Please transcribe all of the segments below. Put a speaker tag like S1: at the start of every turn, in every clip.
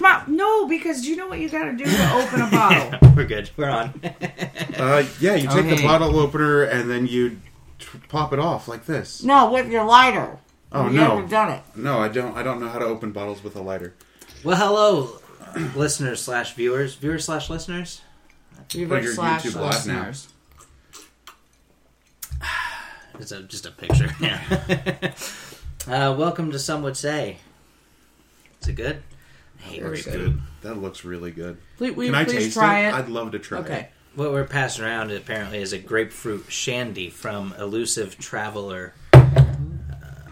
S1: not. No, because you know what you got to do to open a bottle.
S2: We're good. We're on.
S3: Uh, yeah, you take
S4: Okay.
S3: the bottle opener and then you t- pop it off like this.
S4: No, with your lighter.
S3: Oh
S4: you
S3: no,
S4: haven't done it.
S3: no, I don't. I don't know how to open bottles with a lighter.
S2: well, hello, listeners slash viewers, viewers slash listeners.
S4: Reverse
S3: your
S4: slash
S3: YouTube live now.
S4: listeners.
S2: It's a, just a picture. Yeah. uh, welcome to Some Would Say. Is it good? I hate
S4: Very
S2: it.
S4: good.
S3: That looks really good.
S4: Please, will
S3: Can
S4: you
S3: I
S4: please
S3: taste
S4: try it?
S3: I'd love to try
S4: okay.
S2: What we're passing around apparently is a grapefruit shandy from Elusive Traveler. Uh,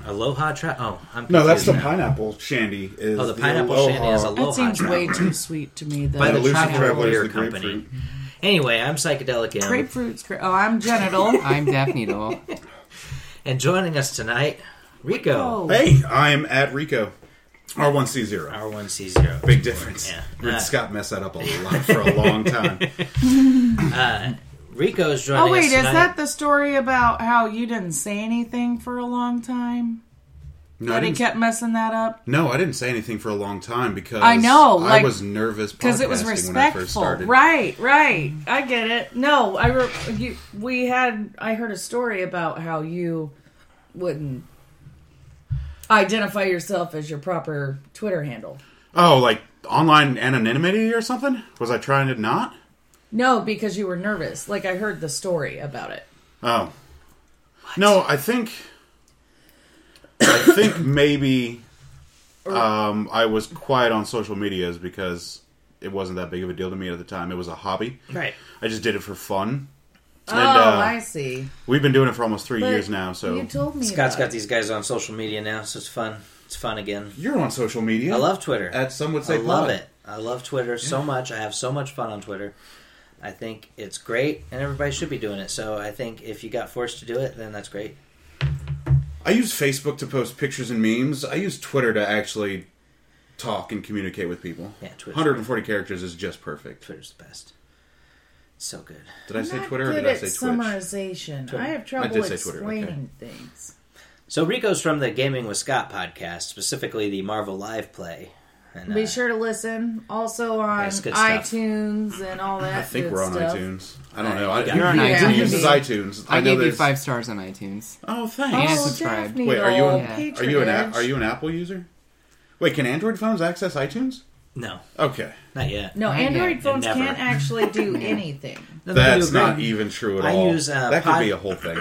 S2: Aloha Tra. Oh, I'm
S3: it. No, that's the
S2: confused now.
S3: pineapple shandy. Is
S2: Oh, the pineapple shandy is
S3: Aloha.
S2: Aloha
S4: That seems
S2: Traveler.
S4: way too sweet to me. Though.
S2: By the
S3: Elusive
S2: Traveler
S3: Traveler is
S2: Beer
S3: the
S2: Company.
S3: grapefruit.
S2: Anyway, I'm psychedelic Im,
S4: grapefruits. Cra- oh, I'm genital.
S1: I'm Deaf Needle.
S2: and joining us tonight, Rico.
S4: oh,
S3: Hey, I'm at Rico. R1C0.
S2: R1C0.
S3: Big difference.
S2: Yeah.
S3: Heard
S2: Uh,
S3: Scott mess that up a lot for a long time.
S2: Rico is joining
S4: oh wait,
S2: us
S4: is
S2: tonight.
S4: that the story about how you didn't say anything for a long time?
S3: No, I
S4: But he
S3: didn't,
S4: kept messing that up.
S3: no, I didn't say anything for a long time because
S4: I know, like-
S3: I was nervous
S4: Because it was
S3: podcasting When I first
S4: respectful,
S3: started.
S4: right? Right.
S3: Mm-hmm.
S4: I get it. No, I re- you, we had I heard a story about how you wouldn't identify yourself as your proper Twitter handle.
S3: Oh, like online anonymity or something? Was I trying to not?
S4: No, because you were nervous. Like I heard the story about it.
S3: Oh. No, I think I think maybe um, I was quiet on social medias because it wasn't that big of a deal to me at the time. It was a hobby.
S2: Right.
S3: I just did it for fun.
S4: Oh,
S3: And, uh,
S4: I see.
S3: We've been doing it for almost three
S4: But
S3: years now, so
S4: you told me.
S2: Scott's
S4: about
S2: got these guys on social media now, so it's fun. It's fun again.
S3: you're on social media.
S2: I love Twitter.
S3: at some would
S2: I
S3: say
S2: love
S3: pod.
S2: it. I love Twitter so much. I have so much fun on Twitter. I think it's great, and everybody should be doing it. So I think if you got forced to do it, then that's great.
S3: I use Facebook to post pictures and memes. I use Twitter to actually talk and communicate with people.
S2: Yeah, Twitter's
S3: 140 characters is just perfect.
S2: Twitter's the best. It's so good.
S3: Did I
S4: I'm
S3: say
S4: not
S3: Twitter or
S4: good
S3: did I
S4: at
S3: say Twitch?
S4: Summarization. I have trouble
S3: did say Twitter, okay.
S4: explaining things.
S2: So Rico's from the Gaming with Scott podcast, specifically the Marvel Live Play. And,
S4: Be
S2: uh,
S4: sure to listen. Also on
S2: That's good stuff.
S4: iTunes and all that.
S3: I think
S4: good
S3: we're on
S4: stuff.
S3: iTunes. I don't know. I,
S2: You're on
S3: who
S1: iTunes.
S3: uses iTunes?
S1: I,
S3: know
S1: gave you
S3: there's-
S1: five stars on iTunes.
S3: Oh,
S1: And
S3: thanks.
S1: Yeah.
S4: Oh,
S1: subscribe.
S4: Daphne,
S3: Wait, are you
S4: old
S3: an
S4: patronage.
S3: are you an a- are you an Apple user? Wait, can Android phones access iTunes?
S2: No,
S3: Okay,
S2: not yet.
S4: No,
S1: Not
S4: Android
S1: yet.
S4: phones
S2: Never.
S4: can't actually do anything.
S2: No, they
S3: that's
S2: do
S3: not
S2: great.
S3: even true at
S2: I
S3: all.
S2: use, uh,
S3: that could
S2: Pod-
S3: be a whole thing.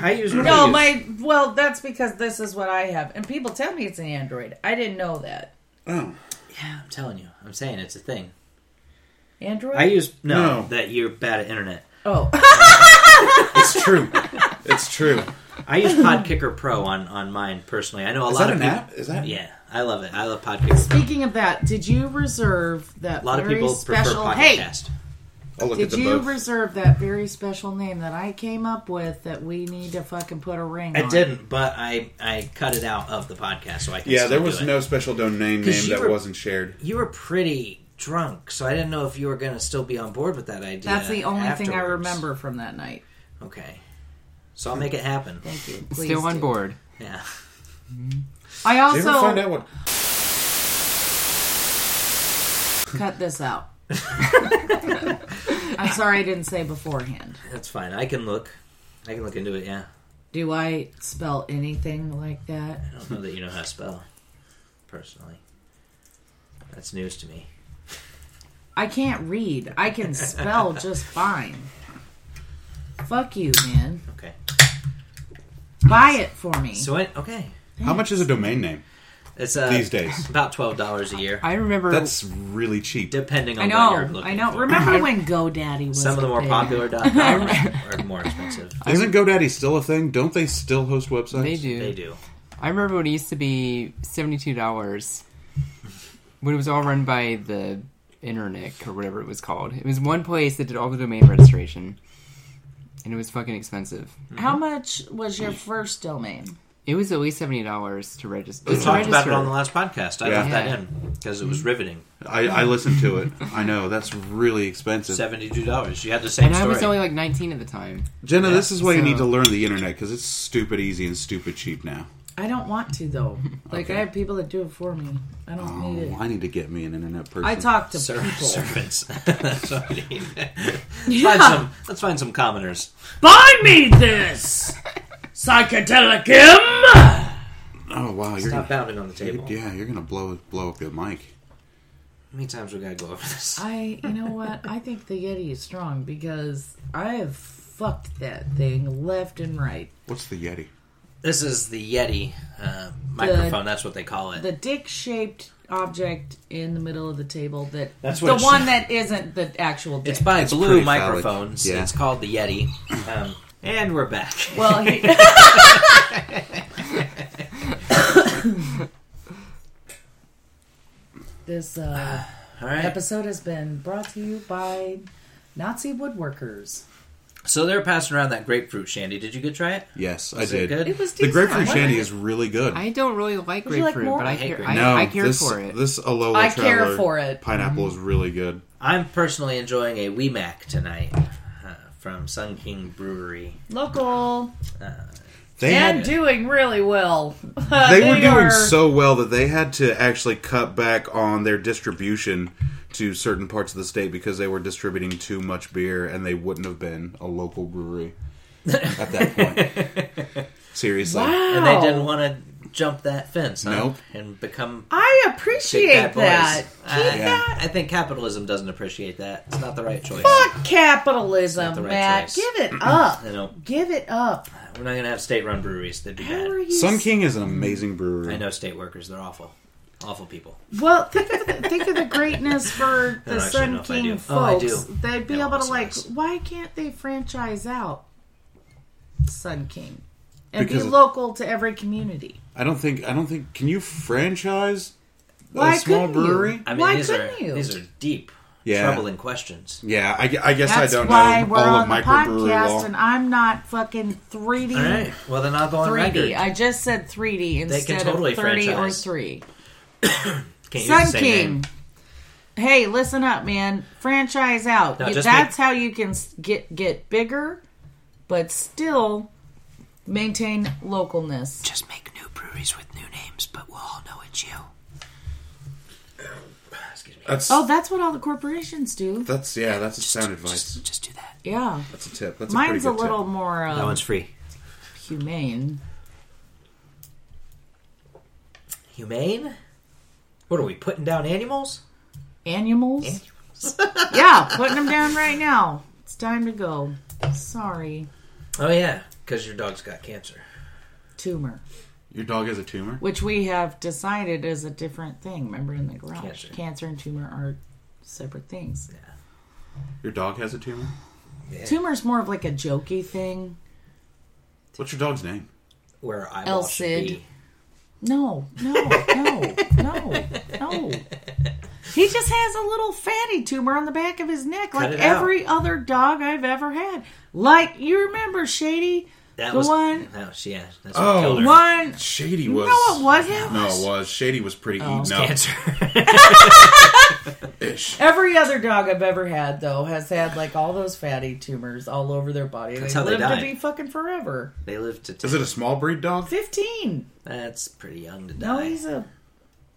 S2: I use what do
S4: No,
S2: you use?
S4: my well, that's because this is what I have, and people tell me it's an Android. I didn't know that.
S3: Oh,
S2: Yeah, I'm telling you. I'm saying it's a thing.
S4: Android.
S2: I use no,
S3: No.
S2: that you're bad at internet.
S4: oh,
S3: it's true. It's true.
S2: I use Podkicker Pro on on mine personally. I know a
S3: Is
S2: lot
S3: that
S2: of
S3: an
S2: people.
S3: app? Is that
S2: Yeah, I love it. I love Podkicker. Pro.
S4: speaking of that, did you reserve that
S2: A lot of
S4: very
S2: people prefer
S4: special? hey,
S2: podcast.
S3: I'll look at
S4: did
S3: the
S4: you
S3: both.
S4: reserve that very special name that I came up with that we need to fucking put a ring?
S2: I
S4: on?
S2: didn't, but I I cut it out of the podcast so I can.
S3: yeah,
S2: still
S3: there
S2: do
S3: was
S2: it.
S3: no special domain
S2: Because
S3: name
S2: you
S3: that
S2: were-
S3: wasn't shared.
S2: You were pretty drunk, so I didn't know if you were going to still be on board with that idea.
S4: That's the only thing I
S2: afterwards.
S4: remember from that night.
S2: Okay, so I'll make it happen.
S4: Thank you. Please
S1: Still on
S4: do.
S1: board.
S2: Yeah.
S4: I
S3: Did you ever find
S4: also
S3: out what?
S4: cut this out. I'm sorry I didn't say beforehand.
S2: That's fine. I can look. I can look into it. Yeah.
S4: Do I spell anything like that?
S2: I don't know that you know how to spell. Personally, that's news to me.
S4: I can't read. I can spell just fine. Fuck you, man.
S2: Okay.
S4: Buy it for me.
S2: So I, okay,
S3: How much is a domain name
S2: it's uh,
S3: these days?
S2: about twelve dollars a year,
S1: I remember.
S3: That's really cheap.
S2: depending on
S4: I
S2: what you're
S4: know.
S2: looking
S4: I know.
S2: for.
S4: Remember when GoDaddy was
S2: Some of the
S4: a
S2: more
S4: thing?
S2: popular dot com are more expensive.
S3: Isn't GoDaddy still a thing? Don't they still host websites?
S1: they do.
S2: They do.
S1: I remember when it used to be seventy-two dollars, when it was all run by the Internet or whatever it was called. It was one place that did all the domain registration, and it was fucking expensive.
S4: How much was your first domain?
S1: It was at least seventy dollars to regis-
S2: We
S1: just to
S2: talked
S1: register.
S2: about it on the last podcast. I
S3: Yeah.
S2: left that in because it was
S4: Mm-hmm.
S2: riveting.
S3: I, I listened to it. I know that's really expensive.
S2: Seventy-two dollars. You had the same
S1: and I
S2: story.
S1: was only like nineteen at the time.
S3: Jenna, this is why
S1: So-
S3: you need to learn the internet because it's stupid easy and stupid cheap now.
S4: I don't want to though. Like I
S3: Okay.
S4: have people that do it for me. I don't need it.
S3: Oh, I need to get me an internet person.
S4: I talk to
S2: Ser-
S4: people.
S2: servants. That's what I mean. let's,
S4: Yeah.
S2: find some, let's find some commoners.
S4: Buy me this psychedelic him.
S3: Oh wow, you're
S2: Stop
S3: gonna,
S2: pounding on the table.
S3: you're- yeah, you're gonna blow blow up your mic.
S2: How many times we gotta go over this?
S4: I, you know what? I think the Yeti is strong because I have fucked that thing left and right.
S3: What's the Yeti?
S2: This is the Yeti uh, microphone. That's what they call it.
S4: The dick-shaped object in the middle of the table that
S2: That's what
S4: the
S2: it's-
S4: one that isn't the actual dick.
S2: it's by
S3: It's
S2: Blue
S3: pretty phallic.
S2: Microphones.
S3: Yeah.
S2: It's called the Yeti. Um, and we're back.
S4: well, he, this uh,
S2: All right.
S4: episode has been brought to you by Nazi woodworkers.
S2: So they're passing around that grapefruit shandy. Did you get try it?
S3: Yes, I
S2: Was
S3: did.
S2: It good?
S4: It was
S3: The
S4: decent.
S3: grapefruit
S4: wasn't
S3: shandy
S4: it?
S3: is really good.
S1: I don't really like
S4: Would you like
S1: grapefruit,
S4: more?
S1: but I,
S2: I hate
S1: care. I,
S2: grapefruit.
S3: no,
S1: I care
S3: this,
S1: for it.
S3: This Alola
S4: I care
S3: Traveler
S4: for it.
S3: Pineapple is really good.
S2: I'm personally enjoying a Mac tonight uh, from Sun King Brewery.
S4: local
S3: They
S4: and
S3: had,
S4: doing really well.
S3: they were doing
S4: are-
S3: so well that they had to actually cut back on their distribution to certain parts of the state because they were distributing too much beer and they wouldn't have been a local brewery at that point. Seriously.
S4: Wow.
S2: And they didn't want to jump that fence. huh?
S3: Nope.
S2: And become
S4: I
S2: big
S4: appreciate
S2: bad boys.
S4: that.
S2: I,
S4: Keep that.
S2: I think capitalism doesn't appreciate that. It's not the right choice.
S4: Fuck capitalism,
S2: Not the right
S4: Matt.
S2: choice.
S4: Give it up.
S2: You know,
S4: Give it up.
S2: we're not going to have state-run breweries. That'd be
S4: How
S2: bad.
S4: are you?
S3: Sun King is an amazing brewery.
S2: I know state workers. They're awful. Awful people.
S4: Well, think of, the, think of the greatness for
S2: I
S4: the
S2: actually
S4: Sun
S2: know if I do.
S4: King
S2: Oh, I
S4: folks.
S2: do.
S4: They'd be
S2: Yeah,
S4: able to
S2: also
S4: like.
S2: nice.
S4: Why can't they franchise out Sun King and
S3: Because-
S4: be local to every community?
S3: I don't think I don't think can you franchise
S4: Why
S3: a small
S4: couldn't you?
S3: brewery?
S2: I mean,
S4: Why
S2: these are
S4: couldn't you?
S2: these are deep,
S3: Yeah.
S2: troubling questions.
S3: Yeah, I, gu- I guess
S4: That's
S3: I don't
S4: why
S3: know
S4: we're
S3: all
S4: on
S3: of
S4: the
S3: microbrewery
S4: podcast,
S3: law.
S4: and I'm not fucking 3D.
S2: All right. Well, then I'll go on
S4: 3D.
S2: record.
S4: I just said 3D
S2: can
S4: instead
S2: totally
S4: of 30
S2: franchise.
S4: or 3.
S2: Can't use the
S4: Sun
S2: same
S4: King.
S2: name.
S4: Hey, listen up, man. Franchise out.
S2: No,
S4: You-
S2: just
S4: That's how you can s- get get bigger, but still maintain localness.
S2: Just make new breweries with new names, but we'll all know it's you. Excuse me.
S3: That's
S4: Oh, that's what all the corporations do.
S3: that's yeah, that's a sound advice.
S2: Just, just do that.
S4: Yeah,
S3: That's a tip. That's
S4: mine's
S3: a
S4: a
S3: pretty good
S4: little more
S2: That
S4: um,
S2: one's free.
S4: humane.
S2: Humane? What are we putting down animals?
S4: Animals. yeah, putting them down right now. It's time to go. Sorry,
S2: Oh yeah, because your dog's got cancer.
S4: tumor,
S3: tip. Your dog has a tumor.
S4: which we have decided is a different thing. Remember in the garage,
S2: Cancer.
S4: cancer and tumor are separate things.
S3: Your dog has a tumor.
S4: Tumor's more of like a jokey thing.
S3: What's your dog's name?
S2: Where
S4: El
S2: our eyeball should be.
S4: No, no, no, no, no. He just has a little fatty tumor on the back of his neck, like
S2: it out.
S4: every other dog I've ever had. Like you remember, Shady,
S2: That
S4: The
S2: was
S4: one-
S2: Oh, she- yeah, that's
S3: Oh,
S2: what killed her.
S4: one.
S3: Shady was.
S4: No, it wasn't.
S3: No, it was. Shady was pretty
S4: Oh.
S3: eaten up.
S2: Cancer.
S3: Ish.
S4: Every other dog I've ever had, though, has had like all those fatty tumors all over their body.
S2: That's
S4: they
S2: how they
S4: live
S2: die.
S4: to be fucking forever.
S2: they lived to.
S3: Is it a small breed dog?
S4: Fifteen.
S2: That's pretty young to die.
S4: No, he's a.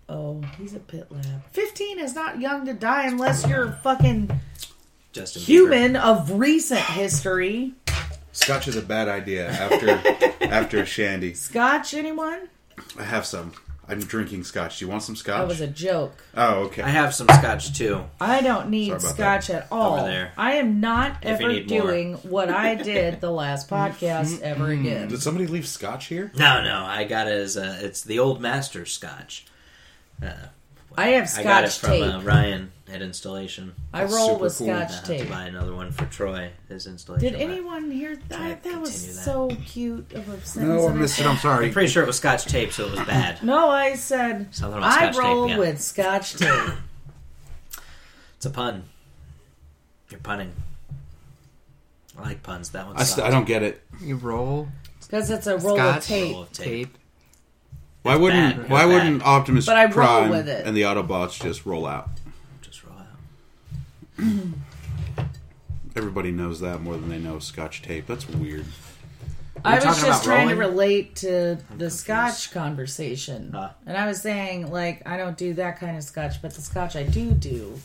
S4: Oh, he's a pit lab. Fifteen is not young to die unless you're fucking.
S2: Justin
S4: human of recent history.
S3: Scotch is a bad idea. After after Shandy,
S4: Scotch, anyone?
S3: I have some. I'm drinking scotch. Do you want some
S4: That
S3: scotch?
S4: was a joke.
S3: oh,
S2: I
S3: okay.
S2: have some scotch too.
S4: I don't
S3: Sorry
S4: need
S3: about
S4: scotch at all.
S2: Over there.
S4: I am not
S2: If you
S4: ever
S2: need more. Mm-hmm.
S4: doing what I did the last podcast ever again.
S3: Did somebody leave scotch here?
S2: No, no, I got it as a, it's the old master scotch.
S4: I have
S2: I got it
S4: scotch
S2: from
S4: tape.
S2: uh, Ryan at installation.
S4: I
S3: That's
S4: roll
S3: super
S4: with
S3: cool.
S2: I
S4: scotch
S2: have
S4: tape.
S2: to buy another one for Troy. His installation.
S4: Did anyone hear that? That was
S2: continue that.
S4: so cute of a sentence.
S3: No, I
S4: that I
S3: missed it.
S4: said.
S3: I'm sorry.
S2: I'm pretty sure it was Scotch tape, so it was bad.
S4: No, I said
S2: Something about
S4: I
S2: Scotch
S4: roll
S2: tape. Yeah.
S4: with scotch tape.
S2: It's a pun. You're punning. I like puns. That one's
S3: I, st- I don't get it.
S1: You roll
S4: Because it's a roll
S1: Scotch.
S4: of tape.
S2: Roll of tape.
S1: tape.
S3: Why wouldn't
S2: bad.
S3: Why
S2: It's
S3: wouldn't Optimus
S4: But I roll
S3: Prime
S4: with it.
S3: and the Autobots just roll out?
S2: Just roll out.
S3: Everybody knows that more than they know scotch tape. That's weird.
S1: We're
S4: I was
S1: talking
S4: just
S1: about
S4: trying to
S1: rolling?
S4: relate to the Scotch conversation,
S2: Ah.
S4: and I was saying like I don't do that kind of Scotch, but the Scotch I do do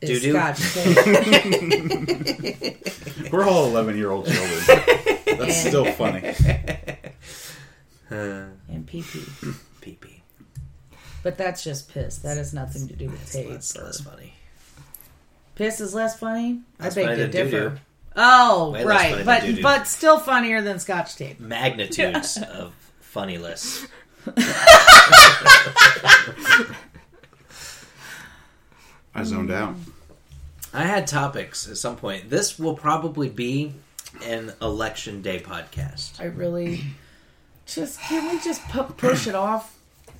S4: is
S2: Do-do?
S4: Scotch. So-
S3: We're all 11 year old children. That's still funny.
S4: and pee pee,
S2: Uh, Pee pee.
S4: but that's just piss. That has nothing to do with
S2: That's
S4: taste. or-
S2: less funny.
S4: Piss is less funny.
S2: That's
S4: I beg
S2: funny
S4: to
S2: than doo-doo.
S4: differ. Oh,
S2: Way less funny
S4: right,
S2: than
S4: but
S2: doo-doo.
S4: but still funnier than Scotch tape.
S2: Magnitudes of funnyless.
S3: I zoned out.
S2: I had topics at some point. This will probably be an election day podcast.
S4: I really just can we just pu- push it off,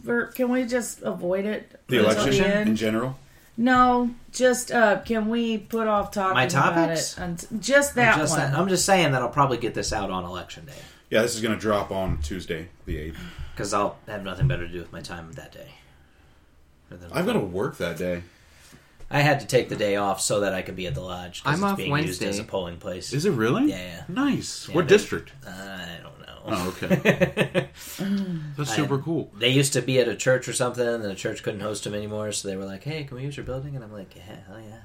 S4: or can we just avoid it?
S3: The
S4: until
S3: election
S4: end?
S3: in general?
S4: No, just uh, can we put off talking
S2: My
S4: about
S2: topics?
S4: it? unt just that
S2: Just
S4: one.
S2: that- um, I'm just saying that I'll probably get this out on election day
S3: Yeah, this is going to drop on Tuesday, the 8th.
S2: because I'll have nothing better to do with my time that day. Or than-
S3: I've got to work that day.
S2: I had to take the day off so that I could be at the lodge. 'cause
S1: I'm
S2: it's
S1: off
S2: being
S1: Wednesday.
S2: used as a polling place.
S3: it really?
S2: Yeah, yeah.
S3: Nice.
S2: Yeah,
S3: what
S2: they-
S3: district?
S2: I don't know.
S3: Oh, okay. That's super cool.
S2: They used to be at a church or something, and the church couldn't host them anymore, so they were like, "Hey, can we use your building?" And I'm like, "Yeah, hell yeah,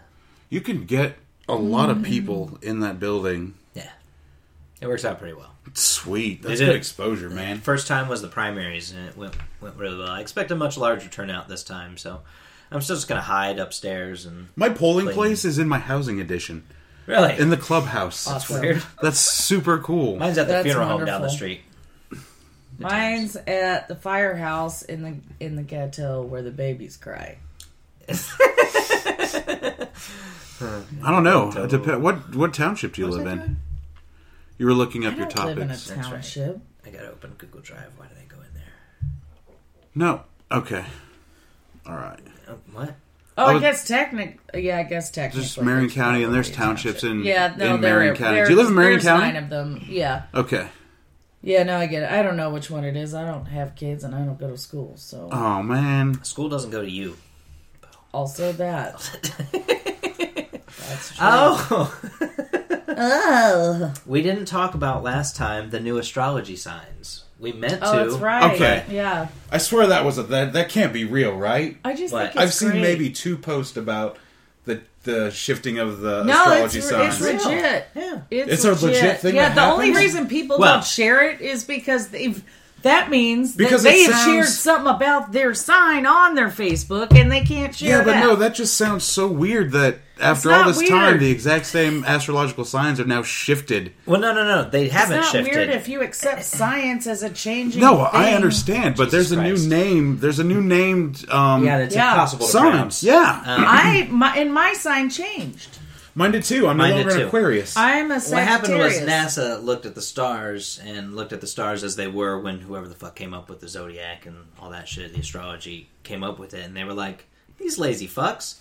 S3: You can get a lot of people
S2: Mm.
S3: in that building.
S2: yeah." It works out pretty well.
S3: Sweet. That's
S2: They did.
S3: good exposure, man.
S2: First time was the primaries, and it went went really well. I expect a much larger turnout this time, so I'm still just gonna hide upstairs and
S3: My polling
S2: Clean.
S3: place is in my housing edition,
S2: really.
S3: in the clubhouse.
S2: Oh, That's weird.
S3: That's super cool.
S2: Mine's at the
S4: That's
S2: funeral home down the
S4: wonderful.
S2: street.
S4: Mine's at the firehouse in the in the ghetto where the babies cry.
S3: I don't know.
S2: Total.
S3: It depe- what what township do you live in? You were looking up
S4: I
S3: your
S4: don't live in a
S3: topics.
S2: That's right.
S4: township.
S2: I gotta open Google Drive. Why did I go in there?
S3: no. Okay. All right.
S2: Oh, what?
S4: Oh,
S3: Oh,
S4: I guess technic. Yeah, I guess technically.
S3: There's Marion
S4: there's
S3: County, and there's
S4: probably a
S3: townships in
S4: Yeah, no,
S3: in
S4: there
S3: Marion
S4: are-
S3: County.
S4: there-
S3: Do you live in Marion
S4: there's
S3: County?
S4: Nine of them. Yeah,
S3: okay.
S4: yeah. No, I get it. I don't know which one it is. I don't have kids, and I don't go to school, so
S3: Oh man.
S2: School doesn't go to you.
S4: also that. That's true.
S2: Oh,
S4: Oh,
S2: we didn't talk about last time the new astrology signs. We meant
S4: oh,
S2: to.
S4: that's right.
S3: Okay.
S4: Yeah,
S3: I swear that was a, that that can't be real, right?
S4: I just
S2: What?
S4: think it's
S3: I've seen
S4: great.
S3: maybe two posts about the the shifting of the
S4: No, it's,
S3: astrology
S4: re-
S3: signs.
S4: it's legit.
S2: Yeah.
S3: It's a legit thing
S4: Yeah,
S3: that
S4: the only
S3: happens?
S4: reason people
S2: Well-
S4: don't share it is because they've. That means
S3: Because
S4: that they
S3: it
S4: have shared
S3: sounds-
S4: something about their sign on their Facebook and they can't share
S3: yeah, but
S4: that.
S3: no, that just sounds so weird that after all
S4: not
S3: this time,
S4: weird.
S3: the exact same astrological signs are now shifted.
S2: Well, no, no, no. They
S4: it's
S2: haven't
S4: not
S2: shifted.
S4: weird if you accept science as a changing.
S3: No,
S4: thing.
S3: I understand, but
S2: Jesus
S3: there's a
S2: Christ.
S3: new name. There's a new named um,
S2: yeah, that's
S4: Yeah.
S2: impossible to
S3: signs.
S2: pronounce.
S3: Yeah,
S4: I my and my sign changed.
S3: mine did too. I'm
S2: Mine
S3: no
S2: did
S3: longer an
S2: too.
S3: Aquarius.
S4: I'm a
S2: What happened was
S4: Sagittarius.
S2: NASA looked at the stars and looked at the stars as they were when whoever the fuck came up with the zodiac and all that shit, the astrology came up with it, and they were like, "These lazy fucks."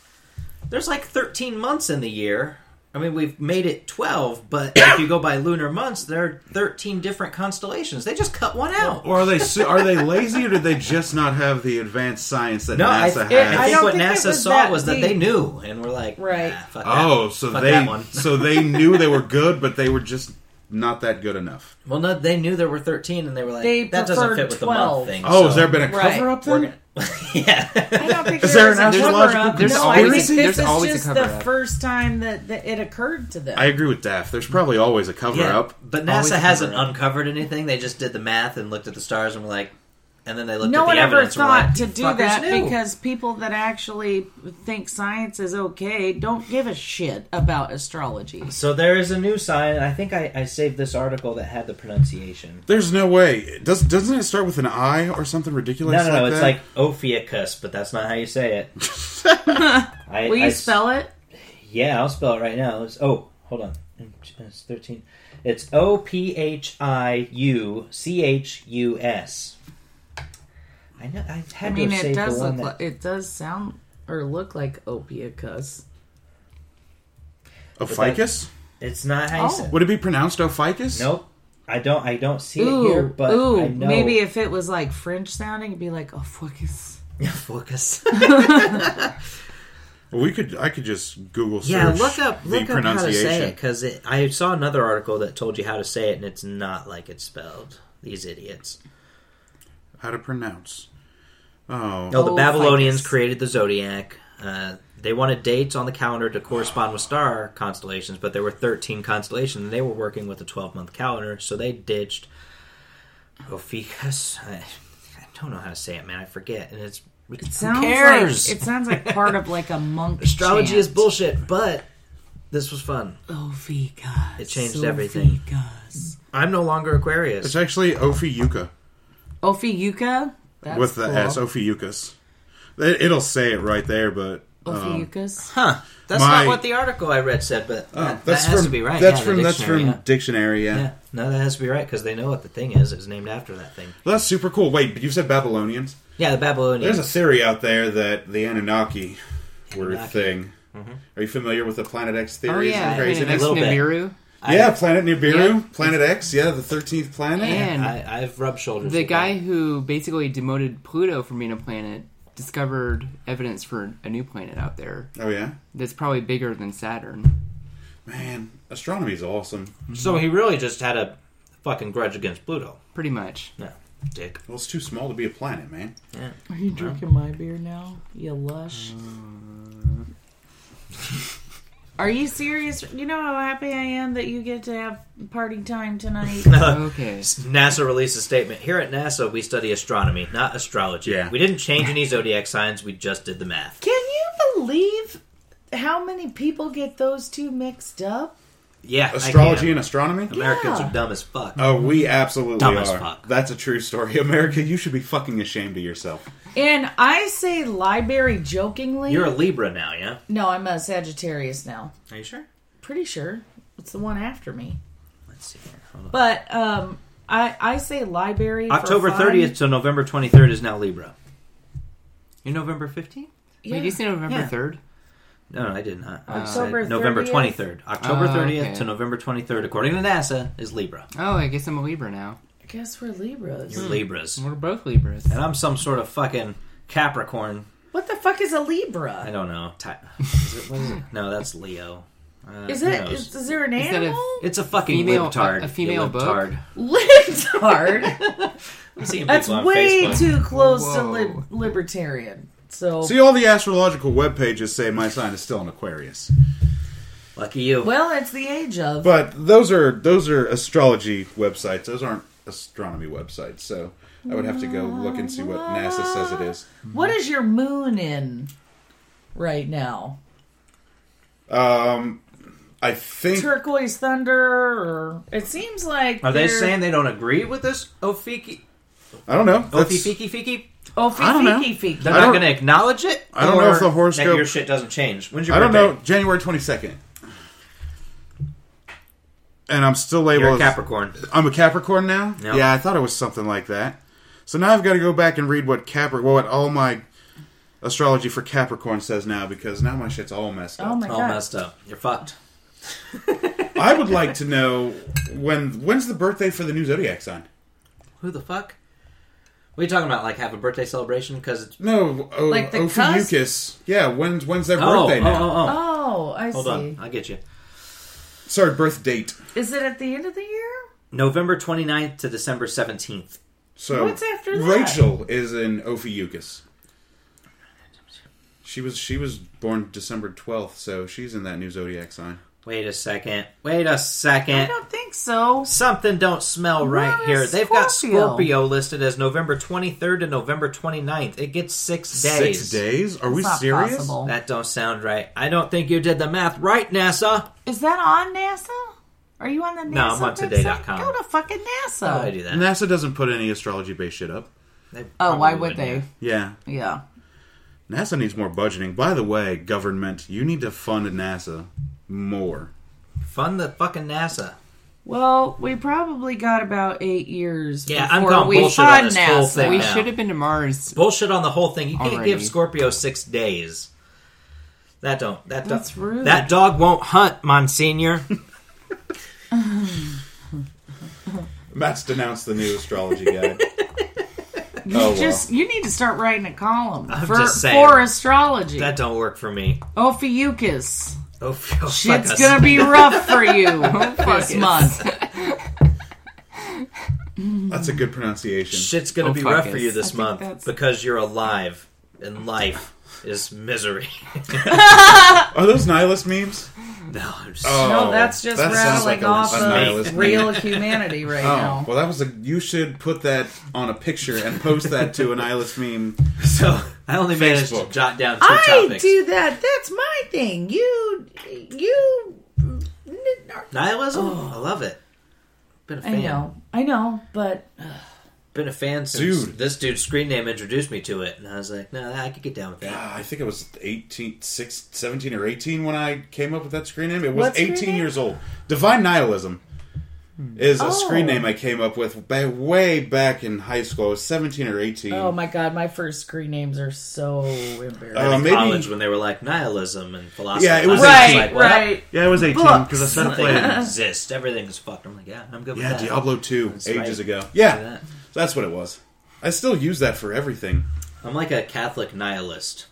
S2: There's like 13 months in the year. I mean, we've made it 12, but if you go by lunar months, there are 13 different constellations. They just cut one out.
S3: or are they su- are they lazy, or did they just not have the advanced science that
S2: No, I,
S3: NASA
S2: th-
S3: has?
S2: I
S4: I
S2: think
S4: don't
S2: what
S4: think it
S2: NASA
S4: was
S2: saw
S4: that
S2: was that
S4: deep.
S2: they knew and were like,
S4: Right.
S2: "Nah, fuck that.
S3: oh, so
S2: Fuck
S3: they
S2: that one.
S3: so they knew they were good, but they were just not that good enough.
S2: Well, no, they knew there were 13, and they were like,
S4: They
S2: "That doesn't
S4: preferred
S2: fit with the
S4: 12.
S2: month thing."
S3: Oh,
S2: so
S3: has there been a
S4: Right.
S3: cover up
S2: we're
S3: then?
S2: gonna- yeah.
S4: I don't think
S3: Is there
S4: was
S3: an
S4: a cover
S3: astrological
S4: up. No, I think
S3: conspiracy?
S4: this
S1: There's
S4: is
S1: always a
S4: just the
S1: cover-up.
S4: first time that, that it occurred to them.
S3: I agree with Daff. There's probably always a cover
S2: Yeah,
S3: up.
S2: But
S1: Always
S2: NASA hasn't
S1: cover up.
S2: uncovered anything. They just did the math and looked at the stars and were like, and then they looked
S4: no
S2: at
S4: one
S2: the
S4: ever
S2: evidence and were
S4: thought
S2: like,
S4: to
S2: "You
S4: do
S2: fuckers
S4: that
S2: knew."
S4: because people that actually think science is okay don't give a shit about astrology.
S2: So there is a new sign. and I think I, I saved this article that had the pronunciation.
S3: There's no way. Does doesn't it start with an I or something ridiculous?
S2: No, no, no.
S3: like
S2: It's
S3: that?
S2: like Ophiuchus, but that's not how you say it. I,
S4: Will
S2: I
S4: you
S2: s-
S4: spell it?
S2: Yeah, I'll spell it right now. It's, oh, hold on. It's 13. It's O P H I U C H U S. I know. I had
S4: I mean,
S2: to have
S4: it
S2: saved
S4: does
S2: the one
S4: look like
S2: that-
S4: it does sound or look like ophiuchus.
S3: Ophiuchus.
S2: It's not how you
S4: Oh.
S2: say.
S3: Would it be pronounced Ophiuchus?
S2: Nope. I don't. I don't see
S4: Ooh,
S2: it here, but
S4: ooh,
S2: I know.
S4: maybe if it was like oh, French sounding, it'd be like ophiuchus.
S2: focus.
S3: We could. I could just Google search.
S2: Yeah, look up
S3: the
S2: look up how to say it
S3: pronunciation.
S2: because I saw another article that told you how to say it, and it's not like it's spelled. These idiots.
S3: How to pronounce? Oh,
S2: No, the
S1: Oh,
S2: Babylonians
S1: ficus.
S2: created the zodiac. Uh, they wanted dates on the calendar to correspond with star constellations, but there were 13 constellations, and they were working with a 12 month calendar, so they ditched Ophiuchus. I, I don't know how to say it, man. I forget. And it's.
S4: It sounds
S2: cares?
S4: like it sounds like part of like a monk.
S2: astrology
S4: chant.
S2: is bullshit, but this was fun.
S4: Oh, Vika.
S2: It changed everything. I'm no longer Aquarius.
S3: it's actually Ophiucha
S4: Ophi Yuka. That's
S3: with the
S4: cool.
S3: S. Ophiuchus. It, it'll say it right there, but
S4: Ophi
S3: um,
S4: Yukas.
S2: Huh. That's
S3: My-
S2: not what the article I read said, but
S3: oh,
S2: that,
S3: that's
S2: that has
S3: from
S2: to be right.
S3: that's
S2: yeah, the
S3: from that's
S2: dictionary,
S3: from
S2: yeah.
S3: dictionary. Yeah.
S2: Yeah. No, that has to be right because they know what the thing is. It was named after that thing.
S3: that's super cool. Wait, but you said Babylonians.
S2: Yeah, the Babylonians.
S3: There's a theory out there that the Anunnaki were a
S2: Anunnaki. Mm-hmm. Oh,
S3: thing. Are you familiar with the Planet X theories? and
S1: yeah, I mean,
S3: craziness?
S2: A
S1: next
S2: little
S1: to
S2: bit.
S1: Nibiru.
S2: I-
S3: yeah, Planet Nibiru,
S1: Yeah.
S3: Planet X, yeah, the thirteenth planet.
S1: And
S2: I, I've rubbed shoulders.
S1: the
S2: with
S1: guy
S2: that.
S1: who basically demoted Pluto from being a planet discovered evidence for a new planet out there
S3: Oh yeah,
S1: that's probably bigger than Saturn.
S3: man, astronomy's awesome.
S2: So he really just had a fucking grudge against Pluto.
S1: Pretty much.
S2: No, dick.
S3: Well, it's too small to be a planet, man.
S4: Are you drinking my beer now? You lush.
S2: Uh.
S4: Are you serious? You know how happy I am that you get to have party time tonight.
S1: Okay.
S2: NASA released a statement. Here at NASA, we study astronomy, not astrology.
S3: Yeah.
S2: We didn't change any zodiac signs. We just did the math.
S4: Can you believe how many people get those two mixed up?
S2: Yeah,
S3: Astrology
S2: I
S3: and astronomy.
S2: can. Americans
S4: Yeah.
S2: are dumb as fuck.
S3: Oh, we absolutely
S2: Dumb
S3: are.
S2: as fuck.
S3: That's a true story, America. You should be fucking ashamed of yourself.
S4: And I say library jokingly.
S2: You're a Libra now, yeah?
S4: no, I'm a Sagittarius now.
S2: Are you sure?
S4: Pretty sure it's the one after me.
S2: Let's see here. Hold on.
S4: But um, I I say library. for
S2: October
S4: fun.
S2: 30th to November 23rd is now Libra. You're November 15th?
S4: Yeah.
S1: Wait, you say November
S2: Yeah.
S1: third?
S2: No, no, I did not. I said
S4: October
S2: November
S4: 30th.
S2: 23rd. October
S1: Oh,
S2: 30th
S1: okay.
S2: to November 23rd, according to NASA, is Libra.
S1: Oh, I guess I'm a Libra now.
S4: I guess we're Libras.
S2: You're Libras.
S1: We're both Libras.
S2: And I'm some sort of fucking Capricorn.
S4: What the fuck is a Libra?
S2: I don't know. Ty- is it- what is it? No, that's Leo. Uh,
S4: Is
S2: who
S4: it?
S2: knows?
S4: Is, is there an
S1: Is that a-
S4: animal?
S2: It's uh, a fucking
S1: Female-
S2: libtard.
S1: a- a female
S2: you
S1: book?
S2: libtard.
S4: Libtard.
S2: I'm seeing
S4: That's
S2: people on
S4: way
S2: Facebook.
S4: too close to
S1: Whoa.
S4: lib- libertarian. So,
S3: See, all the astrological web pages say my sign is still an Aquarius,
S2: Lucky you.
S4: well, it's the age of.
S3: but those are those are astrology websites. Those aren't astronomy websites. So I would have to go look and see what NASA says it is.
S4: What is your moon in right now?
S3: Um, I think
S4: Turquoise thunder, or it seems like
S2: Are they
S4: they're-
S2: saying they don't agree with this Ofiki
S3: I don't know. That's-
S2: Ofifiki Fiki?
S4: Oh, fee,
S3: I don't know.
S4: fee, fee, fee.
S2: They're
S3: I
S2: not
S3: don't-
S2: going to acknowledge it.
S3: I don't know
S2: Or
S3: if the
S2: that
S3: horoscope-
S2: your shit doesn't change. When's your
S3: I don't
S2: birthday?
S3: know. January twenty second, and I'm still labeled.
S2: You're a
S3: as-
S2: Capricorn.
S4: Oh
S3: I'm a Capricorn now.
S2: Yeah.
S3: Yeah, I thought it was something like that. So now I've got to go back and read what Capri, what all my astrology for Capricorn says now because now my shit's all messed
S4: Oh
S3: up.
S4: my
S2: All
S4: god!
S2: messed up. You're fucked.
S3: I would like to know when when's the birthday for the new zodiac sign?
S2: Who the fuck? What are you talking about? Like have a birthday celebration because it's
S3: No, oh, o-
S4: Like the
S3: Ophiuchus. Yeah, when's when's their
S2: oh,
S3: birthday
S2: oh,
S3: now?
S2: oh, oh.
S4: Oh, I
S2: Hold
S4: see.
S2: on, I get you.
S3: Sorry, birth date.
S4: Is it at the end of the year?
S2: November 29th to December 17th.
S3: So
S4: What's after that?
S3: Rachel is in Ophiuchus. She was she was born December twelfth, so she's in that new zodiac sign.
S2: Wait a second. Wait a
S4: I
S2: second.
S4: don't think so.
S2: Something don't smell right
S4: What
S2: here.
S4: is
S2: They've got
S4: Scorpio?
S2: Scorpio listed as November 23rd to November 29th. It gets six days.
S3: Six days? Are we
S4: It's not
S3: serious?
S4: possible.
S2: That don't sound right. I don't think you did the math right, NASA.
S4: Is that on NASA? Are you on the NASA?
S2: No, I'm on
S4: website?
S2: today.com.
S4: Go to fucking
S2: How
S4: NASA.
S2: do I do that?
S3: NASA doesn't put any astrology based shit up.
S2: They
S4: oh, why
S2: probably
S4: would they?
S2: wouldn't.
S3: Yeah.
S4: Yeah.
S3: NASA needs more budgeting. By the way, government, you need to fund NASA more.
S2: Fund the fucking NASA.
S4: Well, we probably got about eight years.
S2: Yeah, I'm
S4: before
S2: calling
S4: we
S2: bullshit on
S4: fund
S2: this
S4: NASA.
S2: whole thing.
S1: we
S2: Yeah.
S1: should have been to Mars.
S2: bullshit on the whole thing. You can't
S1: Already.
S2: give Scorpio six days. That don't. That do-
S4: That's rude.
S2: That dog won't hunt, Monsignor.
S3: Matt's denounced the new astrology guide.
S4: You
S3: Oh, well.
S4: just you need to start writing a column
S2: I'm
S4: for,
S2: just saying.
S4: for astrology.
S2: That don't work for me.
S4: Ophiuchus.
S2: Oh, fuck
S4: Shit's
S2: us.
S4: gonna be rough for you this
S1: Ophiuchus.
S4: month.
S3: That's a good pronunciation.
S2: Shit's gonna
S1: Oh,
S2: be
S1: fuck
S2: rough
S1: us.
S2: for you
S1: I
S2: this
S1: think
S2: month
S1: that's-
S2: because you're alive and life is misery.
S3: Are those nihilist memes?
S2: no, I'm just
S4: No, that's just
S3: Oh, that sounds
S4: rattling
S3: like a-
S4: off
S3: a nihilist
S4: of
S3: meme.
S4: real humanity right
S3: Oh,
S4: now.
S3: well, that was a. You should put that on a picture and post that to an nihilist meme.
S2: so. I only managed to
S3: Facebook.
S2: jot down two
S4: I
S2: topics.
S4: do that. That's my thing. You, you.
S2: Nihilism. I love it. Oh. Been a fan.
S4: I know, I know, but
S2: Been a fan since
S3: Dude.
S2: this dude's screen name introduced me to it, and I was like, no, I could get down with that.
S3: Ah, I think it was 18, six, 17 or 18 when I came up with that screen name. It was
S4: What screen
S3: 18
S4: name?
S3: years old. Divine Nihilism is a screen
S4: Oh.
S3: name I came up with ba- way back in high school. I was 17 or 18.
S4: oh my god, my first screen names are so embarrassing.
S3: Uh,
S2: in
S3: maybe-
S2: college when they were like nihilism and philosophy.
S3: Yeah, it was
S2: class,
S3: it's
S4: right,
S2: like, what?
S4: right.
S3: yeah, I was 18
S4: 'cause I set up
S2: Nothing exists. Everything is fucked. I'm like, yeah, I'm good
S3: Yeah,
S2: with that.
S3: Diablo 2 ages
S2: right.
S3: ago.
S2: Look
S3: Yeah,
S2: at that.
S3: that's what it was. I still use that for everything.
S2: I'm like a Catholic nihilist.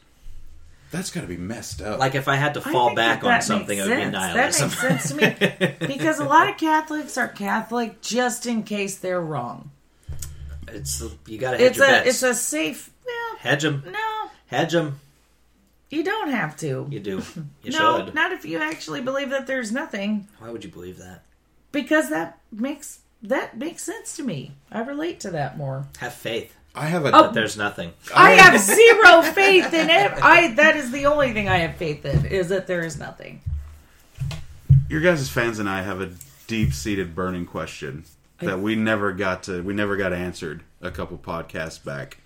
S3: That's got to be messed up.
S2: Like if I had to
S4: I
S2: fall
S4: think that
S2: back
S4: that
S2: on
S4: makes
S2: something, it would be
S4: sense.
S2: nihilism.
S4: That makes sense to me because a lot of Catholics are Catholic just in case they're wrong.
S2: it's you gotta hedge
S4: It's
S2: your
S4: a
S2: bets.
S4: it's a safe. Well,
S2: hedge them,
S4: no,
S2: hedge them.
S4: you don't have to.
S2: You do. You
S4: no,
S2: should.
S4: not if you actually believe that there's nothing.
S2: Why would you believe that?
S4: because that makes that makes sense to me. I relate to that more.
S2: Have faith.
S3: I have a.
S4: Oh.
S2: There's nothing.
S4: I have zero faith in it. I that is the only thing I have faith in is that there is nothing.
S3: your guys' fans and I have a deep-seated burning question that we never got to we never got answered a couple podcasts back.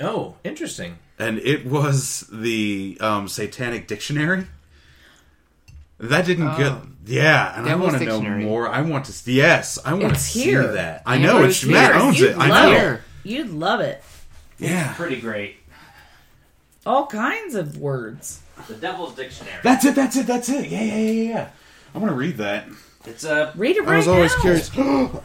S2: Oh, interesting.
S3: And it was the um, Satanic Dictionary. That didn't
S1: Oh.
S3: get yeah, and I
S1: Devil's
S3: want to know
S1: Dictionary.
S3: more. I want to s- yes, I want to
S4: It's
S3: see
S4: here.
S3: that. I
S1: Amber
S3: know
S1: is
S3: it's Matt
S1: here.
S3: owns
S4: You'd
S3: it. I
S4: love
S3: know.
S1: Here.
S4: You'd love it.
S3: Yeah,
S2: Pretty great.
S4: All kinds of words.
S2: The Devil's Dictionary.
S3: that's it. That's it. That's it. Yeah, yeah, yeah, yeah. I'm gonna read that.
S2: It's a.
S4: Read it right
S3: I was always
S4: now.
S3: curious.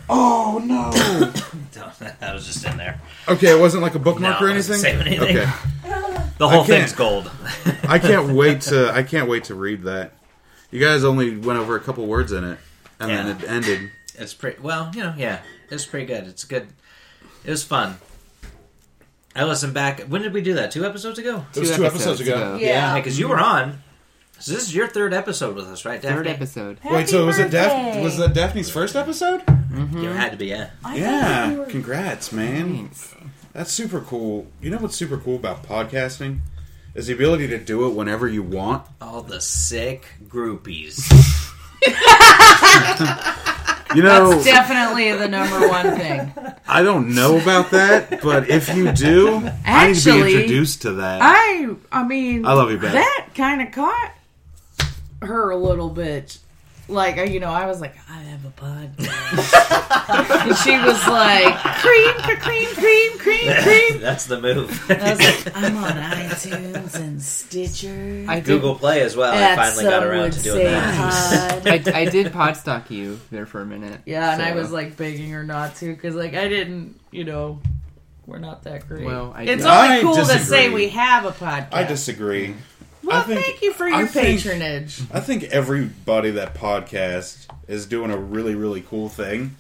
S3: oh no.
S2: that was just in there.
S3: okay, it wasn't like a bookmark
S2: No,
S3: or
S2: it wasn't
S3: anything.
S2: saving anything.
S3: Okay.
S2: The whole
S3: I can't.
S2: thing's gold.
S3: I can't wait to I can't wait to read that. You guys only went over a couple words in it, and then
S2: Yeah.
S3: it ended.
S2: It's pretty well, you know, yeah. It's pretty good. It's good. It was fun. I listened back. When did we do that? Two episodes ago.
S3: It was two episodes ago.
S4: Yeah.
S2: because you were on. So this is your third episode with us, right?
S1: Third
S2: Daphne?
S1: episode.
S3: Wait, so was it Daph-
S4: birthday.
S3: was that Daphne's first episode?
S2: You
S3: Mm-hmm.
S2: had to be, yeah.
S3: yeah, congrats, man.
S1: Thanks.
S3: That's super cool. You know what's super cool about podcasting is the ability to do it whenever you want.
S2: All the sick groupies.
S3: You know,
S4: Definitely the number one thing.
S3: I don't know about that, but if you do, I need to
S4: Actually,
S3: be introduced to that.
S4: I I mean
S3: I love you, Beth.
S4: That kind of caught her a little bit. Like you know, I was like, I have a podcast, and she was like, cream, ca- cream, cream, cream, cream.
S2: That's the move.
S4: I was like, I'm on iTunes and Stitcher.
S1: I did,
S2: Google Play as well.
S4: That
S2: I finally got
S4: some
S2: around
S4: would
S2: to
S4: say
S2: doing that.
S3: Uh,
S4: pod.
S1: I, I did podstock you there for a minute.
S4: Yeah, and I
S1: so-
S4: was like begging her not to because like I didn't, you know, we're not that great.
S1: Well, I
S4: it's
S1: did-
S4: only
S3: I
S4: cool to say
S3: disagree.
S4: we have a podcast.
S3: I disagree.
S4: Well,
S3: I think-
S4: thank you for your
S3: I think-
S4: patronage.
S3: I think everybody that podcast is doing a really, really cool thing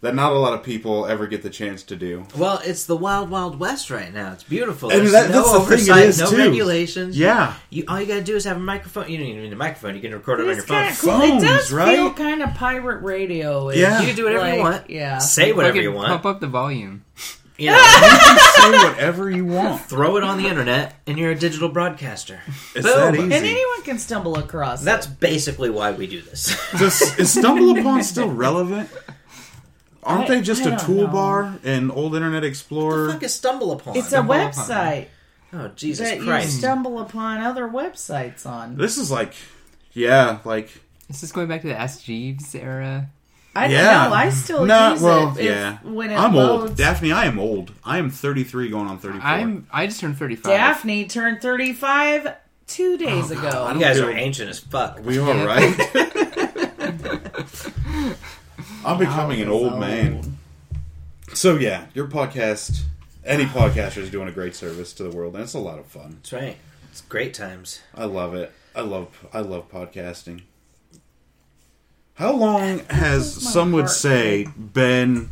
S3: that not a lot of people ever get the chance to do.
S2: Well, it's the wild, wild west right now. It's beautiful.
S3: And
S2: There's
S3: that-
S2: no
S3: that's the thing it
S2: oversight,
S3: is,
S2: no
S3: too.
S2: regulations.
S3: Yeah.
S2: You, all you gotta do is have a microphone. You don't even need a microphone. You can record it on your
S4: It's kind
S2: phone.
S4: of cool.
S3: Phones,
S4: it does feel
S3: right?
S4: kind of pirate radio.
S3: Yeah.
S2: You can do whatever
S4: Like,
S2: you want.
S4: yeah.
S2: Say whatever
S1: Fucking
S2: you want.
S1: Pump up the volume.
S2: You know,
S3: You can say whatever you want.
S2: throw it on the internet, and you're a digital broadcaster.
S3: It's
S2: Boom.
S3: that easy.
S4: And anyone can stumble across
S2: That's
S4: it.
S2: basically why we do this.
S3: Does, is Stumble Upon still relevant? Aren't
S4: I-
S3: they just
S4: I
S3: a
S4: don't
S3: toolbar in old Internet
S2: What the
S3: Explorer?
S2: fuck is stumble upon?
S4: It's a
S1: Stumble upon.
S4: website
S2: oh Jesus
S4: that you
S2: Christ!
S4: stumble upon other websites on.
S3: This is like, yeah, like
S1: This is going back to the Ask Jeeves era.
S4: I don't
S3: Yeah.
S4: know. I still
S3: Nah,
S4: use
S3: well,
S4: it. Oh, if-
S3: yeah.
S4: When it
S3: I'm
S4: loads.
S3: old, Daphne. I am old. I am 33, going on 34.
S1: I'm I just turned 35.
S4: Daphne turned 35 two days
S2: Oh,
S4: ago.
S2: You guys are ancient as fuck.
S3: We all right? I'm becoming an old man. So yeah, your podcast Any podcaster is doing a great service to the world, and it's a lot of fun.
S2: That's right. It's great times.
S3: I love it. I love I love podcasting. How long has
S4: my
S3: some would
S4: heart.
S3: say been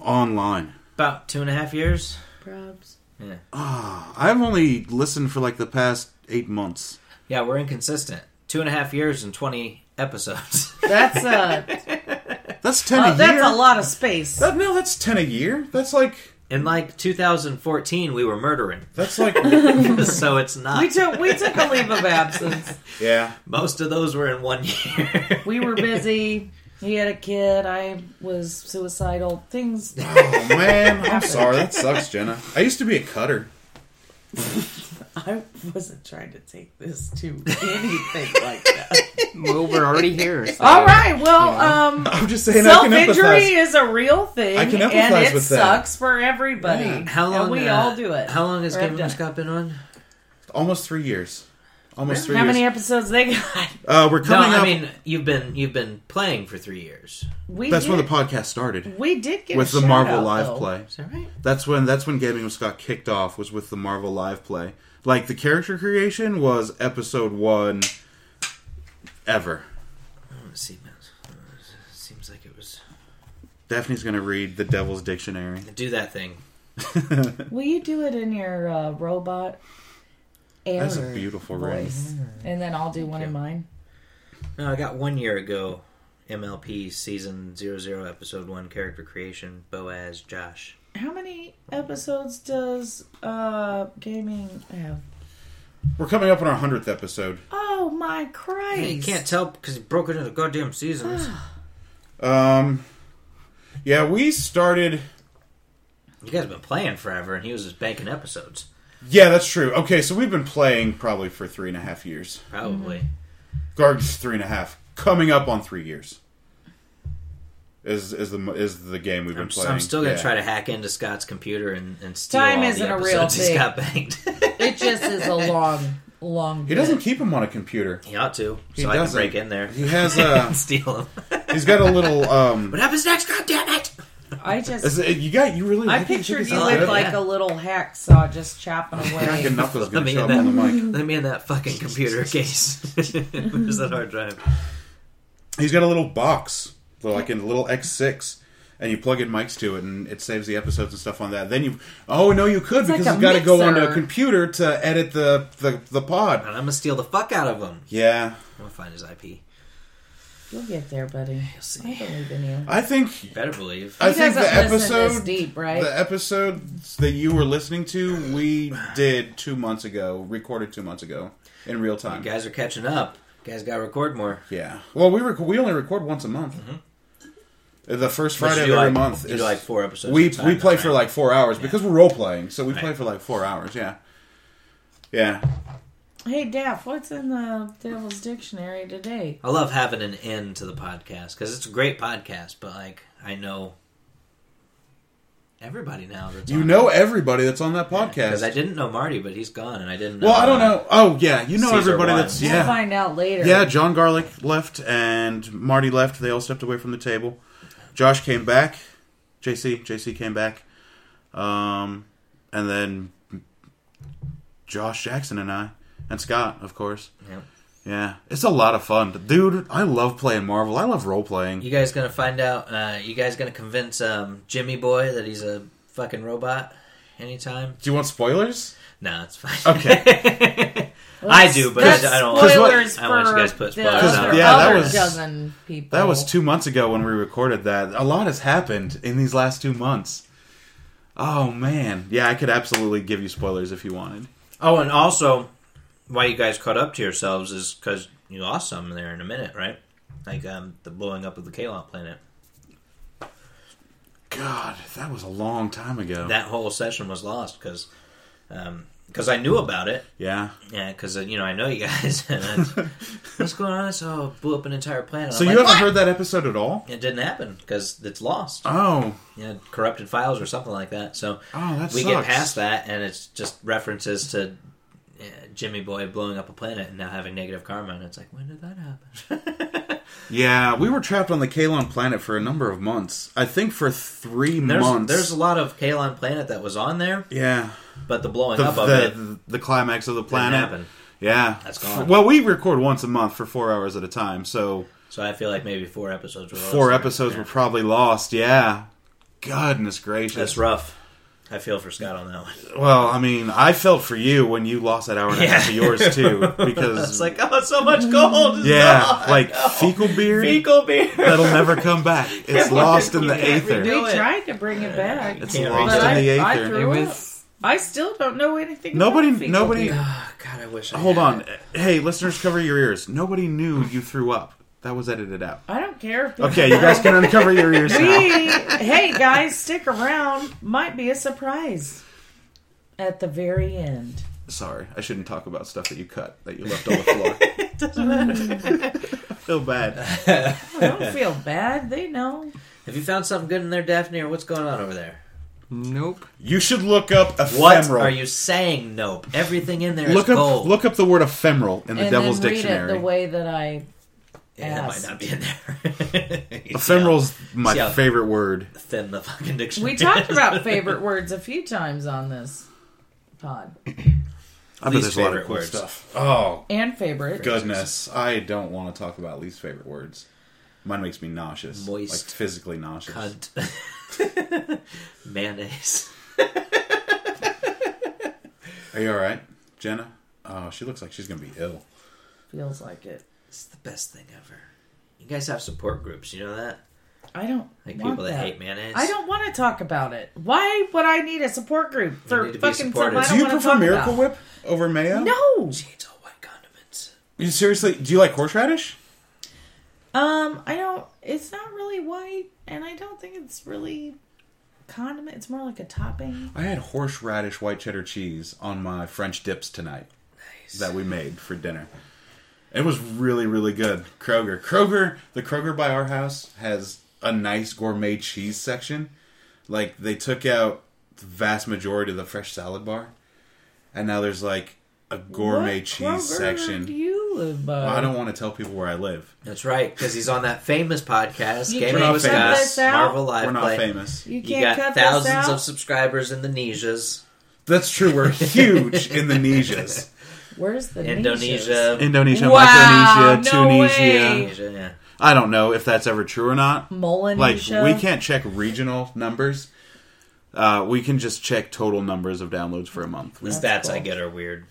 S3: online?
S2: About two and a half years.
S4: Probs.
S2: Yeah.
S3: I've only listened for like the past eight months.
S2: Yeah, we're inconsistent. Two and a half years and twenty episodes.
S4: That's uh,
S3: That's ten
S4: oh,
S3: a year.
S4: that's a lot of space.
S3: That- no, that's ten a year. That's like
S2: In like 2014, we were murdering,
S3: that's like
S2: so it's not.
S4: We took we took a leave of absence.
S3: yeah.
S2: Most of those were in one year.
S4: We were busy. He had a kid. I was suicidal. Things.
S3: Oh man, I'm sorry. That sucks, Jenna. I used to be a cutter.
S4: I wasn't trying to take this to anything like that.
S1: Well, we're already here. so-
S4: All right. Well, um,
S3: I'm just saying. I
S4: self
S3: can
S4: injury
S3: empathize.
S4: is a real thing,
S3: I can
S4: and
S3: empathize
S4: it
S3: with that.
S4: sucks for everybody.
S3: Yeah.
S2: How long?
S4: And we
S2: uh,
S4: all do it.
S2: How long has
S4: Or I've
S2: Game
S4: done
S2: of
S4: it.
S2: Scott been on?
S3: Almost three years. Almost three
S4: How
S3: years.
S4: many episodes they got?
S3: uh, we're coming
S2: no,
S3: up.
S2: I mean you've been you've been playing for three years.
S4: We
S3: that's
S4: did,
S3: when the podcast started.
S4: we did get
S3: with
S4: a
S3: the
S4: shout
S3: Marvel
S4: out,
S3: Live
S4: though.
S3: play.
S2: Is that right?
S3: That's when that's when Gaming with Scott kicked off was with the Marvel Live play. Like the character creation was episode one ever.
S2: Let's see. Seems like it was.
S3: Daphne's gonna read the Devil's Dictionary.
S2: Do that thing.
S4: Will you do it in your uh, robot?
S3: That's a
S4: error
S3: beautiful ring.
S4: voice, and then I'll do one in mine.
S2: No, I got one year ago. MLP season 00 episode 1 character creation Boaz Josh.
S4: How many episodes does uh gaming have?
S3: We're coming up on our hundredth episode.
S4: Oh my Christ!
S2: Hey, you can't tell because it broke it into goddamn seasons.
S3: Um, yeah, we started.
S2: you guys have been playing forever and he was just banking episodes.
S3: Yeah, that's true. Okay, so we've been playing probably for three and a half years.
S2: Probably.
S4: Mm-hmm.
S3: Guards three and a half, coming up on three years. Is is the is the game we've been
S2: I'm, s-
S3: playing?
S2: I'm still going to
S3: Yeah.
S2: try to hack into Scott's computer and, and steal
S4: Time
S2: all the
S4: isn't a real
S2: episodes he's
S4: thing.
S2: got banked.
S4: It just is a long, long.
S3: He doesn't keep them on a computer.
S2: he ought to.
S3: He
S2: so
S3: doesn't.
S2: I can break in there.
S3: He has a.
S2: and steal him.
S3: He's got a little. Um,
S2: what happens next? God damn it!
S4: I
S3: is
S4: just.
S3: it, you got you really.
S4: I
S3: think
S4: pictured
S3: think
S4: you
S3: it's
S4: with
S3: good?
S4: like
S2: Yeah.
S4: a little hacksaw just chopping
S3: I
S4: away.
S3: can knuckles
S2: Let
S3: gonna
S2: me
S3: show
S2: in
S3: up on the mic.
S2: that. Let me in that fucking computer case. Where's that hard drive?
S3: He's got a little box, like a little X6, and you plug in mics to it, and it saves the episodes and stuff on that. Then you, oh no, you could
S4: like
S3: because
S4: a
S3: you've got to go onto a
S4: mixer.
S3: computer to edit the the, the pod.
S2: And I'm gonna steal the fuck out of him.
S3: Yeah,
S2: I'm gonna find his IP.
S4: You'll get there, buddy.
S2: You'll
S4: I
S2: see.
S4: believe in you.
S3: I think
S2: Better believe.
S3: I
S4: He
S3: think the
S4: doesn't listen this
S3: episode
S4: deep, right?
S3: the episodes that you were listening to we did two months ago, recorded two months ago in real
S2: You
S3: time.
S2: guys are catching up. You guys gotta record more.
S3: Yeah. Well, we rec- we only record once a month.
S4: Mm-hmm.
S3: The first
S2: But
S3: Friday of
S2: you do
S3: every
S2: like-
S3: month
S2: you do
S3: is
S2: like four episodes
S3: We
S2: at a time
S3: we
S2: though,
S3: play for
S2: right?
S3: like four hours because we're role playing, so we play
S2: Right.
S3: for like four hours. Yeah, yeah.
S4: Hey, Daff, what's in the Devil's Dictionary today?
S2: I love having an end to the podcast because it's a great podcast. But like, I know everybody now. That's
S3: You know everybody that's on that podcast.
S2: because I didn't know Marty, but he's gone, and I didn't. know
S3: well, I don't know. Oh yeah, you know
S2: Caesar
S3: everybody
S2: won.
S3: that's
S4: We'll
S3: yeah
S4: find out later.
S3: yeah. John Garlic left and Marty left. They all stepped away from the table. Josh came back. JC JC came back. Um, and then Josh Jackson and I and Scott, of course.
S2: Yeah.
S3: Yeah, it's a lot of fun, dude. I love playing Marvel. I love role playing.
S2: You guys gonna find out? Uh, you guys gonna convince um, Jimmy Boy that he's a fucking robot anytime?
S3: Do you want spoilers?
S2: No, it's fine.
S3: Okay.
S2: I do, but
S4: That's
S2: I don't.
S3: 'Cause what-
S4: Spoilers
S2: I want you
S4: for
S2: guys to put
S4: the
S2: spoilers
S4: other
S2: out.
S3: Yeah, that
S4: other
S3: was-
S4: dozen people.
S3: That was two months ago when we recorded that. A lot has happened in these last two months. Oh man, yeah, I could absolutely give you spoilers if you wanted.
S2: Oh, and also, why you guys caught up to yourselves is because you lost some there in a minute, right? Like um, the blowing up of the Kalon planet.
S3: God, that was a long time ago.
S2: That whole session was lost because because I knew about it.
S3: yeah.
S2: Yeah, because you know I know you guys. and I- What's going on? So blew up an entire planet.
S3: So
S2: I'm
S3: you
S2: like,
S3: haven't heard that episode at all?
S2: "What?" It didn't happen because it's lost.
S3: Oh,
S2: you know, corrupted files or something like that. So
S3: Oh, that
S2: we get
S3: sucks.
S2: past that, and it's just references to uh, Jimmy Boy blowing up a planet and now having negative karma, and it's like, when did that happen?
S3: Yeah, we were trapped on the Kalon planet for a number of months. I think for three
S2: There's
S3: months.
S2: there's a lot of Kalon planet that was on there,
S3: yeah,
S2: but the blowing
S3: the,
S2: up of it
S3: the, the climax of the planet.
S2: happened.
S3: Yeah,
S2: That's gone.
S3: Well, we record once a month for four hours at a time, so
S2: So I feel like maybe four episodes were lost.
S3: four episodes
S2: Yeah.
S3: were probably lost. Yeah, goodness gracious.
S2: That's rough. I feel for Scott on that one.
S3: Well, I mean, I felt for you when you lost that hour and a half of
S2: Yeah.
S3: yours too, because
S2: It's like, oh, so much gold. is
S3: yeah,
S2: gone.
S3: like fecal beard
S2: fecal beer.
S3: that'll never come back. It's lost in the
S2: can't
S3: aether.
S2: redo
S4: They
S2: Do it.
S4: tried to bring it back.
S3: It's
S2: Can't
S3: lost
S2: redo
S3: in the
S4: it. I- I
S3: aether.
S1: It
S4: Well,
S1: was
S4: I still don't know anything.
S3: Nobody-
S4: about fecal
S3: nobody-
S4: beer.
S2: Oh, God, I wish. I
S3: Hold
S2: had
S3: on,
S2: it.
S3: hey listeners, cover your ears. Nobody knew you threw up. That was edited out.
S4: I don't care. If
S3: Okay, you guys can uncover your ears now.
S4: We, hey guys, stick around. Might be a surprise at the very end.
S3: Sorry, I shouldn't talk about stuff that you cut that you left on the floor. Feel bad.
S4: I don't feel bad. They know.
S2: Have you found something good in there, Daphne, or what's going on over there?
S1: nope.
S3: You should look up
S2: What
S3: ephemeral.
S2: are you saying? Nope. Everything in there is
S3: look up
S2: gold.
S3: look up the word ephemeral in the
S4: and
S3: Devil's
S4: then read
S3: Dictionary.
S4: it the way that I
S2: yeah, that might
S4: asked.
S2: not be in there. You see how
S3: Ephemeral's my
S2: see how-
S3: favorite word.
S2: Thin the fucking dictionary.
S4: We talked
S2: is.
S4: about favorite words a few times on this pod
S3: I
S2: Least favorite words.
S3: Oh
S4: and favorite.
S3: goodness, I don't want to talk about least favorite words. Mine makes me nauseous,
S2: Moist.
S3: like physically nauseous.
S2: Cunt. Mayonnaise.
S3: Are you all right, Jenna? Oh, she looks like she's gonna be ill.
S4: Feels like it.
S2: It's the best thing ever. You guys have support groups, you know that?
S4: I don't
S2: Like
S4: want
S2: people that,
S4: that.
S2: hate mayonnaise.
S4: I don't want to talk about it. Why would I need a support group for
S2: need to be
S4: fucking something
S2: supported.
S4: I
S2: Do
S4: don't
S3: Do you
S4: want to
S3: prefer
S4: talk
S3: Miracle
S4: about?
S3: Whip over mayo?
S4: No.
S2: She hates all white condiments.
S3: You seriously? Do you like horseradish?
S4: Um, I don't. It's not really white, and I don't think it's really condiment. It's more like a topping.
S3: I had horseradish white cheddar cheese on my French dips tonight that we made for dinner. It was really, really good. Kroger. Kroger, the Kroger by our house has a nice gourmet cheese section. Like, they took out the vast majority of the fresh salad bar, and now there's like a gourmet
S4: What
S3: cheese
S4: Kroger Do
S3: section.
S4: you live by?
S3: I don't want to tell people where I live.
S2: That's right, because he's on that famous podcast,
S4: You
S2: Gaming
S4: can't
S2: with
S3: cut
S2: Gus,
S4: this out?
S2: Marvel Live
S3: We're not
S2: Play.
S3: famous.
S4: You
S2: You
S4: can't
S2: got
S4: cut this
S2: thousands
S4: out.
S2: of subscribers in the Nisias,
S3: That's true. We're huge in the Nesias.
S4: Where's the niches?
S2: Indonesia,
S3: Indonesia,
S4: Wow,
S3: Micronesia,
S4: no
S3: Tunisia.
S4: way.
S2: Indonesia, yeah.
S3: I don't know if that's ever true or not. Like
S4: Melanesia?
S3: we can't check regional numbers. Uh, we can just check total numbers of downloads for a month.
S2: The
S3: We-
S2: stats I
S4: cool.
S2: get are weird.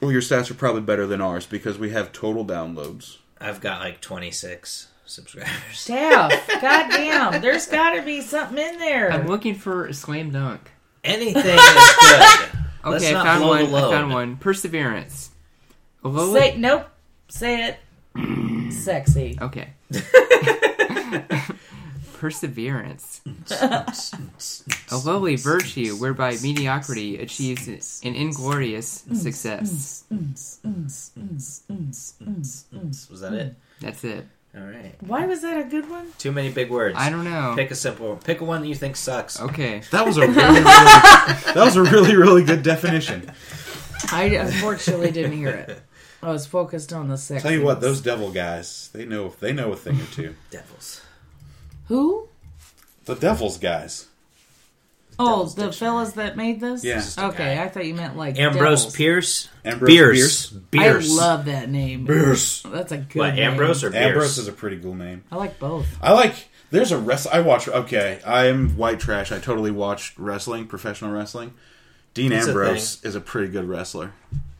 S3: well, your stats are probably better than ours because we have total downloads.
S2: I've got like 26 subscribers.
S4: Staff. Goddamn. There's got to be something in there.
S1: I'm looking for a slam dunk.
S2: Anything is good. Let's
S1: Okay, I
S2: not
S1: found
S2: blow the
S1: one. I
S2: load.
S1: found one. Perseverance. Alola-
S4: Say nope. Say it. Sexy.
S1: Okay. Perseverance. A lowly virtue whereby mediocrity achieves an inglorious success.
S2: Was that it?
S1: That's it.
S2: All right.
S4: Why was that a good one?
S2: Too many big words.
S1: I don't know. Oh.
S2: Pick a simple. Pick one that you think sucks.
S1: Okay.
S3: That was a really, really that was a really, really good definition.
S4: I unfortunately didn't hear it. I was focused on the sexy.
S3: Tell you what, those devil guys, they know they know a thing or two.
S2: Devils.
S4: who?
S3: The devil's guys.
S4: Oh,
S2: Devil's
S4: the
S2: Dictionary.
S4: fellas that made this.
S3: Yeah.
S2: Just a
S4: Okay,
S2: guy.
S4: I thought you meant like
S2: Ambrose
S4: devils.
S2: Pierce.
S3: Ambrose Bierce.
S4: I love that name.
S3: Bierce.
S4: That's a good.
S2: What,
S4: name.
S2: Ambrose or Pierce?
S3: Ambrose is a pretty cool name.
S4: I like both.
S3: I like. There's a wrestler I watch. Okay, I am white trash. I totally watch wrestling, professional wrestling. Dean
S2: It's a
S3: Ambrose is a pretty good wrestler.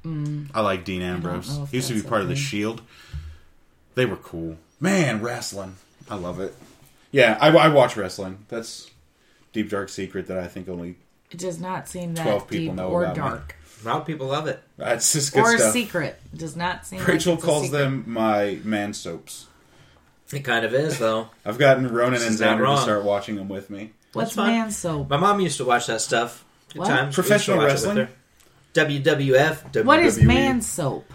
S3: I like Dean Ambrose.
S4: Mm. know if
S3: He used to be
S4: that's a
S3: part of the
S4: thing.
S3: Shield. They were cool. Man, wrestling. I love it. Yeah, I, I watch wrestling. That's deep dark secret that I think only
S4: It does not seem
S3: 12
S4: that deep
S3: people know
S4: or
S3: about me.
S4: dark
S2: A lot of people love it.
S3: that's just good
S4: or
S3: stuff.
S4: secret. It does not seem.
S3: Rachel
S4: like it's a
S3: calls
S4: secret.
S3: them my man soaps.
S2: It kind of is though.
S3: I've gotten Ronan
S2: This
S3: and
S2: is not
S3: Xander to
S2: wrong.
S3: start watching them with me.
S4: What's
S2: That's fine.
S4: man soap?
S2: My mom used to watch that stuff. Good
S4: What?
S2: times. We used to
S3: Professional
S2: watch it with
S3: wrestling?
S2: her. WWF. WWE.
S4: What is
S3: WWE?
S4: man soap?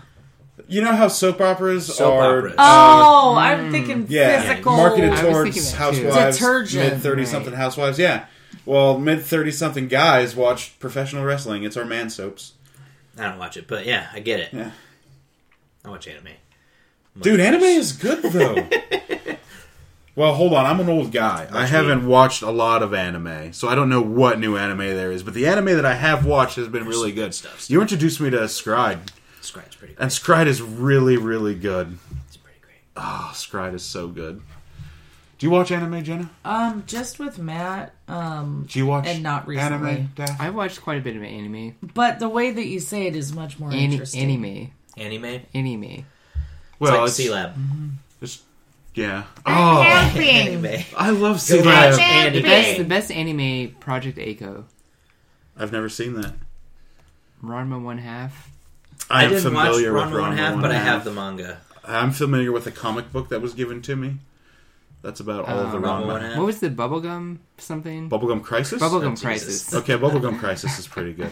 S3: You know how soap operas
S2: Soap
S3: are
S2: operas.
S3: uh,
S4: Oh,
S2: mm.
S4: I'm thinking
S3: Yeah,
S4: physical.
S3: marketed
S1: I was
S3: towards
S1: thinking that too.
S3: housewives,
S4: Detergent,
S3: mid thirty
S1: right.
S3: something housewives. Yeah, well, mid thirty something guys watch professional wrestling. It's our man soaps.
S2: I don't watch it, but yeah, I get it.
S3: Yeah.
S2: I watch anime.
S3: Dude, anime is good though. well, hold on. I'm an old guy. I haven't watched a lot of anime, so I don't know what new anime there is. But the anime that I have watched has been really
S2: some
S3: good.
S2: good stuff.
S3: You introduced me to Scride,
S2: Scratch pretty great.
S3: and Scride is really, really good.
S2: It's pretty great.
S3: Oh, Scride is so good. Do you watch anime, Jenna?
S4: Um, just with Matt. Um,
S3: Do you watch
S4: And not recently.
S3: anime? Daph?
S1: I watched quite a bit of anime.
S4: but the way that you say it is much more
S1: Ani-
S4: interesting.
S1: anime.
S2: Anime. It's
S1: Anime.
S2: well,
S3: Well,
S2: like
S3: it's,
S2: C Lab.
S3: it's- yeah. Oh,
S2: Anime.
S3: I love C
S2: Go watch
S3: Lab.
S1: The
S2: anime.
S1: best, the best anime, Project Eiko.
S3: I've never seen that.
S1: Ranma One Half.
S3: I
S2: I
S3: am
S2: didn't watch
S3: familiar
S2: Ranma
S3: with
S2: One Half, but I have the manga.
S3: I'm familiar with a comic book that was given to me. That's about all of the
S1: Oh.
S2: Ranma Uh, One
S3: Ranma.
S2: Half.
S1: What was the bubblegum something?
S3: Bubblegum Crisis?
S1: Bubblegum
S2: Oh, Jesus.
S1: Crisis.
S3: Okay, Bubblegum Crisis is pretty good.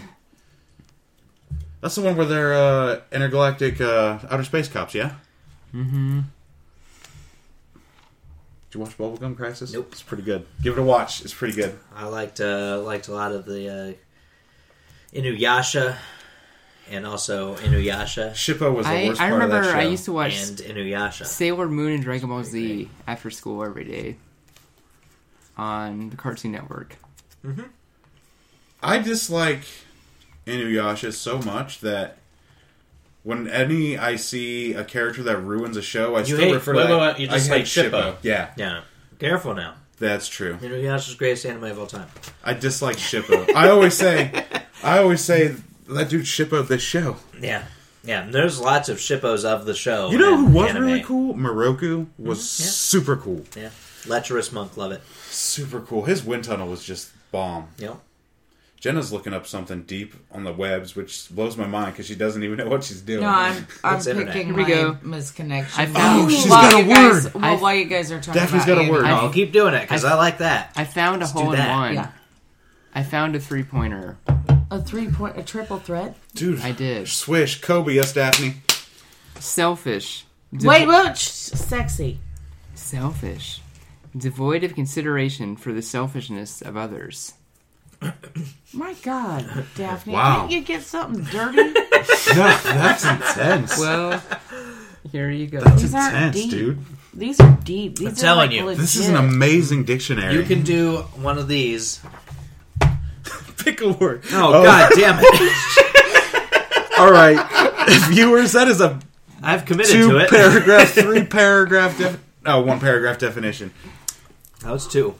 S3: That's the one where they're uh, intergalactic uh, outer space cops, yeah? Mm hmm.
S1: Mm-hmm.
S3: Did you watch Bubblegum Crisis?
S2: Nope.
S3: It's pretty good. Give it a watch. It's pretty good.
S2: I liked uh, liked a lot of the uh, Inuyasha, and also Inuyasha
S3: Shippo was the
S1: I,
S3: worst
S1: I
S3: part
S1: remember
S3: of that show.
S1: I used to watch
S2: and Inuyasha.
S1: Sailor Moon and Dragon Ball Z after school every day on the Cartoon Network.
S3: I dislike Inuyasha so much that when any I see a character that ruins a show, I still
S2: hate-
S3: refer
S5: wait,
S3: to
S5: wait,
S3: that.
S5: wait, you just
S3: I
S5: hate Shippo.
S3: Yeah,
S2: Yeah, careful now.
S3: that's true.
S2: Inuyasha's greatest anime of all time.
S3: I dislike Shippo. I always say, I always say that dude Shippo this show.
S2: Yeah, yeah. and there's lots of shippos of the show.
S3: You know who
S2: and
S3: was
S2: anime.
S3: really cool? Moroku was
S5: Mm-hmm.
S3: super cool.
S2: Yeah, lecherous monk, love it.
S3: Super cool. His wind tunnel was just bomb.
S2: Yep.
S3: Jenna's looking up something deep on the webs, which blows my mind because she doesn't even know what she's doing.
S4: No, I'm I'm
S2: It's internet.
S4: picking
S1: Here we
S4: my
S1: go.
S4: misconnection.
S1: I found-
S3: Oh, she's
S4: while
S3: got a
S4: you guys-
S3: word.
S4: well,
S1: I've-
S4: while you guys are talking,
S3: Daphne's
S4: about
S3: got a word.
S4: anime.
S2: I'll Oh, keep doing it because I like that.
S1: I found a
S2: do
S1: hole in
S2: that.
S1: one.
S4: Yeah.
S1: I found a three pointer.
S4: A three point, a triple threat.
S3: Dude,
S1: I did.
S3: Swish, Kobe, yes, Daphne.
S1: Selfish. Devo-
S4: Wait, wait, sh- sexy.
S1: Selfish. Devoid of consideration for the selfishness of others.
S4: My God, Daphne,
S3: Wow.
S4: can't you get something dirty?
S3: No, that's intense.
S1: Well, here you go.
S4: These aren't
S3: intense,
S4: deep.
S3: dude.
S4: These are deep. These are
S2: telling
S4: like
S2: you,
S4: legit.
S3: This is an amazing dictionary.
S2: You can do one of these.
S3: pick a word.
S2: Oh, god damn it!
S3: All right, viewers, that is a
S2: I've committed to
S3: two
S2: it.
S3: paragraph, three paragraph, def- no, one paragraph definition.
S2: That was two.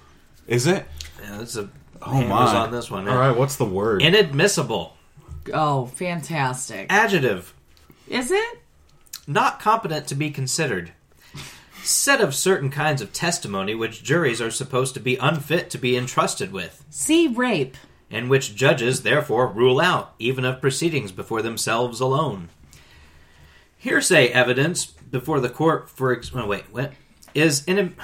S3: Is it?
S2: Yeah, that's a.
S3: Oh
S2: hand was
S3: my!
S2: on this one.
S3: All right, what's the word?
S2: Inadmissible
S4: Oh, fantastic!
S2: adjective.
S4: Is it?
S2: not competent to be considered. Set of certain kinds of testimony which juries are supposed to be unfit to be entrusted with,
S4: See rape.
S2: and which judges therefore rule out, even of proceedings before themselves alone. Hearsay evidence before the court for ex- oh, wait what is in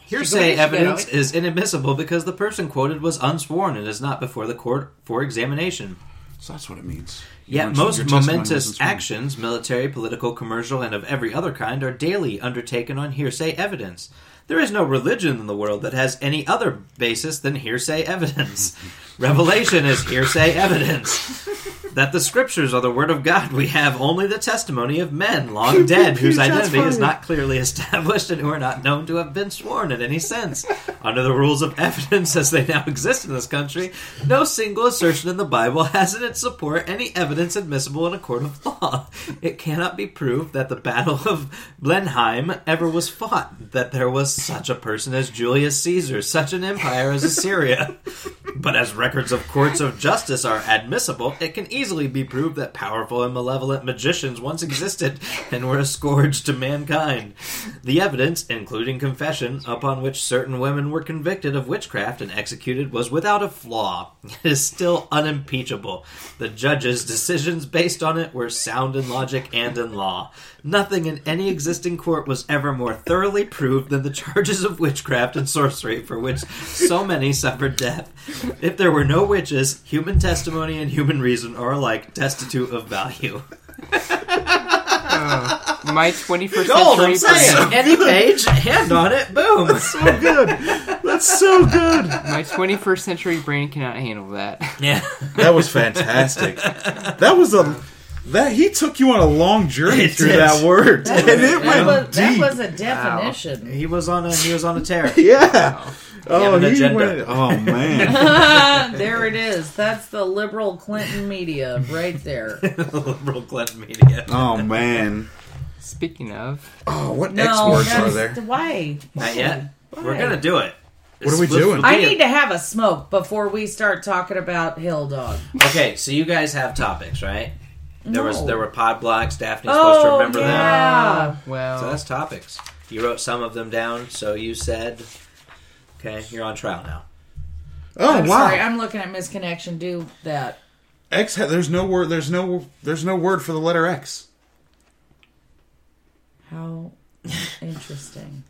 S2: hearsay
S4: She got it, she
S2: evidence
S4: got
S2: is inadmissible because the person quoted was unsworn and is not before the court for examination.
S3: So that's what it means.
S2: Yet
S3: Your- your
S2: most
S3: testimony
S2: momentous
S3: wasn't sworn.
S2: actions, military, political, commercial, and of every other kind, are daily undertaken on hearsay evidence. There is no religion in the world that has any other basis than hearsay evidence. Revelation is hearsay evidence. That the scriptures are the word of God, we have only the testimony of men long dead, whose identity is not clearly established and who are not known to have been sworn in any sense. Under the rules of evidence as they now exist in this country, no single assertion in the Bible has in its support any evidence admissible in a court of law. It cannot be proved that the Battle of Blenheim ever was fought, that there was such a person as Julius Caesar, such an empire as Assyria. But as records of courts of justice are admissible, it can easily be proved that powerful and malevolent magicians once existed and were a scourge to mankind. The evidence, including confession, upon which certain women were convicted of witchcraft and executed, was without a flaw. It is still unimpeachable. The judges' decisions based on it were sound in logic and in law. Nothing in any existing court was ever more thoroughly proved than the charges of witchcraft and sorcery for which so many suffered death. If there were no witches, human testimony and human reason are alike destitute of value.
S1: My 21st
S2: Gold,
S1: century
S2: I'm saying!
S1: brain.
S2: Any page, hand on it, boom!
S3: So good. That's so good.
S1: My 21st century brain cannot handle that.
S2: Yeah.
S3: That was fantastic. That was a That he took you on a long journey
S6: It
S3: through
S6: did.
S3: that word,
S4: That,
S3: and
S4: was,
S3: it
S4: that,
S3: went
S4: was, that
S3: deep.
S4: was a definition.
S6: He was on a he was on a tear.
S3: yeah. Oh,
S6: an
S3: he
S6: agenda.
S3: went. Oh man.
S4: there it is. That's the liberal Clinton media right there.
S6: Liberal Clinton media.
S3: Oh man.
S1: Speaking of,
S3: Oh, what X
S4: No,
S3: words are
S4: that's
S3: there?
S4: why.
S6: Not yet. We're
S4: Why?
S6: gonna do it.
S3: What are we doing?
S4: I need to have a smoke before we start talking about Hill Dog.
S6: Okay, so you guys have topics, right? There was
S4: No.
S6: there were pod blocks. Daphne's supposed to
S4: Oh,
S6: remember them.
S4: yeah.
S1: well,
S6: So that's topics. You wrote some of them down. So you said, okay, you're on trial now.
S3: Oh
S4: I'm
S3: wow.
S4: sorry. I'm looking at misconnection. Do that.
S3: X. Ha- there's no word. There's no. There's no word for the letter X.
S4: How interesting.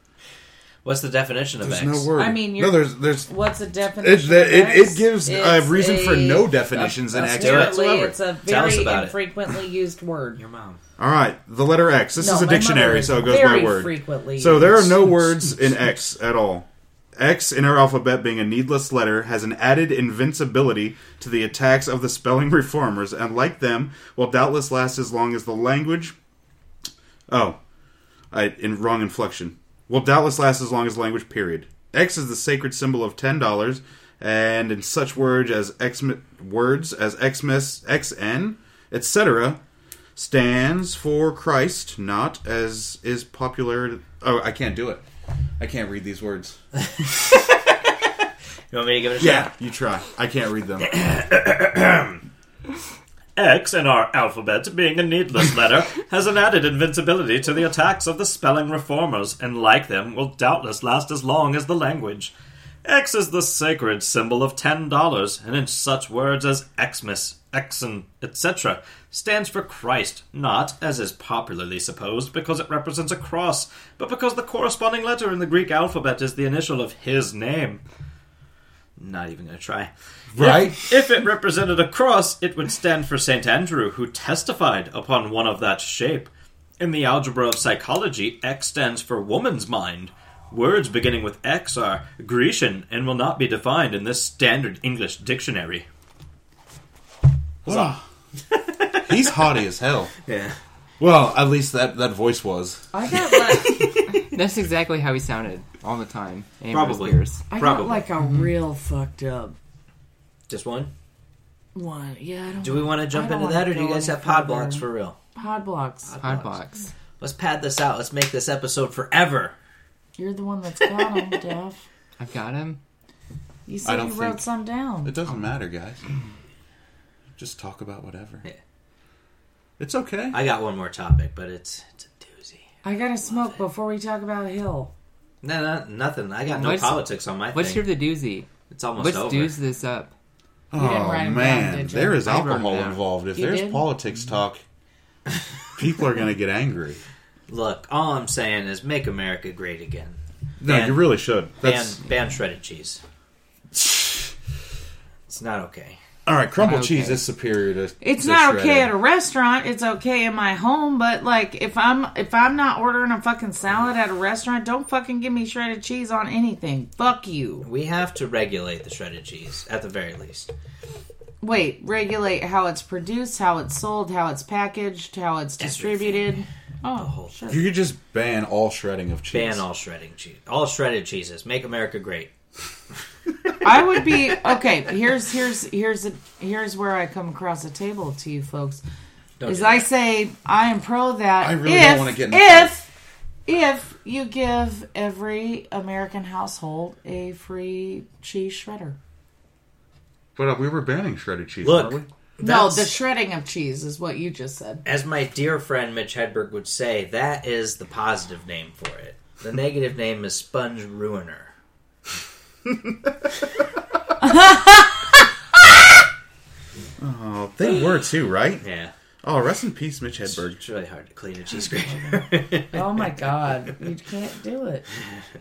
S6: What's the definition of
S3: There's
S6: X?
S3: no word.
S4: I mean,
S3: no.
S4: you're-
S3: There's. There's.
S4: What's a
S3: It,
S4: definition?
S3: it,
S4: of
S3: it,
S4: X?
S3: gives a
S4: It's
S3: reason for
S4: a-
S3: no definitions in X.
S6: do it.
S4: Apparently, it's a
S6: Tell us
S4: very
S6: about it.
S4: infrequently used word.
S6: Your mom.
S3: All right, the letter X. This
S4: No,
S3: is a
S4: my mother
S3: dictionary,
S4: is
S3: so it goes
S4: very
S3: by word.
S4: Frequently,
S3: So there are
S4: used.
S3: no words in X at all. X in our alphabet being a needless letter has an added invincibility to the attacks of the spelling reformers, and like them, will doubtless last as long as the language. Oh, I in wrong inflection. Will doubtless last as long as language. Period. X is the sacred symbol of ten dollars, and in such words as X words as Xmas, XN, etc., stands for Christ, not as is popular. Oh, I can't do it. I can't read these words.
S6: You want me to give it a
S3: Yeah,
S6: shot?
S3: you try. I can't read them.
S6: X in our alphabet, being a needless letter, has an added invincibility to the attacks of the spelling reformers, and like them, will doubtless last as long as the language. X is the sacred symbol of ten dollars, and in such words as Xmas, Exon, etc., stands for Christ, not, as is popularly supposed, because it represents a cross, but because the corresponding letter in the Greek alphabet is the initial of his name. Not even gonna try.
S3: Right?
S6: If it represented a cross, it would stand for St. Andrew, who testified upon one of that shape. In the algebra of psychology, X stands for woman's mind. Words beginning with X are Grecian and will not be defined in this standard English dictionary.
S3: Wow. He's haughty as hell.
S6: Yeah.
S3: Well, at least that, that voice was.
S4: I got like
S1: that's exactly how he sounded all the time. and for his
S6: Probably.
S1: peers.
S4: I
S6: Probably.
S4: got like a
S3: Mm-hmm.
S4: real fucked up
S6: Just one?
S4: one. Yeah, I don't
S6: Do we want to
S4: I
S6: jump
S4: don't
S6: into
S4: wanna
S6: that, or do
S4: go
S6: you guys
S4: any
S6: have pod
S4: further.
S6: blocks for real?
S4: pod blocks.
S1: Pod box.
S6: Let's pad this out. Let's make this episode forever.
S4: You're the one that's got them, Jeff.
S1: I've got him.
S4: You
S3: I
S4: said
S3: don't
S4: you wrote
S3: think-
S4: some down.
S3: It doesn't matter, guys. Just talk about whatever.
S6: Yeah.
S3: It's okay.
S6: I got one more topic, but it's it's a doozy.
S4: I gotta smoke before we talk about Hill.
S6: No, no, nothing. I got no
S1: What's-
S6: politics on my
S1: What's
S6: thing.
S1: your the doozy?
S6: It's almost
S1: Let's
S6: over.
S1: dooze this up.
S4: You didn't write
S3: oh
S4: 'em down,
S3: man,
S4: did you?
S3: there is
S1: I wrote 'em
S3: alcohol
S1: down.
S3: involved. If
S4: You
S3: there's
S4: did?
S3: politics talk, people are going to get angry.
S6: Look, all I'm saying is make America great again.
S3: No,
S6: Ban-
S3: you really should.
S6: Ban,
S3: That's
S6: ban shredded cheese. It's not okay.
S3: all right. Crumble
S1: Okay.
S3: cheese is superior to.
S4: It's
S3: to
S4: not okay
S3: shredded.
S4: at a restaurant. It's okay in my home, but like if I'm if I'm not ordering a fucking salad at a restaurant, don't fucking give me shredded cheese on anything. Fuck you.
S6: We have to regulate the shredded cheese, at the very least.
S4: Wait, regulate how it's produced, how it's sold, how it's packaged, how it's distributed. Oh,
S6: whole
S4: shit.
S3: You could just ban all shredding of cheese.
S6: Ban all shredding cheese. All shredded cheeses. Make America great.
S4: I would be okay. Here's here's here's a, here's where I come across the table to you folks.
S6: Don't
S4: is
S6: do
S4: I
S6: that.
S4: say I am pro that.
S3: I really
S4: if,
S3: don't wanna get in a
S4: if if you give every American household a free cheese shredder.
S3: But uh, we were banning shredded cheese. Oh,
S6: Look,
S3: weren't
S6: that's-
S4: No, the shredding of cheese is what you just said.
S6: as my dear friend Mitch Hedberg would say, that is the positive name for it. The negative name is sponge ruiner.
S3: we? Oh, they were too, right?
S6: Yeah,
S3: Oh, rest in peace, Mitch Hedberg.
S6: it's really hard to clean a cheese grater.
S4: Oh my god, you can't do it.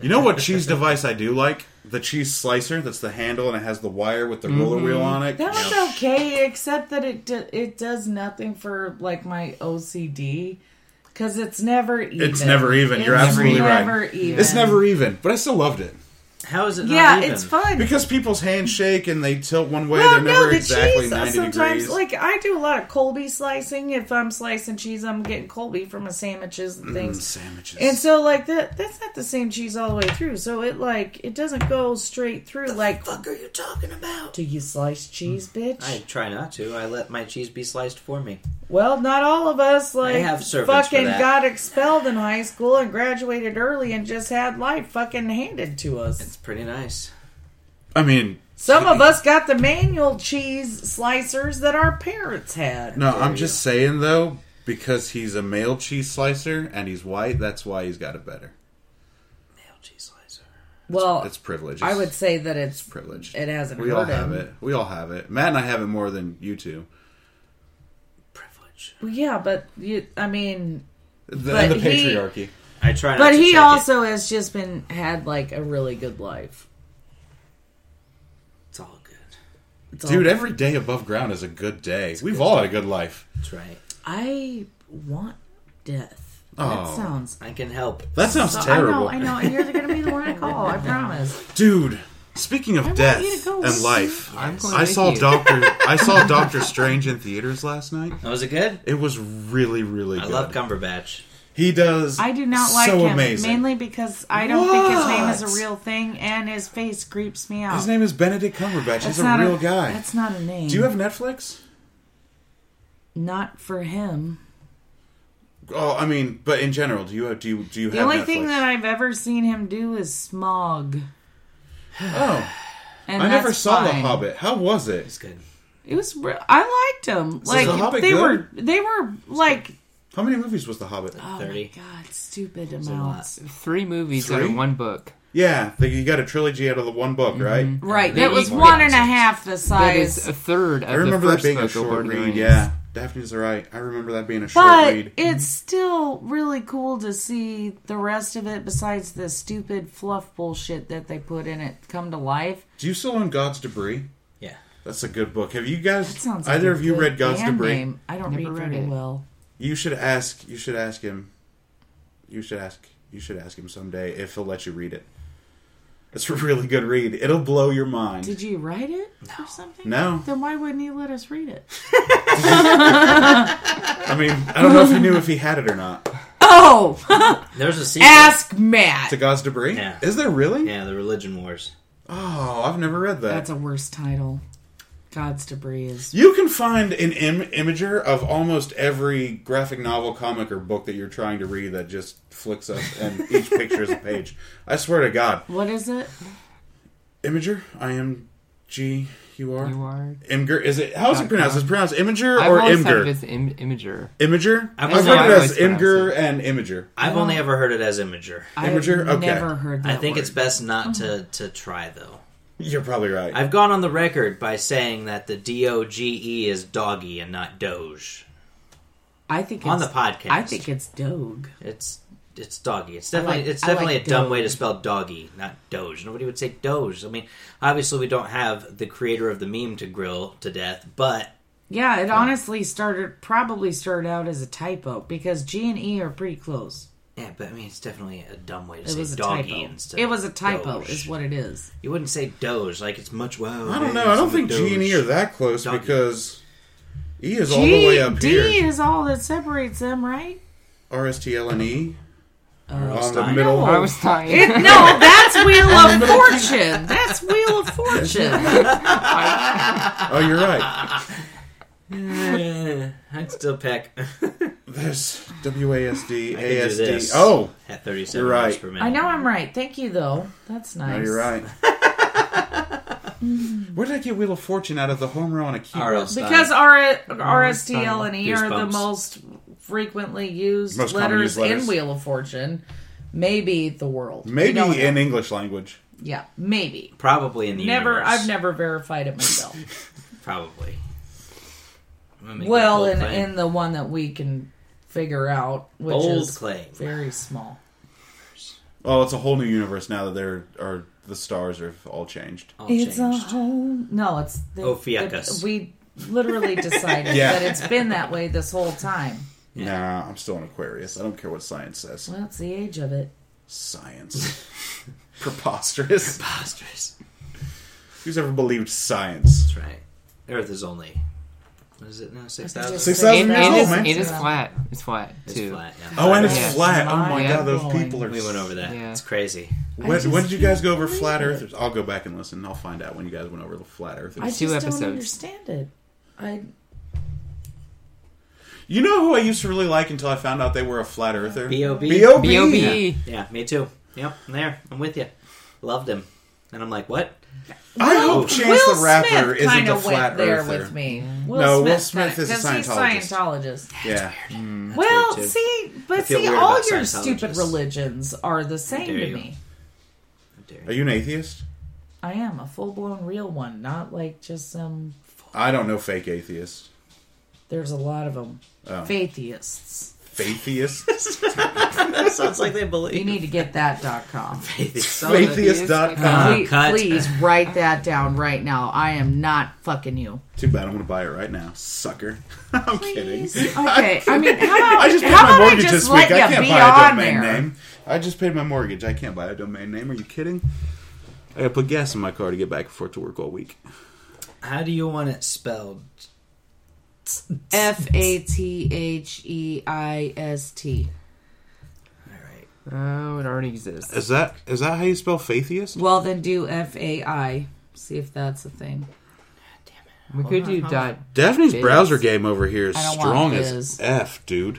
S3: You know what cheese device I do like? The cheese slicer. That's the handle and it has the wire with the roller wheel on it.
S4: Mm-hmm. That was okay, except that it do, it does nothing for like my OCD because it's never even.
S3: It's never even. You're
S4: It's
S3: absolutely right.
S4: never even.
S3: It's never even, but I still loved it.
S6: How is it? Not
S4: yeah,
S6: even?
S4: it's fun.
S3: Because people's hands shake and they tilt one way,
S4: well,
S3: they're
S4: no,
S3: never
S4: the
S3: exactly
S4: cheese uh,
S3: 90
S4: sometimes,
S3: degrees.
S4: like I do a lot of Colby slicing. If I'm slicing cheese, I'm getting Colby for my sandwiches and
S3: Mm,
S4: things.
S3: sandwiches.
S4: And so, like that—that's not the same cheese all the way through. So it like it doesn't go straight through. like,
S6: fuck are you talking about?
S4: do you slice cheese, bitch?
S6: Mm. I try not to. I let my cheese be sliced for me.
S4: Well, not all of us like
S6: have servants for
S4: fucking
S6: that.
S4: got expelled in high school and graduated early and just had life fucking handed to us.
S6: It's pretty nice.
S3: I mean,
S4: Some of us got the manual cheese slicers that our parents had.
S3: no, I'm just saying though, because he's a male cheese slicer and he's white, that's why he's got it better.
S6: Male cheese slicer.
S4: well,
S3: It's privileged.
S4: I would say that it's
S3: privileged.
S4: it hasn't
S3: We
S4: hurt
S3: all have
S4: him.
S3: it. We all have it. Matt and I have it more than you two.
S6: Privilege.
S4: Well, yeah, but you, I mean,
S3: The,
S4: But
S3: and the
S4: he-
S3: patriarchy.
S6: I try. Not
S4: but
S6: to
S4: he
S6: check
S4: also has just been had like a really good life.
S6: It. It's all good.
S4: It's all-
S3: Dude, every day above ground is a good day. We've all had a good life.
S6: That's right.
S4: I want death.
S3: Oh.
S4: That sounds
S6: I can help.
S3: That sounds
S4: So-
S3: terrible.
S4: Oh, I know, I know, and you're going to be the one I call. I promise.
S3: Dude, speaking of
S4: want you
S3: death
S4: to go
S3: and life,
S1: I'm going
S3: I
S1: with
S3: saw
S1: you.
S3: Doctor I saw Doctor Strange in theaters last night.
S6: Oh, was it good?
S3: It was really, really
S6: I
S3: good.
S6: love Cumberbatch.
S3: he does.
S4: I do not like
S3: so
S4: him
S3: amazing.
S4: mainly because I don't think his name is
S3: What?
S4: a real thing, and his face creeps me out.
S3: His name is Benedict Cumberbatch.
S4: That's
S3: He's a
S4: not
S3: real guy.
S4: That's not a name.
S3: Do you have Netflix?
S4: not for him?
S3: Oh, I mean, but in general, do you do you do you
S4: The
S3: have
S4: only
S3: Netflix?
S4: thing that I've ever seen him do is smog.
S3: oh,
S4: And
S3: I never
S4: that's
S3: saw The
S4: fine.
S3: Hobbit. How was it?
S6: It's good.
S4: It was. Re- I liked him. like
S3: The Hobbit
S4: they
S3: good?
S4: were. They were like.
S3: How many movies was The Hobbit?
S4: Oh
S6: Thirty.
S4: my god! Stupid
S6: a
S4: amounts.
S1: Three movies out
S3: Three?
S1: of one book.
S3: Yeah, the, you got a trilogy out of the one book, right?
S4: Right.
S6: They
S4: That
S6: eat
S4: was
S6: more
S4: one and a
S6: nonsense.
S4: half the
S1: That is
S4: size.
S1: a third of
S3: I remember
S1: the
S3: that
S1: first
S3: being
S1: book
S3: a
S1: of
S3: short
S1: Lord of the
S3: read.
S1: Rings.
S3: Yeah, Daphne's right. I remember that being a short
S4: But
S3: read.
S4: it's still really cool to see the rest of it besides the stupid fluff bullshit that they put in it come to life.
S3: Do you still own God's Debris?
S6: Yeah.
S3: That's a good book. Have you guys?
S4: That sounds like
S3: either
S4: a
S3: of you
S4: good
S3: read God's
S4: band
S3: Debris?
S4: name. I don't
S1: Never
S4: read
S1: read
S4: very
S1: it.
S4: well.
S3: You should ask. You should ask him. You should ask. You should ask him someday if he'll let you read it. It's a really good read. It'll blow your mind.
S4: Did you write it or something?
S3: no,
S4: Then why wouldn't he let us read it?
S3: I mean I don't know if you knew if he had it or not.
S4: Oh,
S6: There's a sequel.
S4: ask Matt.
S3: To God's Debris?
S6: Yeah.
S3: Is there really?
S6: Yeah, the religion wars.
S3: Oh, I've never read that.
S4: That's a worse title. God's debris is.
S3: you can find an Im- imager of almost every graphic novel, comic, or book that you're trying to read that just flicks up, and each picture is a page. I swear to God,
S4: What is it?
S3: imager. I am G U R.
S1: You are.
S3: Imgur is it? How is it
S1: Dot
S3: pronounced?
S1: com.
S3: Is it pronounced Imager
S1: I've
S3: or
S1: always thought
S3: Imgur?
S1: of it as Im- Imager.
S3: Imager.
S6: I've
S3: I've
S6: also-
S3: heard
S1: I've
S3: it as
S1: always pronounced
S3: Imgur and Imager.
S6: I've only ever heard it as Imager.
S3: Imager?
S4: I've
S3: Okay.
S4: never heard that. Oh.
S6: I think
S4: word.
S6: it's best not to to try though.
S3: You're probably right.
S6: I've gone on the record by saying that the D O G E is doggy and not doge
S4: I think
S6: on the
S4: it's,
S6: podcast.
S4: I think it's Doge.
S6: it's it's doggy. It's definitely
S4: like-
S6: it's
S4: I
S6: definitely
S4: like
S6: a dumb
S4: doge.
S6: way to spell doggy, not doge. Nobody would say doge. I mean, obviously we don't have the creator of the meme to grill to death, but
S4: Yeah, it honestly started probably started out as a typo because G and E are pretty close.
S6: yeah, but I mean it's definitely a dumb way to
S4: It
S6: say
S4: was a
S6: doggy
S4: typo.
S6: instead.
S4: It
S6: of
S4: was a typo,
S6: doge.
S4: is what it is.
S6: you wouldn't say doge like it's much wow.
S3: I don't know. I don't think G and E are that close
S6: Doggy.
S3: because E is all the
S4: G
S3: way up
S4: D
S3: here.
S4: is all that separates them, right?
S3: R S T L N E on the
S6: Stein.
S3: middle.
S1: I was dying.
S4: It, no, that's Wheel of Fortune. That's Wheel of Fortune.
S3: Oh, you're right.
S6: I'd still peck.
S3: There's W A S D
S6: I
S3: A
S6: can do
S3: S D.
S6: this
S3: Oh,
S6: at 37
S3: You're
S6: miles
S3: right.
S6: per minute.
S4: I know I'm right. Thank you, though. That's nice.
S3: no, you're right. Where did I get Wheel of Fortune out of the home row on a
S6: R.L.
S3: keyboard?
S6: Stein.
S4: Because R- RSTL and E
S6: Goosebumps.
S4: are the most frequently used
S3: Most common
S4: letters
S3: used letters.
S4: in Wheel of Fortune. Maybe the world. We
S3: Maybe
S4: don't know.
S3: in English language.
S4: yeah, maybe.
S6: Probably in the
S4: Never,
S6: universe.
S4: I've never verified it myself.
S6: Probably. I'm gonna make
S4: well,
S6: a bold
S4: in,
S6: claim.
S4: in the one that we can figure out, which
S6: bold
S4: is
S6: claim.
S4: very small.
S3: Oh, it's a whole new universe now that there are the stars are all changed.
S2: Oh,
S6: All
S4: It's a
S6: changed.
S4: whole no. It's the,
S6: Oh, fiacus.
S4: the- we literally decided
S3: Yeah.
S4: that it's been that way this whole time.
S3: Nah, I'm still an Aquarius. I don't care what science says.
S4: Well, it's the age of it.
S3: Science. Preposterous.
S2: Preposterous.
S3: Who's ever believed science?
S2: That's right. Earth is only. What is it now? Six thousand.
S4: Just
S3: Six
S4: say
S3: thousand
S1: And,
S4: no.
S3: years
S1: and
S3: old,
S1: it's,
S3: man.
S1: it is flat. It's flat
S2: It's
S1: too.
S2: flat. Yeah.
S3: Oh, and
S1: Yeah.
S3: it's flat. Oh my
S1: Yeah.
S3: god, those
S4: Mind
S3: people are.
S2: We went over that.
S1: Yeah.
S2: It's crazy.
S3: When,
S4: just
S3: when did you guys go over
S4: can't
S3: flat
S4: believe
S3: earthers? I'll go back and listen. I'll find out when you guys went over the flat earthers.
S4: I just
S1: Two
S4: don't
S1: episodes.
S4: understand it. I
S3: You know who I used to really like until I found out they were a flat earther?
S2: B.O.B..
S3: B.O.B.
S1: B.O.B.
S2: Yeah, me too. Yep, I'm there. I'm with you. Loved him. And I'm like, what?
S3: I
S4: Will-
S3: hope Oh, Chance
S4: Will
S3: the Rapper
S4: Smith
S3: isn't
S4: kinda
S3: a flat
S4: went there
S3: earther.
S4: with me. Will
S3: No, Will
S4: Smith
S3: Smith
S4: kinda-
S3: is a
S4: 'cause he's
S3: Scientologist.
S4: Scientologist.
S3: Yeah.
S4: Well,
S2: weird, too.
S4: see,
S2: I
S4: but
S2: feel
S4: see,
S2: weird
S4: all
S2: about
S4: your
S2: Scientologists.
S4: stupid religions are the same
S2: dare
S4: to
S2: you.
S4: me.
S2: How dare
S3: Are
S2: you.
S3: you an atheist?
S4: I am a full blown real one, not like just some.
S3: I don't know fake atheists.
S4: There's a lot of them.
S3: Oh.
S4: Faitheists.
S3: Faitheists?
S2: that sounds like they
S4: You
S2: believe.
S4: need to get that dot com.
S3: Faitheists.com.
S4: Please,
S2: cut.
S4: please write that down right now. I am not fucking you.
S3: Too bad. I'm going to buy it right now. Sucker. I'm kidding.
S4: Okay, I mean, how about
S3: I just paid
S4: how
S3: my
S4: about
S3: mortgage
S4: I just
S3: this week.
S4: let
S3: I
S4: you
S3: can't
S4: be
S3: buy a
S4: on
S3: domain
S4: there?
S3: name. I just paid my mortgage. I can't buy a domain name. Are you kidding? I gotta put gas in my car to get back and forth to work all week.
S2: How do you want it spelled?
S4: F A T H E I S T.
S2: All right.
S1: Oh, it already exists.
S3: Is that is that how you spell faithiest?
S4: Well, then do F A I. See if that's a thing.
S1: We could do dot.
S3: Daphne's
S1: Fizz.
S3: browser game over here is
S4: I don't
S3: strong
S4: want
S3: as
S4: fizz.
S3: F, dude.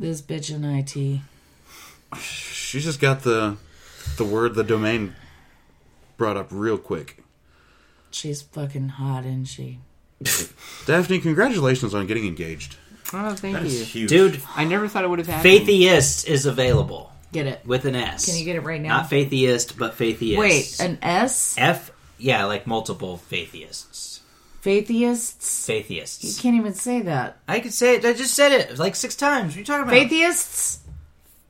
S4: This bitch in IT.
S3: She just got the the word the domain brought up real quick.
S4: She's fucking hot, isn't she?
S3: Daphne, congratulations on getting engaged.
S1: Oh, thank
S3: That
S1: you.
S3: is huge.
S2: Dude,
S1: I never thought it would have happened.
S2: Faithiest is available
S4: Get it?
S2: with an S.
S4: Can you get it right now?
S2: Not Faithiest, but Faithiest.
S4: Wait, an S?
S2: F. Yeah, like multiple Faitheists.
S4: Faitheists? You
S2: Faitheists.
S4: can't even say that.
S2: I could say it. I just said it like six times. What are you talking about?
S4: Faitheists?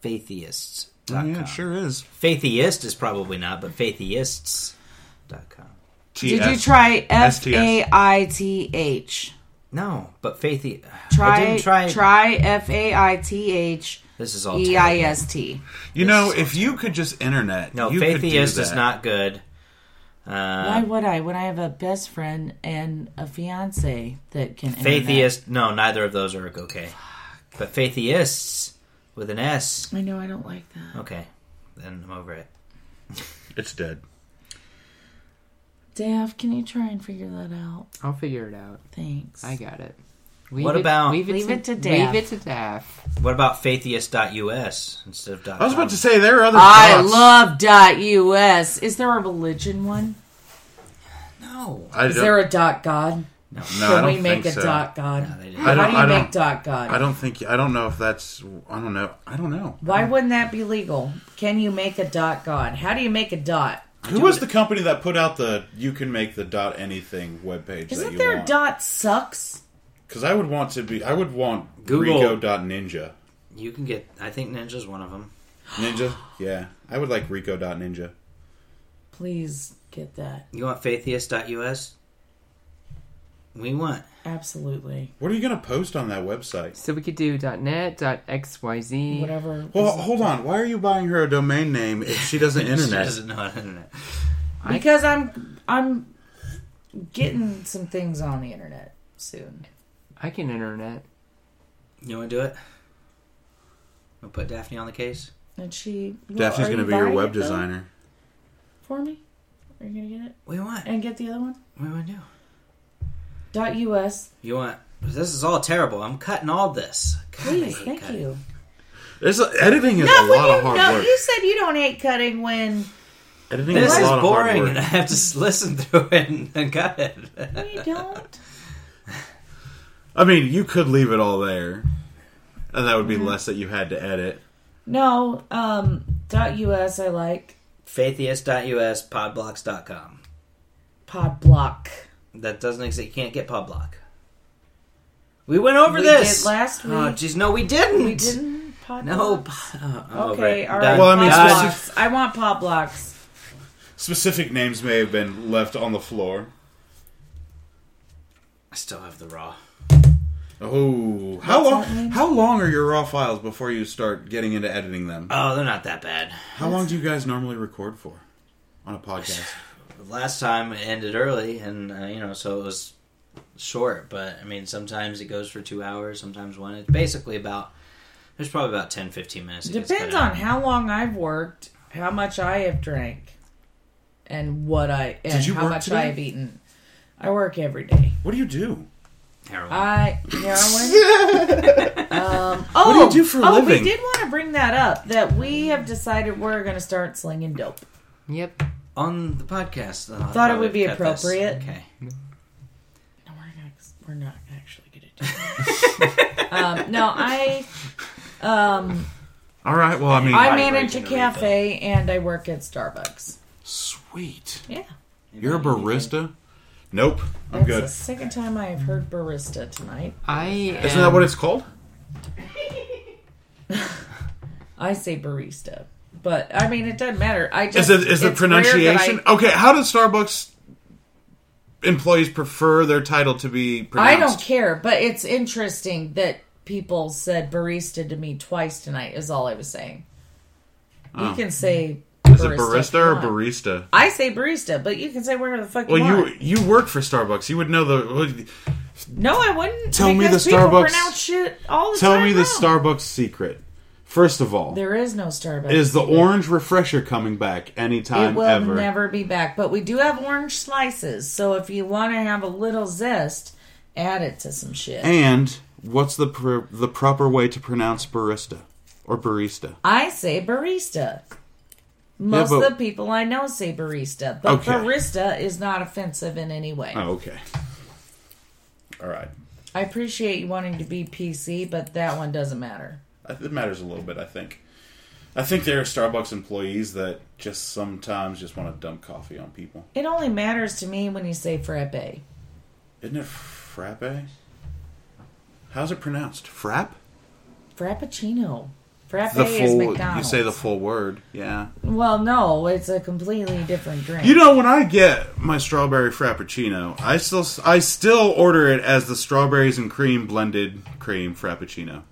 S2: Faitheists.
S3: Oh, yeah, it sure is.
S2: Faithiest is probably not, but faitheists.com.
S4: Did you try F A
S3: S-T-S.
S4: I T H?
S2: No, but faithy.
S4: Try
S2: I didn't try.
S4: try F A I T H
S2: This is all.
S4: E I
S2: terrible.
S4: S T.
S3: You know, if you could just internet,
S2: No,
S3: you could do
S2: faithiest is
S3: that.
S2: not good.
S4: Why
S2: Uh,
S4: would I when I have a best friend and a fiance that can internet?
S2: faithiest. No, neither of those are okay. But faitheists with an S.
S4: I know I don't like that.
S2: Okay, then I'm over it.
S3: It's dead.
S4: Daph, can you try and figure that out?
S1: I'll figure it out.
S4: Thanks.
S1: I got it. Leave
S2: What
S1: it,
S2: about-
S1: leave it
S4: Leave
S1: to,
S4: it to
S1: Leave
S4: Daph.
S1: it to Daff.
S2: What about faithiest.us instead of .com?
S3: I was about to say there are other.
S4: I
S3: dots.
S4: love dot US. Is there a religion one?
S2: No,
S3: I
S4: Is
S3: don't-
S4: there a dot God?
S2: no,
S3: No, I
S4: Can
S3: don't
S4: we make
S3: think
S4: a
S3: so.
S4: dot God?
S2: No, they didn't.
S3: I
S4: How
S3: don't-
S4: do you
S3: I
S4: make
S3: don't-
S4: dot God?
S3: I don't think. I don't know if that's. I don't know. I don't know.
S4: Why wouldn't that be legal? Can you make a dot God? How do you make a dot?
S3: Who was the company that put out the "You can make the dot anything" webpage that
S4: Isn't
S3: you
S4: there
S3: want?
S4: dot sucks?
S3: Because I would want to be. I would want
S2: Google.
S3: Rico dot Ninja.
S2: you can get. I think Ninja's one of them.
S3: Ninja. Yeah, I would like Rico dot Ninja.
S4: Please get that.
S2: You want faithiest.us? We want.
S4: Absolutely.
S3: What are you going to post on that website?
S1: So we could do dot .net, dot .xyz.
S4: Whatever.
S3: Well, hold on. Why are you buying her a domain name if she doesn't
S2: She
S3: internet?
S2: doesn't know how to internet.
S4: because I'm I'm getting some things on the internet soon.
S1: I can internet.
S2: You want to do it? We'll put Daphne on the case.
S4: And she well,
S3: Daphne's
S4: are
S3: going to
S4: you
S3: be your
S4: buying
S3: web
S4: it, though,
S3: designer.
S4: for me. Are you gonna get it
S2: What do you want? What
S4: and get the other one?
S2: do you want to do?
S4: Dot US.
S2: You want? This is all terrible. I'm cutting all this. God, I
S4: Please,
S2: hate
S4: thank
S2: cutting.
S4: you.
S3: There's a, uh, editing is a
S4: No,
S3: lot
S4: when
S3: of
S4: you
S3: hard
S4: no,
S3: work.
S4: you said you don't hate cutting when
S3: Editing
S2: This
S3: is a
S2: is
S3: lot of hard
S2: boring, and I
S3: work.
S2: have to s- listen through it and, and cut it.
S4: no, you don't.
S3: I mean, you could leave it all there, and that would
S4: Mm-hmm.
S3: be less that you had to edit.
S4: No, um, dot US I like
S2: Faithiest.us, podblocks.com.
S4: Podblock.
S2: That doesn't exist. You can't get podblock. We went over
S4: We
S2: this
S4: did last week.
S2: Oh, jeez, no, we didn't.
S4: We didn't Podblock.
S2: No. po-
S6: uh,
S2: oh, I'm over
S4: Okay,
S2: it.
S4: all right.
S2: Done.
S3: Well, I
S4: Podblocks.
S3: mean,
S2: Done.
S3: specific-
S4: I want Podblocks.
S3: Specific names may have been left on the floor.
S2: I still have the raw.
S3: Oh, how long?
S4: that name?
S3: How long are your raw files before you start getting into editing them?
S6: Oh, they're not that bad.
S3: How long do you guys normally record for on a podcast?
S6: Last time it ended early, and uh, you know, so it was short. But I mean, sometimes it goes for two hours, sometimes one. It's basically about there's probably about 10, 15 minutes. that gets
S4: Depends
S6: cut out.
S4: on how long I've worked, how much I have drank, and what I and
S3: you
S4: how
S3: work
S4: much I
S3: today?
S4: have eaten. I work every day.
S3: What do you do?
S6: Heroin.
S4: I heroin. um, oh,
S3: do you do for a
S4: oh,
S3: living?
S4: we did want to bring that up that we have decided we're going to start slinging dope.
S1: Yep.
S6: on the podcast. uh, I'll
S4: Thought it
S6: probably
S4: would be
S6: cut this.
S4: appropriate.
S6: Okay.
S4: No, we're not. We're not actually going to do. That. um, no, I. Um,
S3: All right. Well, I mean,
S4: I
S6: Vibrate
S4: manage a
S6: and everything.
S4: cafe and I work at Starbucks.
S3: sweet.
S4: Yeah,
S3: You're a barista. Nope, I'm
S4: that's
S3: good.
S4: the second time I have heard barista tonight.
S1: I
S3: Isn't that what it's called?
S4: I say barista, but I mean it doesn't matter. I
S3: Is
S4: just
S3: it is the
S4: it's rare that
S3: pronunciation
S4: I,
S3: okay? How do Starbucks employees prefer their title to be
S4: I
S3: pronounced?
S4: don't care, but it's interesting that people said barista to me twice tonight. Is all I was saying. You can say
S3: Oh. Is it
S4: if you
S3: barista or
S4: want.
S3: barista?
S4: I say barista, but you can say whatever the fuck
S3: Well,
S4: you want.
S3: you you work for Starbucks. You would know the.
S4: No, I wouldn't.
S3: Tell me
S4: because
S3: the
S4: people
S3: Starbucks-
S4: Pronounce shit all the
S3: Tell
S4: time
S3: me the
S4: wrong.
S3: Starbucks secret. First of all,
S4: There is no Starbucks.
S3: is the orange refresher coming back
S4: It
S3: anytime
S4: will
S3: ever?
S4: never be back. But we do have orange slices, so if you want to have a little zest, add it to some shit.
S3: And what's the pr- the proper way to pronounce barista or barista?
S4: I say barista. Most
S3: but-
S4: of the people I know say barista, but
S3: Okay.
S4: barista is not offensive in any way.
S3: Oh, okay. All right,
S4: I appreciate you wanting to be PC, but that one doesn't matter.
S3: it matters a little bit. I think. I think there are Starbucks employees that just sometimes just want to dump coffee on people.
S4: It only matters to me when you say frappe.
S3: Isn't it frappe? How's it pronounced? Frap?
S4: Frappuccino. Frappe
S3: The
S4: is
S3: full.
S4: McDonald's.
S3: You say the full word. Yeah.
S4: Well, no, it's a completely different drink.
S3: You know, when I get my strawberry frappuccino, I still I still order it as the strawberries and cream blended cream frappuccino.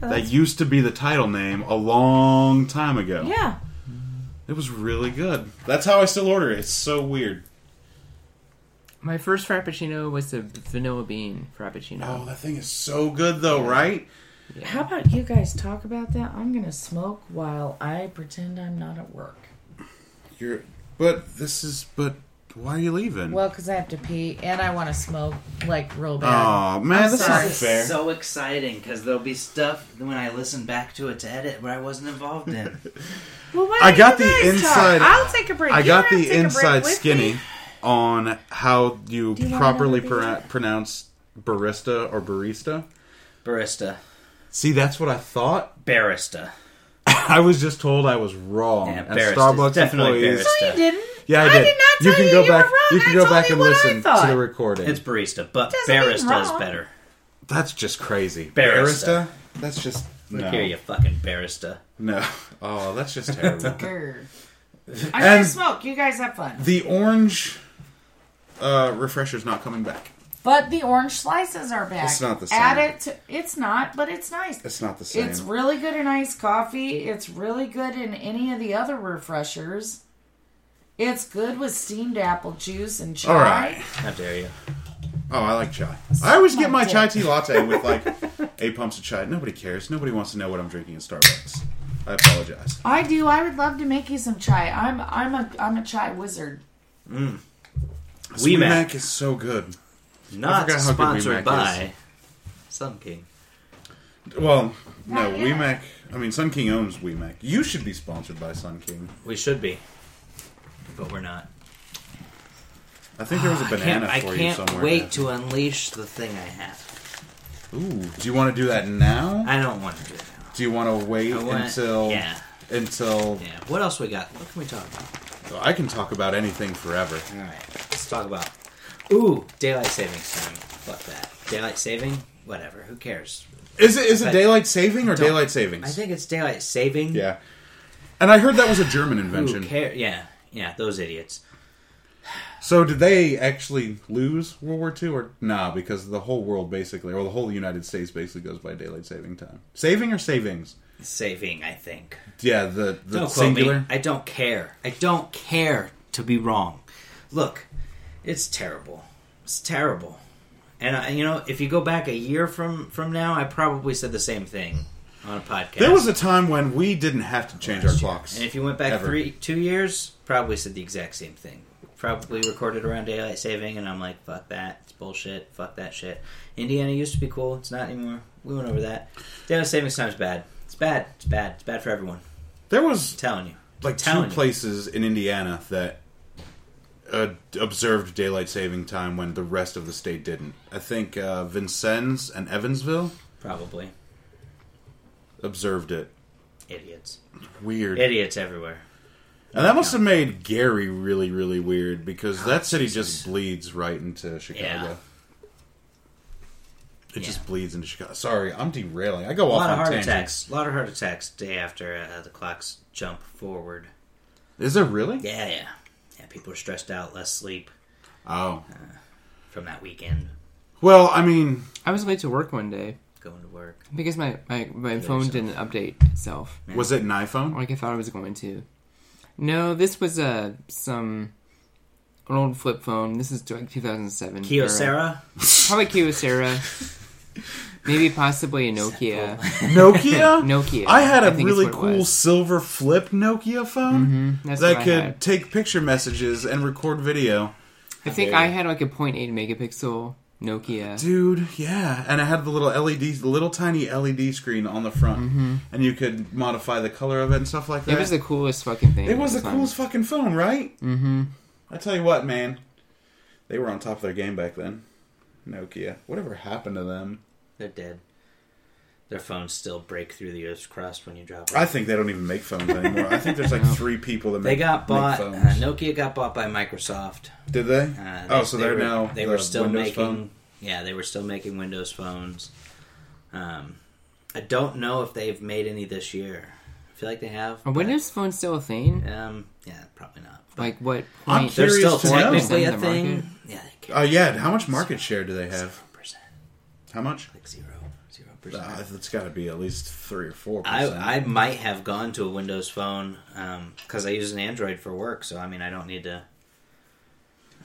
S3: That used to be the title name a long time ago.
S4: yeah.
S3: It was really good. That's how I still order it. It's so weird.
S1: my first frappuccino was a vanilla bean frappuccino.
S3: Oh, that thing is so good though, right?
S4: How about you guys talk about that? I'm gonna smoke while I pretend I'm not at work.
S3: You're but this is but why are you leaving?
S4: Well, because I have to pee and I want to smoke like real bad.
S3: oh man,
S4: I'm
S3: this
S4: sorry.
S3: isn't fair.
S6: So exciting because there'll be stuff when I listen back to it to edit where I wasn't involved in.
S4: well, why
S3: I
S4: don't
S3: got
S4: you
S3: the
S4: guys
S3: inside-
S4: Talk? I'll take a break.
S3: I
S4: You
S3: got
S4: don't have to
S3: the
S4: take a break
S3: inside
S4: with
S3: skinny
S4: me.
S3: on how you,
S4: you wanna
S3: properly
S4: know what
S3: pro- pronounce barista or barista.
S6: Barista.
S3: See, that's what I thought.
S6: Barista.
S3: I was just told I was wrong.
S6: Yeah,
S3: and
S6: barista.
S3: Starbucks
S6: Definitely
S3: employees.
S6: barista.
S4: No, you didn't.
S3: Yeah, I did.
S4: did not tell you
S3: can go
S4: you were
S3: back.
S4: wrong.
S3: You can
S4: I
S3: go
S4: told
S3: back
S4: you
S3: and
S4: what I
S3: listen to
S4: thought.
S3: the recording.
S6: It's barista, but
S4: Doesn't mean
S6: barista is
S4: wrong.
S6: better.
S3: that's just crazy.
S6: Barista.
S3: That's just
S6: Look
S3: no.
S6: here, you fucking barista.
S3: No. Oh, that's just terrible.
S4: Grr. I'm gonna
S3: and
S4: smoke. You guys have fun.
S3: the orange uh, refresher's not coming back.
S4: But the orange slices are back.
S3: It's not the same.
S4: Add it. To, it's not, but it's nice.
S3: It's not the same.
S4: It's really good in iced coffee. It's really good in any of the other refreshers. It's good with steamed apple juice and chai.
S3: All right.
S6: How dare you?
S3: Oh, I like chai. I always get my
S4: dick.
S3: chai tea latte with like eight pumps of chai. Nobody cares. Nobody wants to know what I'm drinking at Starbucks. I apologize.
S4: I do. I would love to make you some chai. I'm I'm a I'm a chai wizard.
S3: Sweet
S6: Mac.
S3: Mac is so good.
S6: Not
S3: forgot how good
S6: sponsored
S3: Weemac
S6: by Sun King.
S3: Well, no,
S4: Not yet.
S3: WeMac. I mean, Sun King owns WeMac. You should be sponsored by Sun King.
S6: We should be, but we're not.
S3: I think there was a banana
S6: I
S3: for
S6: can't, I
S3: you
S6: can't
S3: somewhere.
S6: wait to unleash the thing I have.
S3: Ooh, do you want to do that now?
S6: I don't want to do it now.
S3: Do you want to wait
S6: I want-
S3: until
S6: yeah.
S3: until
S6: Yeah. What else we got? What can we talk about?
S3: Well, I can talk about anything forever?
S6: All right. Let's talk about. Ooh, daylight savings time. Fuck that. Daylight saving. Whatever. Who cares?
S3: Is it is it
S6: But-
S3: daylight saving or
S6: Don't-
S3: daylight savings?
S6: I think it's daylight saving.
S3: yeah. And I heard that was a German
S6: Who
S3: invention.
S6: cares? Yeah. Yeah. Those idiots.
S3: So did they actually lose World War II or nah? Because the whole world basically, or the whole United States basically goes by daylight saving time. Saving or savings?
S2: Saving, I think.
S3: Yeah, the the
S2: Don't quote
S3: singular.
S2: me. I don't care. I don't care to be wrong. Look, it's terrible. It's terrible. And I, you know, if you go back a year from from now, I probably said the same thing on a podcast.
S3: There was a time when we didn't have to change our
S2: Last year.
S3: clocks.
S2: And if you went back
S3: Ever.
S2: three, two years, probably said the exact same thing. Probably recorded around daylight saving, and I'm like, fuck that. It's bullshit. Fuck that shit. Indiana used to be cool. It's not anymore. We went over that. Daylight savings time's bad. It's bad. It's bad. It's bad for everyone.
S3: there
S2: I'm
S3: was
S2: telling you.
S3: like two
S2: telling you.
S3: places in Indiana that uh, observed daylight saving time when the rest of the state didn't. I think uh, Vincennes and Evansville
S2: Probably.
S3: observed it.
S2: Idiots.
S3: Weird.
S2: Idiots everywhere.
S3: And that must have made Gary really, really weird because that city just bleeds right into Chicago.
S2: Yeah.
S3: It
S2: Yeah.
S3: just bleeds into Chicago. Sorry, I'm derailing. I go
S2: A
S3: off
S2: lot
S3: on
S2: of heart
S3: tangents.
S2: attacks. A lot of heart attacks day after uh, the clocks jump forward.
S3: Is there really?
S2: Yeah, yeah. Yeah, people are stressed out, less sleep
S3: Oh.
S2: from that weekend,
S3: Well, I mean,
S1: I was late to work one day
S2: going to work.
S1: because my my, my phone didn't update itself.
S3: was it an iPhone?
S1: Like I thought I was going to. No, this was uh, some an old flip phone. This is like 2007. era.
S2: Kyocera?
S1: Probably Kyocera. Maybe possibly a Nokia.
S3: Nokia?
S1: Nokia.
S3: I had a
S1: a
S3: really cool silver flip Nokia phone
S1: That's
S3: that
S1: what I
S3: could
S1: had.
S3: take picture messages and record video.
S1: I think I had like a 0.8 megapixel Nokia.
S3: Dude, yeah. And it had the little LED, the little tiny LED screen on the front. And you could modify the color of it and stuff like that.
S1: It was the coolest fucking thing.
S3: It was
S1: at
S3: the
S1: time.
S3: coolest fucking phone, right? Mm-hmm. I tell you what, man, they were on top of their game back then. Nokia, whatever happened to them?
S2: They're dead. Their phones still break through the Earth's crust when you drop it.
S3: I think they don't even make phones anymore. I think there's like three people that make,
S2: they got bought. Uh,
S3: Make phones.
S2: Nokia got bought by Microsoft.
S3: Did they?
S2: Uh,
S3: oh, so
S2: they
S3: they're
S2: were-
S3: now
S2: they
S3: the
S2: were still
S3: Windows
S2: making
S3: phone?
S2: yeah they were still making Windows phones. Um, I don't know if they've made any this year. I feel like they have.
S1: Are
S2: but,
S1: Windows phones still a thing?
S2: Um, yeah, probably not. But
S1: Like what
S3: I'm
S1: point?
S2: they're
S3: curious
S2: still
S3: to know.
S2: technically a
S1: In the
S2: thing.
S1: market?
S2: Yeah, they
S3: Oh yeah, how much market share do they have?
S2: percent,
S3: How much?
S2: like zero, zero percent.
S3: Uh, it's got to be at least three or four. percent.
S2: I, I might have gone to a Windows phone because I use an Android for work. So I mean, I don't need to.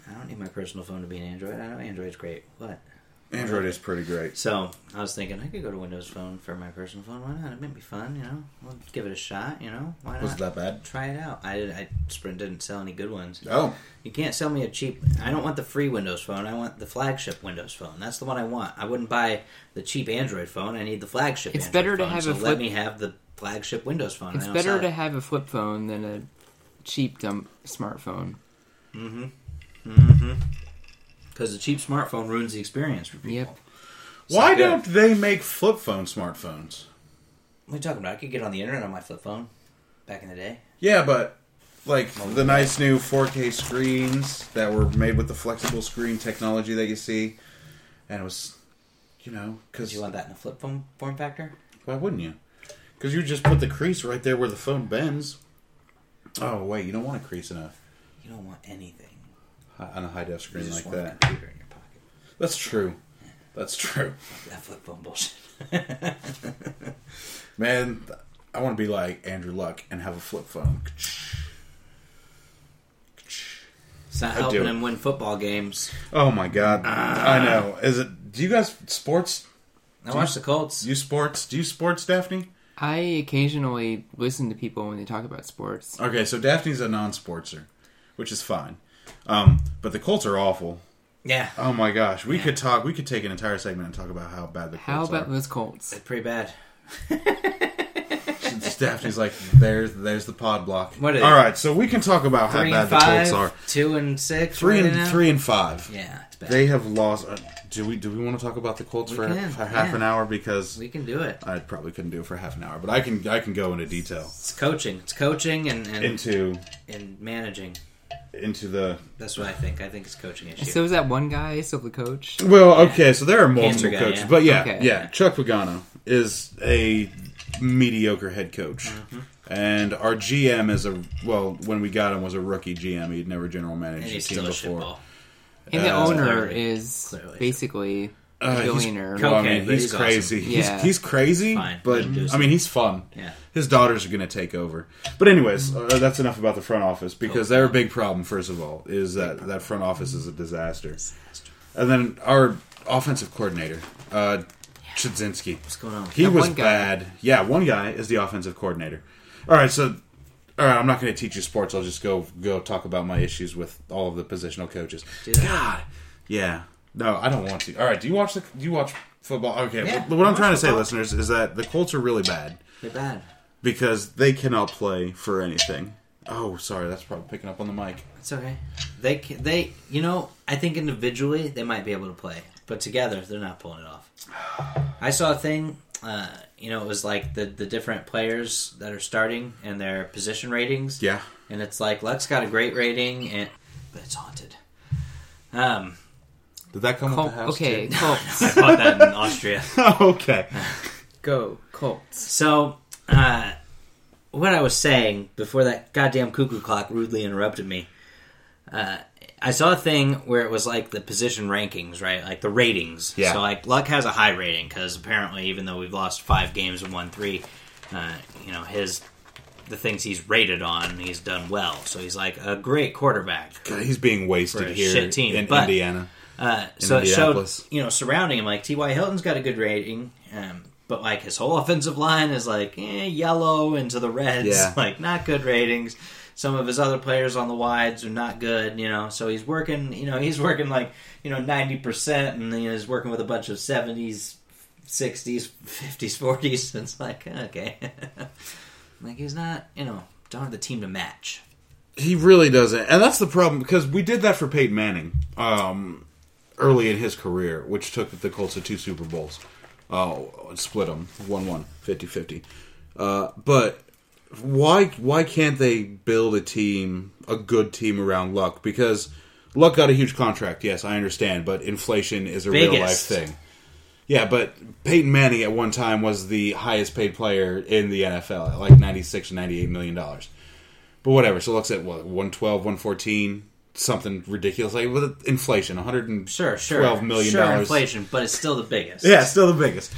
S2: I don't need my personal phone to be an Android. I know Android's great. What?
S3: Android is pretty great.
S2: So I was thinking I could go to Windows Phone for my personal phone. Why not? It might be fun. You know, we'll give it a shot. You know, why not?
S3: Was that bad?
S2: Try it out. I, I Sprint didn't sell any good ones.
S3: Oh,
S2: You can't sell me a cheap. I don't want the free Windows Phone. I want the flagship Windows Phone. That's the one I want. I wouldn't buy the cheap Android phone. I need the flagship.
S1: It's
S2: Android
S1: better to
S2: phone.
S1: have
S2: so
S1: a
S2: let
S1: flip-
S2: me have the flagship Windows Phone.
S1: It's
S2: I don't
S1: better
S2: sell
S1: to
S2: it.
S1: have a flip phone than a cheap dumb smartphone.
S2: because the cheap smartphone ruins the experience for people.
S1: Yep.
S3: why
S2: good.
S3: don't they make flip phone smartphones?
S2: What are you talking about? I could get on the internet on my flip phone back in the day.
S3: Yeah, but like
S2: Oh,
S3: the nice new 4K screens that were made with the flexible screen technology that you see, and it was, you know,
S2: Did
S3: because
S2: you want that in a flip phone form factor?
S3: why wouldn't you? Because you just put the crease right there where the phone bends. Oh wait, you don't want a crease enough
S2: You don't want anything.
S3: on a high def
S2: You
S3: screen
S2: just
S3: like
S2: want
S3: that.
S2: a computer in your pocket.
S3: That's true. That's true.
S2: That flip phone bullshit.
S3: Man, th- I want to be like Andrew Luck and have a flip phone.
S2: It's not
S3: do
S2: helping
S3: it.
S2: him win football games.
S3: Oh my god,
S2: Ah.
S3: I know. Is it? Do you guys sports?
S2: I watched the Colts.
S3: Do you sports? Do you sports, Daphne?
S1: I occasionally listen to people when they talk about sports.
S3: Okay, so Daphne's a non-sportser, which is fine. Um, but the Colts are awful.
S2: Yeah,
S3: Oh my gosh, we could talk. We could take an entire segment and talk about how bad the Colts
S1: How about
S3: are.
S1: those Colts?
S2: it's pretty bad.
S3: Just Daphne's like, there's there's the pod block.
S2: What is it?
S3: All right, so we can talk about how
S2: Three
S3: bad
S2: and
S3: the Colts
S2: five,
S3: are.
S2: two and six,
S3: Three
S2: right
S3: and
S2: now?
S3: three and five.
S2: Yeah, it's bad.
S3: They have lost. Uh, do we do we want to talk about the Colts
S2: We
S3: for,
S2: can,
S3: for half
S2: yeah.
S3: an hour because
S2: we can do it.
S3: I probably couldn't do it for half an hour, but I can I can go into detail
S2: It's coaching. It's coaching and and,
S3: into
S2: and managing.
S3: into the
S2: That's what I think. I think it's coaching issue.
S1: So is that one guy still the coach?
S3: Well, okay, so there are multiple
S2: Cancer guy,
S3: coaches,
S2: yeah.
S3: but yeah,
S1: Okay.
S6: Mm-hmm.
S3: yeah, Chuck Pagano is a mediocre head coach And our GM is a well, when we got him was a rookie GM. He'd never general managed
S6: and
S3: a
S6: he's
S3: team
S6: still a
S3: before.
S6: shitball.
S1: And the
S3: Uh,
S1: owner
S6: clearly-
S1: is
S6: clearly.
S1: basically
S3: Uh,
S1: a
S3: he's-
S1: billionaire.
S3: well, I
S6: Okay,
S3: mean,
S6: but
S3: he's,
S6: he's awesome.
S3: crazy.
S1: Yeah.
S3: He's, he's crazy,
S6: Fine.
S3: but
S6: Mhm.
S3: I mean, he's fun.
S6: Yeah.
S3: His daughters are going to take over. But anyways, uh, that's enough about the front office because they're a big problem. First of all, is that that front office is a disaster, and then our offensive coordinator, uh, Chudzinski.
S6: What's going on? with
S3: He
S1: That
S3: was
S1: one guy.
S3: bad. Yeah, one guy is the offensive coordinator. All right, so all right, I'm not going to teach you sports. I'll just go go talk about my issues with all of the positional coaches.
S6: that.
S3: God, yeah. No, I don't want to. All right, do you watch the do you watch football? Okay,
S6: Yeah,
S3: what- what I'm
S6: I
S3: trying to
S6: watch
S3: say,
S6: football.
S3: listeners, is that the Colts are really bad
S6: They're bad.
S3: because they cannot play for anything. Oh, sorry, that's probably picking up on the mic.
S6: It's okay. They can, they you know I think individually they might be able to play, but together they're not pulling it off. I saw a thing. Uh, you know, it was like the the different players that are starting and their position ratings.
S3: Yeah,
S6: and it's like Lex got a great rating, and but it's haunted. Um,
S3: did that come
S1: Col-
S3: with the house?
S1: okay,
S3: too?
S1: Colts.
S6: I bought that in Austria.
S3: okay.
S1: Go, Colts.
S6: So, uh, what I was saying before that goddamn cuckoo clock rudely interrupted me, uh, I saw a thing where it was like the position rankings, right? Like the ratings.
S3: Yeah.
S6: So, like, Luck has a high rating because apparently, even though we've lost five games and won three, uh, you know, his. The things he's rated on, he's done well. So he's like a great quarterback.
S3: God, he's being wasted
S6: For a
S3: here
S6: shit team,
S3: in
S6: but-
S3: Indiana.
S6: Uh, so it showed,
S3: Indianapolis.
S6: you know, surrounding him, like T.Y. Hilton's got a good rating, um, but like his whole offensive line is like eh, yellow into the reds,
S3: Yeah.
S6: like not good ratings. Some of his other players on the wides are not good, you know. So he's working, you know, he's working like you know ninety percent, and then he's working with a bunch of seventies, sixties, fifties, forties. It's like okay, like he's not, you know, don't have the team to match.
S3: He really doesn't, and that's the problem because we did that for Peyton Manning um, early in his career, which took the Colts to two Super Bowls. Oh, and split them 1-1, 50-50. Uh, but why why can't they build a team, a good team around Luck? Because Luck got a huge contract. Yes, I understand, but inflation is a real life
S6: Biggest.
S3: thing. Yeah, but Peyton Manning at one time was the highest paid player in the NFL at like 96 98 million dollars. But whatever. So it looks at what 112, 114, something ridiculous like with inflation, 112
S6: Sure, sure,
S3: million
S6: sure,
S3: dollars.
S6: inflation, but it's still the biggest.
S3: Yeah, still the biggest.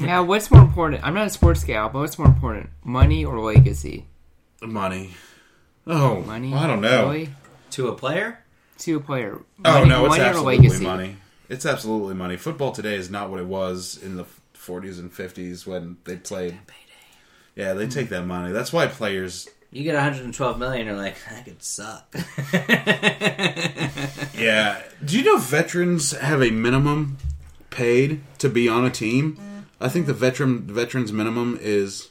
S1: Now, what's more important? I'm not a sports gal, but what's more important, money or legacy?
S3: Money. Oh,
S1: Money.
S3: I don't know.
S1: really?
S6: to a player.
S1: To a player.
S3: Oh
S1: Money-
S3: no, it's
S1: money or
S3: absolutely
S1: legacy?
S3: money. It's absolutely money. Football today is not what it was in the 40s and 50s when they played. Yeah, they take that money. That's why players.
S6: You get 112 million, you're like, that could suck.
S3: Yeah. Do you know veterans have a minimum paid to be on a team? I think the veteran veterans minimum is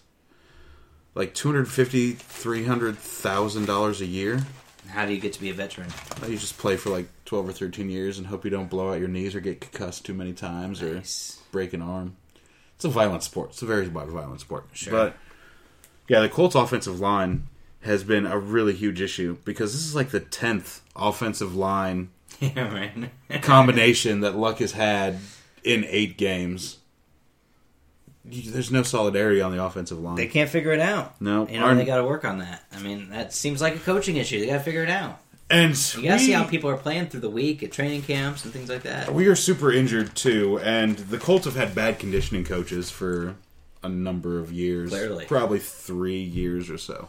S3: like 250 300,000 dollars a year.
S6: How do you get to be a veteran?
S3: You just play for like 12 or 13 years and hope you don't blow out your knees or get concussed too many times or
S6: Nice.
S3: break an arm. It's a violent sport. It's a very vi- violent sport.
S6: Sure.
S3: But yeah, the Colts offensive line has been a really huge issue because this is like the 10th offensive line
S6: yeah, right.
S3: combination that Luck has had in 8 games. You- There's no solidarity on the offensive line.
S6: They can't figure it out.
S3: No.
S6: You know,
S3: Our-
S6: they got to work on that. I mean, that seems like a coaching issue. They got to figure it out.
S3: and
S6: You got to see
S3: we-
S6: how people are playing through the week at training camps and things like that.
S3: We are super injured too, and the Colts have had bad conditioning coaches for a number of years.
S6: Clearly.
S3: Probably three years or so.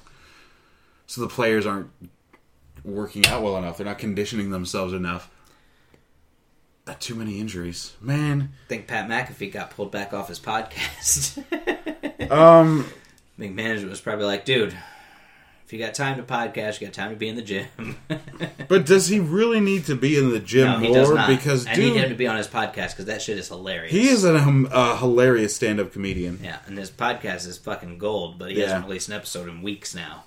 S3: So the players aren't working out well enough. They're not conditioning themselves enough. Not too many injuries. Man.
S6: I think Pat McAfee got pulled back off his podcast. I
S3: Um
S6: think management was probably like, dude, if you got time to podcast, you got time to be in the gym.
S3: but does he really need to be in the gym
S6: no, he
S3: more?
S6: does not.
S3: Because
S6: I
S3: dude,
S6: need him to be on his podcast because that shit is hilarious.
S3: he is a, hum- a hilarious stand-up comedian.
S6: Yeah, and his podcast is fucking gold, but he
S3: Yeah.
S6: hasn't released an episode in weeks now.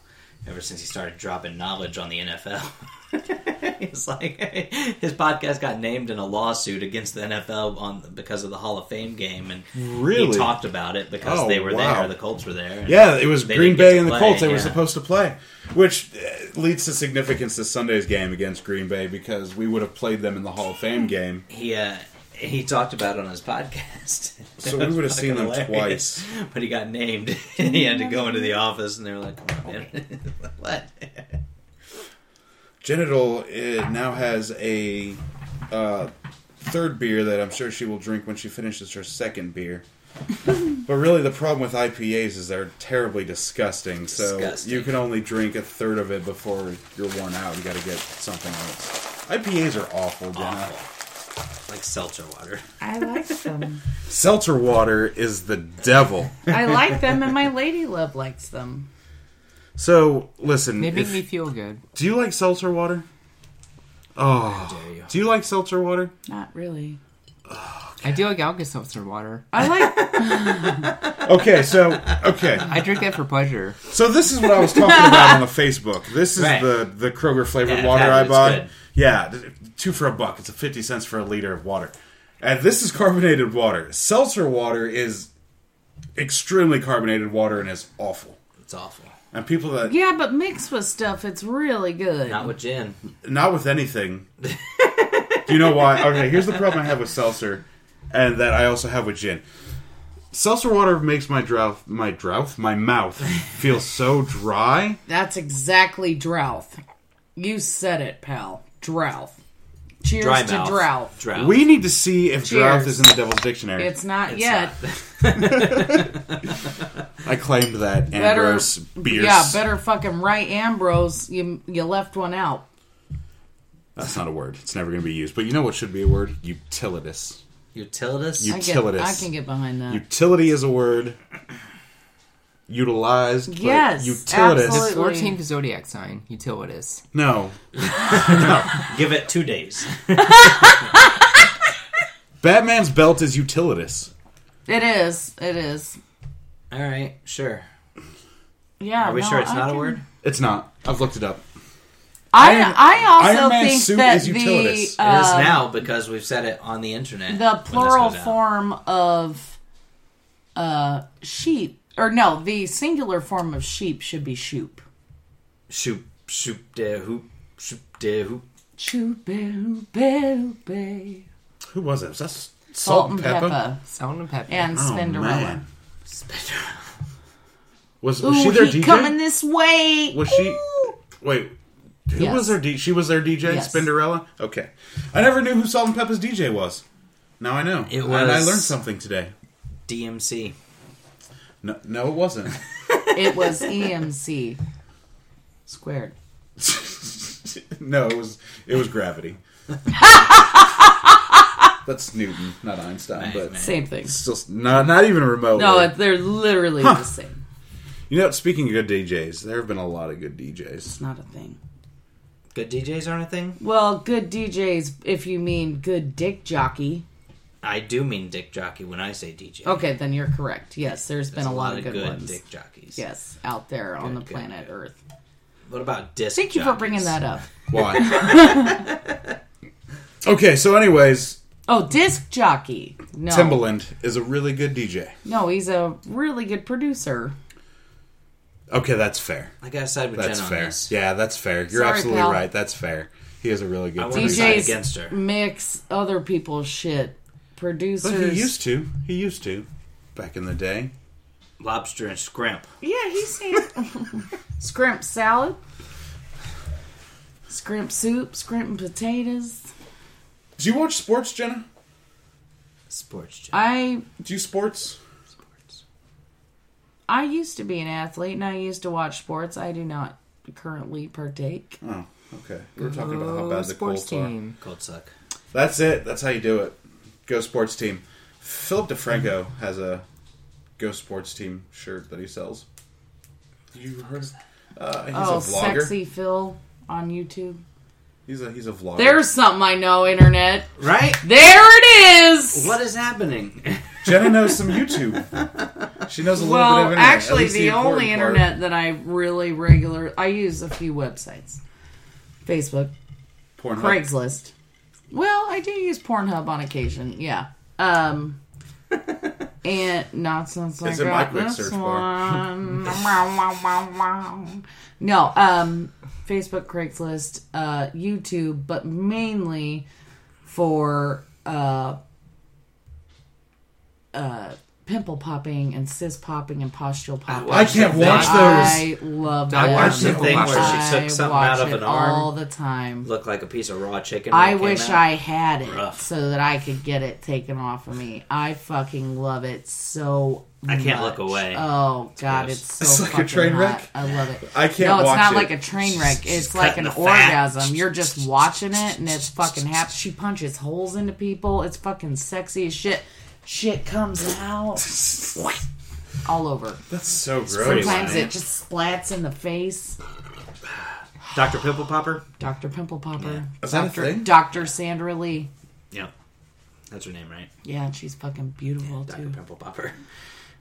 S6: Ever since he started dropping knowledge on the NFL, he's like his podcast got named in a lawsuit against the NFL on because of the Hall of Fame game, and he
S3: Really?
S6: talked about it because
S3: Oh,
S6: they were
S3: wow.
S6: there, the Colts were there. and
S3: Yeah, it was
S6: they
S3: Green
S6: didn't get
S3: Bay
S6: to
S3: and the
S6: play,
S3: Colts. They were
S6: yeah.
S3: supposed to play, which uh, leads to significance to Sunday's game against Green Bay because we would have played them in the Hall of Fame game.
S6: He uh, he talked about it on his podcast.
S3: So we would have seen them
S6: Hilarious.
S3: twice.
S6: But he got named, and he had to go into the office, and they were like, "Come on, man, what?"
S3: Genital uh now has a uh, third beer that I'm sure she will drink when she finishes her second beer. but really, the problem with IPAs is they're terribly disgusting. So
S6: Disgusting.
S3: you can only drink a third of it before you're worn out. You got to get something else. IPAs are awful, Jenna.
S6: Awful. Like seltzer water.
S4: I like them.
S3: Seltzer water is the devil.
S4: I like them, and my lady love likes them.
S3: So listen,
S1: They make
S3: if-
S1: me feel good.
S3: do you like seltzer water? Oh,
S6: dare you.
S3: do you like seltzer water?
S4: Not really.
S1: I do like Alka Seltzer water.
S4: I like.
S3: Okay, so okay.
S1: I drink that for pleasure.
S3: So this is what I was talking about on the Facebook. This is
S6: Right.
S3: the the Kroger flavored
S6: Yeah,
S3: water
S6: that
S3: I
S6: is
S3: bought.
S6: good.
S3: Yeah, th- two for a buck. It's a fifty cents for a liter of water. And this is carbonated water. Seltzer water is extremely carbonated water and is awful.
S6: It's awful.
S3: And people that
S4: Yeah, but mixed with stuff, it's really good.
S6: Not with gin.
S3: not with anything. Do you know why? Okay, here's the problem I have with seltzer, and that I also have with gin. Seltzer water makes my drought, my drought, my mouth feel so dry.
S4: That's exactly drouth. You said it, pal. Drouth. Cheers
S6: Dry
S4: to
S6: mouth.
S4: drouth.
S6: Drought.
S3: We need to see if drought
S4: Cheers.
S3: is in the devil's dictionary.
S4: It's not
S6: It's
S4: yet.
S6: not.
S3: I claimed that
S4: Better,
S3: Ambrose Bierce.
S4: yeah, better fucking right, Ambrose. You you left one out.
S3: That's not a word. It's never going to be used. But you know what should be a word? Utilitous.
S6: Utilitas.
S3: You-
S4: I, get,
S3: Utilitous.
S4: I can get behind that.
S3: Utility is a word. Utilized. but
S4: Yes,
S3: Utilitous.
S4: absolutely.
S1: Or change the zodiac sign, Utilitas.
S3: No.
S6: Give it two days.
S3: Batman's belt is utilitous.
S4: it is. It is.
S6: All right, sure.
S4: Yeah.
S6: Are we
S4: no,
S6: sure it's
S4: I
S6: not
S4: can-
S6: a word?
S3: It's not. I've looked it up. Iron-
S4: I I also
S3: Iron Man's
S4: think
S3: suit
S4: that
S3: is utilitous.
S4: the
S6: It is
S4: uh,
S6: now because we've said it on the internet. when
S4: the
S6: this
S4: plural
S6: goes out.
S4: form of uh sheep or no, the singular form of sheep should be shoop.
S6: Shoop, shoop, de hoop, shoop, de hoop.
S4: Shoop, boo, boo, boo.
S3: Who was it? Was that S-
S4: Salt and pepper,
S1: Salt and pepper.
S4: and
S3: Oh,
S4: Spinderella.
S3: man. Was, was she
S4: Ooh,
S3: their
S4: he
S3: DJ?
S4: coming this way.
S3: was she.
S4: Ooh.
S3: Wait. Who
S4: Yes.
S3: was their D? She was their DJ,
S4: Yes.
S3: Spinderella? Okay. I never knew who Salt and Peppa's DJ was. Now I know.
S6: It
S3: And I
S6: was-
S3: learned something today.
S6: DMC.
S3: No, no it wasn't.
S4: It was EMC squared.
S3: no, it was it was gravity. That's Newton, not Einstein, but
S6: man.
S4: Same thing.
S3: it's still not not even remotely.
S4: No, it- they're literally the same.
S3: you know, speaking of good DJs, there have been a lot of good DJs.
S4: Not a thing.
S6: Good DJs aren't a thing?
S4: Well, good DJs, if you mean good dick jockey.
S6: I do mean dick jockey when I say DJ.
S4: Okay, then you're correct. Yes, there's been
S6: There's
S4: a lot, of good, ones.
S6: dick jockeys.
S4: Yes, out there on the
S6: Good, good,
S4: planet
S6: good.
S4: Earth.
S6: What about disc
S4: Thank you for bringing that up.
S3: Why? okay, so anyways,
S4: Oh, disc jockey. No,
S3: Timbaland is a really good DJ.
S4: no, he's a really good producer.
S3: Okay, that's fair.
S6: I got to side with
S3: That's
S6: Jen
S3: fair.
S6: on this.
S3: Yeah, that's fair. You're
S4: Sorry,
S3: absolutely
S4: pal.
S3: right. That's fair. He is a really good
S6: I wouldn't
S3: DJ.
S6: side
S4: DJs
S6: against her.
S4: mix other people's shit. Producers,
S3: But he used to. He used to. Back in the day.
S6: Lobster and scrimp.
S4: yeah, he's scrimp salad, scrimp soup, scrimp and potatoes.
S3: Do you watch sports, Jenna?
S6: Sports Jen.
S4: I
S3: Do you sports?
S4: I used to be an athlete, and I used to watch sports. I do not currently partake.
S3: Oh, okay. We were talking about how bad the
S1: sports
S3: Colts are.
S1: team.
S6: Cold suck.
S3: That's it. That's how you do it. Go sports team. Philip DeFranco has a Go Sports Team shirt that he sells. You heard? Uh, he's
S4: oh,
S3: a vlogger.
S4: sexy Phil on YouTube.
S3: He's a he's a vlogger.
S4: There's something I know, internet.
S6: Right?
S4: There it is.
S6: What is happening?
S3: Jenna knows some YouTube. She knows a little bit of
S4: Well,
S3: internet. at
S4: actually,
S3: least
S4: the
S3: important
S4: only
S3: part.
S4: internet that I really regular I use a few websites, Facebook,
S3: Pornhub.
S4: Craigslist. Well, I do use Pornhub on occasion. Yeah. Um. And not since I
S3: It's in my
S4: got
S3: quick
S4: this
S3: search bar.
S4: one. no, um, Facebook, Craigslist, uh, YouTube, but mainly for uh, uh, pimple popping and cyst popping and pustule popping.
S6: watch
S4: I,
S3: I can't
S6: that
S3: watch
S6: thing.
S3: those.
S4: love
S6: I
S4: that.
S6: watched
S3: the thing where she
S6: took
S4: I
S6: something
S4: watch
S6: out of
S4: it
S6: an arm.
S4: all the time.
S6: Look like a piece of raw chicken. when
S4: I
S6: it came
S4: wish
S6: out.
S4: I had it
S6: Rough.
S4: so that I could get it taken off of me. I fucking love it so.
S6: I can't
S4: much.
S6: look away.
S4: Oh god,
S6: gross.
S4: it's so
S3: It's like a
S4: fucking
S3: train
S4: hot.
S3: wreck.
S4: I love it.
S3: I can't
S4: No, it's
S3: watch
S4: not
S3: it.
S4: like a train wreck. It's
S6: just
S4: like
S6: cutting
S4: an
S6: the fat.
S4: orgasm. You're just watching it, and it's fucking happy. She punches holes into people. It's fucking sexy as shit. Shit comes out all over.
S3: That's so
S6: pretty
S3: gross.
S4: Sometimes
S6: wild.
S4: it just splats in the face.
S6: Dr. Pimple Popper?
S4: Dr. Pimple Popper.
S3: Is that a
S4: Dr.
S3: thing?
S4: Dr. Sandra Lee.
S6: Yep. That's her name, right?
S4: Yeah, and she's fucking beautiful
S6: Dr.
S4: too.
S6: Pimple Popper.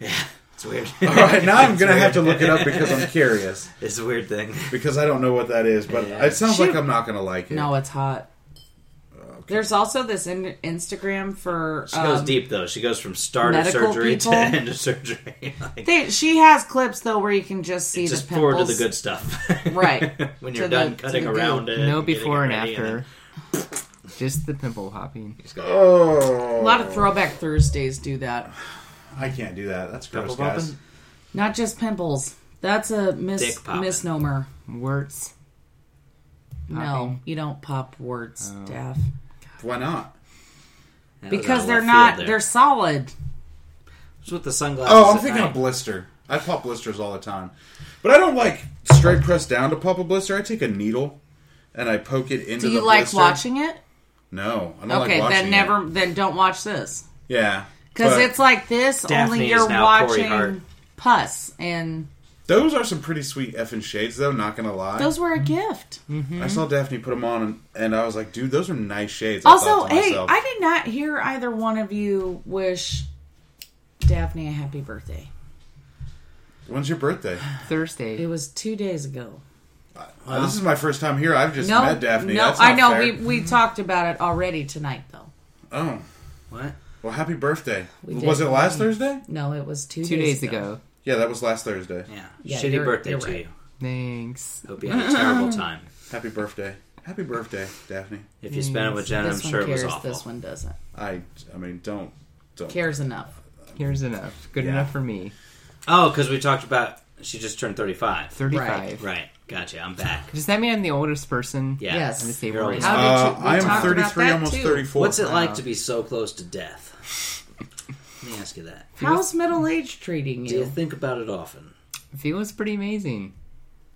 S6: Yeah, it's weird.
S3: All right, now I'm gonna have to look it up because I'm curious
S6: it's a weird thing.
S3: because I don't know what that is, but
S6: Yeah.
S3: it sounds
S4: Shoot.
S3: like I'm not gonna like it.
S4: No, it's hot. There's also this in- Instagram for
S6: She goes
S4: um,
S6: deep, though. She goes from start of
S4: medical
S6: surgery
S4: people?
S6: to end of surgery. like,
S4: They, she has clips though where you can just see
S6: just
S4: the
S6: forward
S4: pimples.
S6: to the good stuff.
S4: Right.
S6: when you're
S4: To the-
S6: done
S4: to
S6: cutting
S4: the good.
S6: around it.
S1: no
S6: and getting
S1: before
S6: it
S1: and
S6: ready
S1: after.
S6: then-
S1: Just the pimple hopping.
S3: Oh,
S4: A lot of throwback Thursdays do that.
S3: I can't do that. That's gross,
S6: Double
S3: guys.
S6: bumping?
S4: Not just pimples. That's a mis-
S6: Dick popping.
S4: misnomer. No,
S1: Warts. Popping.
S4: you don't pop warts,
S3: Oh.
S4: Daff.
S3: Why not?
S6: That was out
S4: Because
S6: of
S4: they're
S6: left
S4: not.
S6: field there.
S4: They're solid.
S6: It's with the sunglasses.
S3: Oh, I'm
S6: at
S3: thinking
S6: night.
S3: of blister. I pop blisters all the time, but I don't like straight press down to pop a blister. I take a needle and I poke it into
S4: Do you
S3: the
S4: like
S3: blister.
S4: watching it?
S3: No, I don't
S4: Okay,
S3: like
S4: then
S3: watching.
S4: never. Then don't watch this.
S3: It. Yeah,
S4: Because
S3: but
S4: it's like this.
S6: Daphne
S4: only
S6: is
S4: you're
S6: now Corey Hart.
S4: watching pus, and
S3: those are some pretty sweet effing shades, though. Not gonna lie,
S4: those were a
S6: Mm-hmm.
S4: gift.
S3: I saw Daphne put them on, and, and I was like, "Dude, those are nice shades." I
S4: Also,
S3: thought to
S4: hey,
S3: myself.
S4: I did not hear either one of you wish Daphne a happy birthday.
S3: when's your birthday?
S4: It
S1: Thursday.
S4: was two days ago.
S3: Uh, this is my first time here. I've just
S4: No,
S3: met Daphne.
S4: no,
S3: That's not
S4: I know
S3: fair.
S4: we we talked about it already tonight, though.
S3: Oh,
S6: What?
S3: well, happy birthday.
S4: We
S3: was
S4: did. Mm-hmm.
S3: it last Thursday?
S4: No, it was two
S1: Two days ago.
S3: Yeah, that was last Thursday.
S6: Yeah.
S4: Yeah,
S6: Shitty
S4: you're-
S6: birthday
S4: you're
S6: to
S4: right.
S6: you.
S1: Thanks.
S6: Hope you had a terrible time.
S3: Happy birthday. Happy birthday, Daphne.
S6: If you spent it with Jen, I'm
S4: Mm, This
S6: sure
S4: one
S6: it was
S4: cares.
S6: awful.
S4: This one doesn't
S3: I I mean, don't don't.
S4: cares enough.
S1: Here's enough. Good
S3: Yeah.
S1: enough for me.
S6: Oh, because we talked about she just turned 35.
S1: 35.
S6: Right. Gotcha. I'm back.
S1: Does that mean I'm the oldest person?
S6: Yeah.
S4: Yes.
S1: I'm the same
S6: You're
S1: age.
S6: old.
S4: How did
S3: Uh,
S4: you- we
S3: I
S4: talked
S3: am
S4: about
S3: 33,
S4: that
S3: almost
S4: too.
S3: 34.
S6: What's it like to be so close to death? Let me ask you that.
S4: How's middle age treating
S6: Do you
S4: you?
S6: think about it often?
S1: Feels pretty amazing,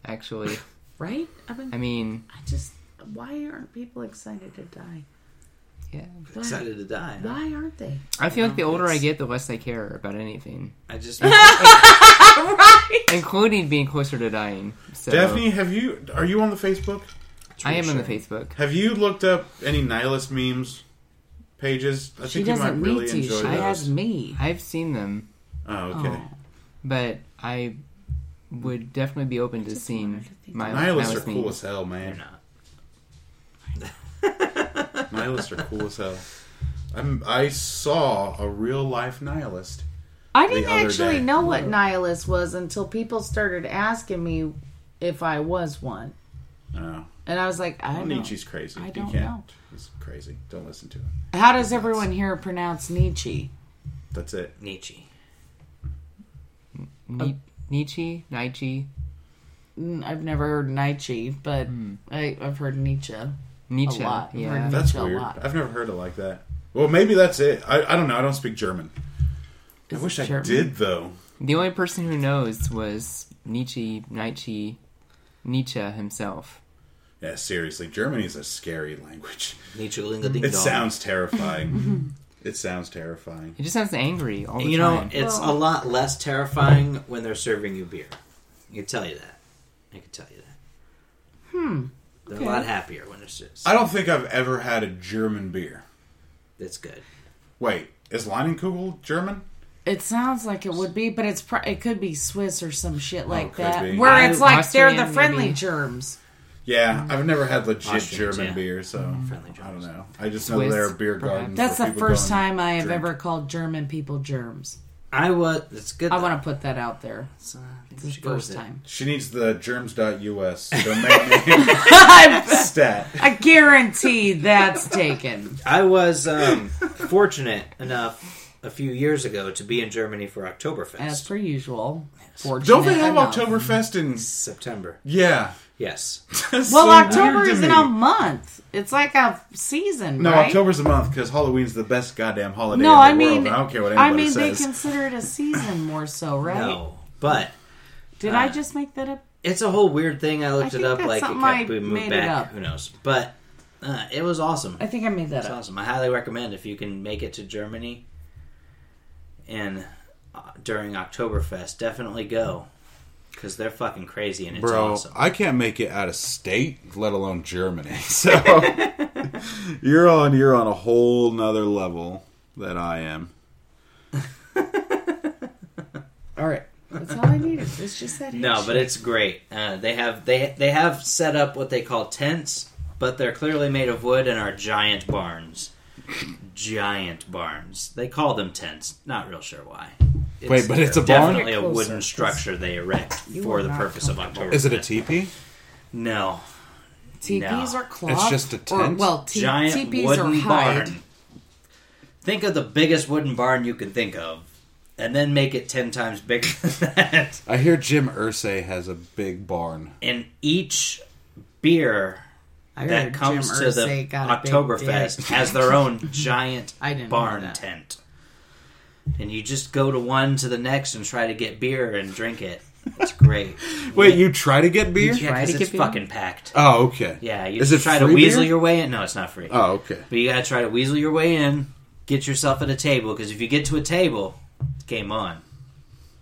S1: actually.
S4: Right? I mean,
S1: I mean,
S4: I just why aren't people excited to die?
S1: yeah.
S4: Why-
S6: Excited to die. huh?
S4: Why aren't they?
S1: I feel like the older I get, the less I care about anything,
S6: I just
S1: including being closer to dying. So
S3: Daphne, have you are you on the Facebook?
S1: I am on the Facebook.
S3: Have you looked up any nihilist memes pages? I
S4: She
S3: think you might
S4: doesn't
S3: really
S4: need to.
S3: enjoy
S4: She
S3: those.
S4: has me.
S1: I've seen them,
S3: Oh, okay.
S1: but I would definitely be open to seeing
S4: wanted to think
S1: my
S3: Nihilists are
S1: my
S3: cool as
S1: memes.
S3: hell,
S6: You're
S3: man.
S6: not.
S3: Nihilists are cool as hell. I'm, I saw a real life nihilist.
S4: I didn't
S3: other
S4: actually
S3: day.
S4: know what nihilist was until people started asking me if I was one,
S3: Oh,
S4: and I was like, I don't.
S3: Nietzsche's crazy.
S4: I
S3: You
S4: don't
S3: can't-
S4: know.
S3: He's crazy. Don't listen to him.
S4: How does everyone here pronounce Nietzsche?
S3: That's it.
S6: Nietzsche.
S1: Ni- Nietzsche, Nietzsche,
S4: Mm, I've never heard Nietzsche, but
S3: Hmm.
S4: I, I've heard Nietzsche.
S1: Nietzsche.
S4: lot. I've
S1: Yeah,
S4: heard
S3: That's
S4: a
S3: weird.
S4: lot.
S3: I've never heard it like that. Well, maybe that's it. I, I don't know. I don't speak German.
S4: Is
S3: I wish
S4: it
S3: I
S4: German?
S3: did though.
S1: the only person who knows was Nietzsche, Nietzsche, Nietzsche himself.
S3: Yeah, seriously, Germany's a scary language.
S6: Nietzsche Linga Ding
S3: It
S6: Dong.
S3: sounds terrifying. it sounds terrifying.
S1: It just sounds angry all the
S6: You know,
S1: time.
S6: it's a
S4: Well-
S6: lot less terrifying when they're serving you beer. I can tell you that. I can tell you that. Hmm. They're a lot happier when it's just.
S3: I don't think I've ever had a German beer.
S6: It's good.
S3: Wait, is Leinenkugel German?
S4: It sounds like it would be, but it's pro- it could be Swiss or some shit like
S3: Oh, could
S4: that,
S3: be.
S4: where
S1: I-
S4: it's like they're
S1: Austrian,
S4: the friendly
S1: maybe.
S4: germs.
S3: Yeah, I've never had legit
S6: Mm. Austrians,
S3: German
S6: yeah. Mm.
S3: beer, so
S6: Friendly
S3: I don't
S6: Germans.
S3: know. I just know
S1: Swiss,
S3: they're a beer
S1: perhaps.
S3: garden.
S4: That's
S3: where
S4: the
S3: people
S4: first
S3: go and
S4: time I have
S3: drink.
S4: ever called German people germs.
S6: I was. It's good.
S4: I want to put that out there.
S6: to.
S4: It's the first time.
S3: She needs the germs.us domain name stat.
S4: I guarantee that's taken.
S6: I was um, fortunate enough a few years ago to be in Germany for Oktoberfest.
S4: as per usual. Fortunate
S3: Don't they have
S4: enough.
S3: Oktoberfest in?
S6: September.
S3: Yeah.
S6: Yes.
S3: That's so
S4: Well,
S3: weird
S4: October
S3: to
S4: isn't
S3: me.
S4: a month. It's like a season,
S3: No,
S4: right?
S3: October's the month because Halloween's the best goddamn holiday.
S4: No,
S3: in the
S4: I mean,
S3: world. I don't care what
S4: I
S3: anybody
S4: mean,
S3: says.
S4: they consider it a season more so, right?
S6: No. But
S4: Did I just make that up?
S6: it's a whole weird thing. I
S4: I
S6: looked
S4: think
S6: it up.
S4: that's
S6: Like it
S4: something I
S6: kept we
S4: made
S6: moved
S4: it
S6: back.
S4: up.
S6: Who knows? But uh, it was awesome.
S4: I think I made that
S6: It's
S4: up.
S6: awesome. I highly recommend if you can make it to Germany and uh, during Oktoberfest, definitely go because they're fucking crazy and it's
S3: Bro,
S6: awesome.
S3: I can't make it out of state, let alone Germany. So you're on you're on a whole nother level that I am.
S4: All right, that's all I needed. It's just that.
S6: No,
S4: handshake.
S6: but it's great. Uh, they have they they have set up what they call tents, but they're clearly made of wood and are giant barns. giant barns. They call them tents. Not real sure why. It's,
S3: Wait, but it's a barn?
S6: definitely
S4: Get
S6: a
S4: closer,
S6: wooden
S4: 'cause
S6: structure they erect
S4: you
S6: for
S4: are
S6: the
S4: not
S6: purpose of
S4: comfortable.
S6: October.
S3: Is it a teepee?
S6: No,
S4: teepees
S6: no.
S4: are cloth.
S3: It's just a
S4: Or,
S3: tent?
S4: well, te-
S6: giant
S4: teepees are
S6: wooden
S4: hide.
S6: barn. Think of the biggest wooden barn you can think of, and then make it ten times bigger than that.
S3: I hear Jim Ursay has a big barn.
S6: And each beer
S4: I heard
S6: that
S4: Jim
S6: comes to the
S4: Irsay got a big
S6: Oktoberfest
S4: dick.
S6: has their own giant
S4: I didn't know
S6: barn
S4: that.
S6: tent. And you just go to one to the next and try to get beer and drink it. It's great.
S3: Wait, you try to get beer?
S6: yeah, 'cause
S1: Try to
S6: it's
S1: get beer?
S6: fucking packed.
S3: Oh, okay.
S6: Yeah, you
S3: Is
S6: just
S3: it
S6: try to
S3: free
S6: weasel
S3: beer?
S6: your way in. No, it's not free.
S3: Oh, okay.
S6: But you gotta try to weasel your way in, get yourself at a table, because if you get to a table, game on.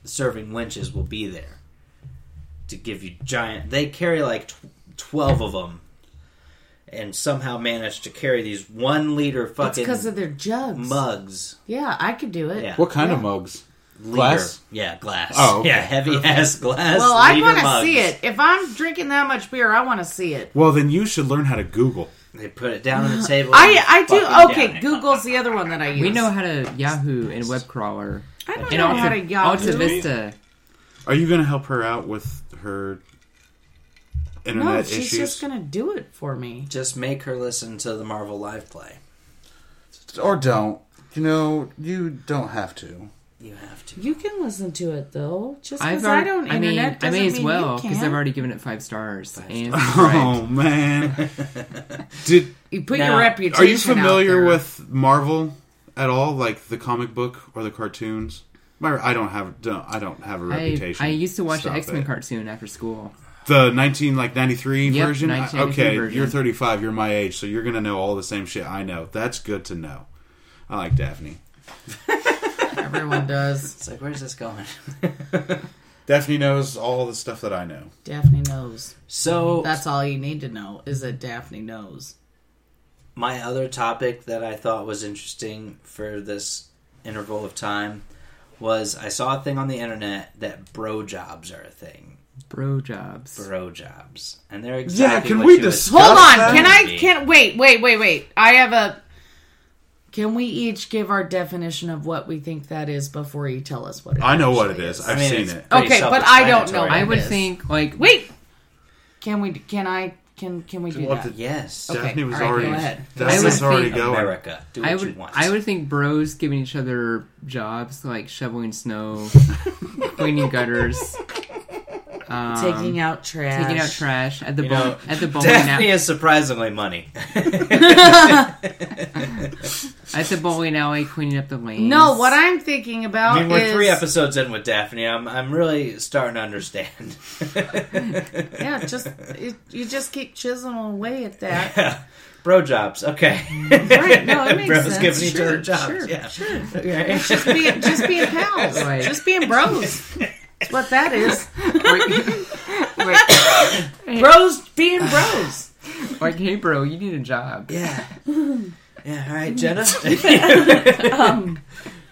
S6: The serving wenches will be there to give you giant. They carry like tw- 12 of them and somehow manage to carry these one liter
S4: It's
S6: fucking
S4: because of their jugs.
S6: mugs.
S4: Yeah, I could do it.
S6: Yeah.
S3: What kind of mugs? Glass?
S6: Liter. Yeah, glass.
S3: Oh, okay.
S6: Yeah, heavy ass glass.
S4: Well, I
S6: want
S4: want to see it. If I'm drinking that much beer, I want to see it.
S3: Well, then you should learn how to Google.
S6: They put it down on the table. and
S4: I I do.
S6: fucking down
S4: Okay,
S6: it.
S4: Google's the other one that I use.
S1: We know how to Yahoo and web crawler.
S4: I don't
S1: and
S4: know
S1: Alta,
S4: how to Yahoo.
S1: Alta Vista.
S3: Are you going to help her out with her internet
S4: No, she's
S3: issues?
S4: just gonna do it for me.
S6: Just make her listen to the Marvel Live play.
S3: Or don't. You know, you don't have to.
S6: You have to.
S4: You can listen to it though, just
S1: I've
S4: because I
S1: already-
S4: don't
S1: I mean,
S4: internet
S1: I
S4: doesn't
S1: may as
S4: mean
S1: well
S4: you
S1: because I've
S4: can't.
S1: already given it five stars. and subscribed.
S3: Oh, man. Did
S4: You put
S6: Now,
S4: your
S6: are you
S4: reputation.
S3: Are you
S4: out
S3: familiar
S4: there.
S3: with Marvel at all, like the comic book or the cartoons? My, I don't have don't, I don't have a
S1: I,
S3: reputation.
S1: I used to watch
S3: Stop
S1: the X Men
S3: it.
S1: cartoon after school.
S3: The nineteen like ninety three
S1: Yep,
S3: version. I-
S1: 1993
S3: okay,
S1: version.
S3: you're thirty five. You're my age, so you're gonna know all the same shit I know. That's good to know. I like Daphne.
S4: Everyone does.
S6: It's like, where's this going?
S3: Daphne knows all the stuff that I know.
S4: Daphne knows.
S6: So
S4: That's all you need to know is that Daphne knows.
S6: my other topic that I thought was interesting for this interval of time was I saw a thing on the internet that bro jobs are a thing.
S1: Bro jobs.
S6: Bro jobs, and they're exactly
S3: can
S6: what
S3: we
S6: you would-
S3: discuss-
S4: Hold on.
S3: That's
S4: Can
S6: crazy.
S4: I? Can wait? Wait? Wait? Wait? I have a. Can we each give our definition of what we think that is before you tell us what it is?
S3: I know what it is.
S6: I
S3: I've
S6: mean, it's
S3: seen it.
S6: pretty
S4: Okay, but I don't know.
S6: self-explanatory.
S1: I would
S4: Yes.
S1: think like
S4: Wait. Can we? Can I? Can Can we do
S3: What
S4: that?
S3: the-
S6: yes,
S4: Okay,
S3: Daphne was
S4: all right,
S3: already.
S4: go ahead.
S1: I
S3: Daphne
S1: would
S3: was already
S1: think
S3: going.
S6: America, do what
S1: I
S6: you
S1: would
S6: want.
S1: I would think bros giving each other jobs like shoveling snow, cleaning gutters, um,
S4: Taking out trash.
S1: taking out trash at the bowl,
S6: know,
S1: at the bowling
S6: Daphne
S1: alley,
S6: is surprisingly money.
S1: at the bowling alley cleaning up the lanes.
S4: No, what I'm thinking about
S6: I mean, we're
S4: is
S6: three episodes in with Daphne. I'm I'm really starting to understand.
S4: yeah, just it, you just keep chiseling away at that.
S6: bro jobs, okay.
S4: Right? No, it makes
S6: Bros
S4: sense.
S6: giving each
S4: Sure,
S6: other jobs.
S4: Sure,
S6: yeah.
S4: sure.
S6: Okay.
S4: Just being, just being pals,
S1: Right.
S4: just being bros. That's what that is.
S1: Like,
S4: Bros being bros.
S1: like, hey, bro, you need a job.
S6: Yeah. Yeah, all right, Jenna.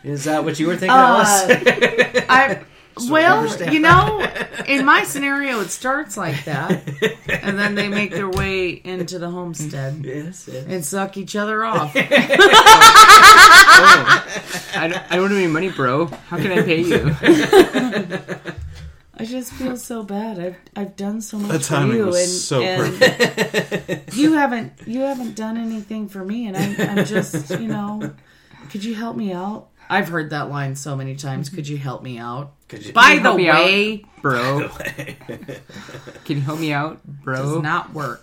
S6: Is that what you were thinking
S4: Um, Uh,
S6: it was?
S4: I well,
S6: understand.
S4: you know, in my scenario, it starts like that, and then they make their way into the homestead
S6: yes, yes.
S4: and suck each other off.
S1: Oh, I, don't, I don't have any money, bro. How can I pay you?
S4: I just feel so bad. I've I've done so much
S3: That
S4: for
S3: timing
S4: you,
S3: was
S4: and,
S3: so
S4: and you haven't you haven't done anything for me, and I'm, I'm just you know Could you help me out? I've heard that line so many times. Could you help me out?
S6: Could you-
S4: By the
S1: help me out?
S4: way,
S1: bro. Can you help me out, bro?
S4: does not work.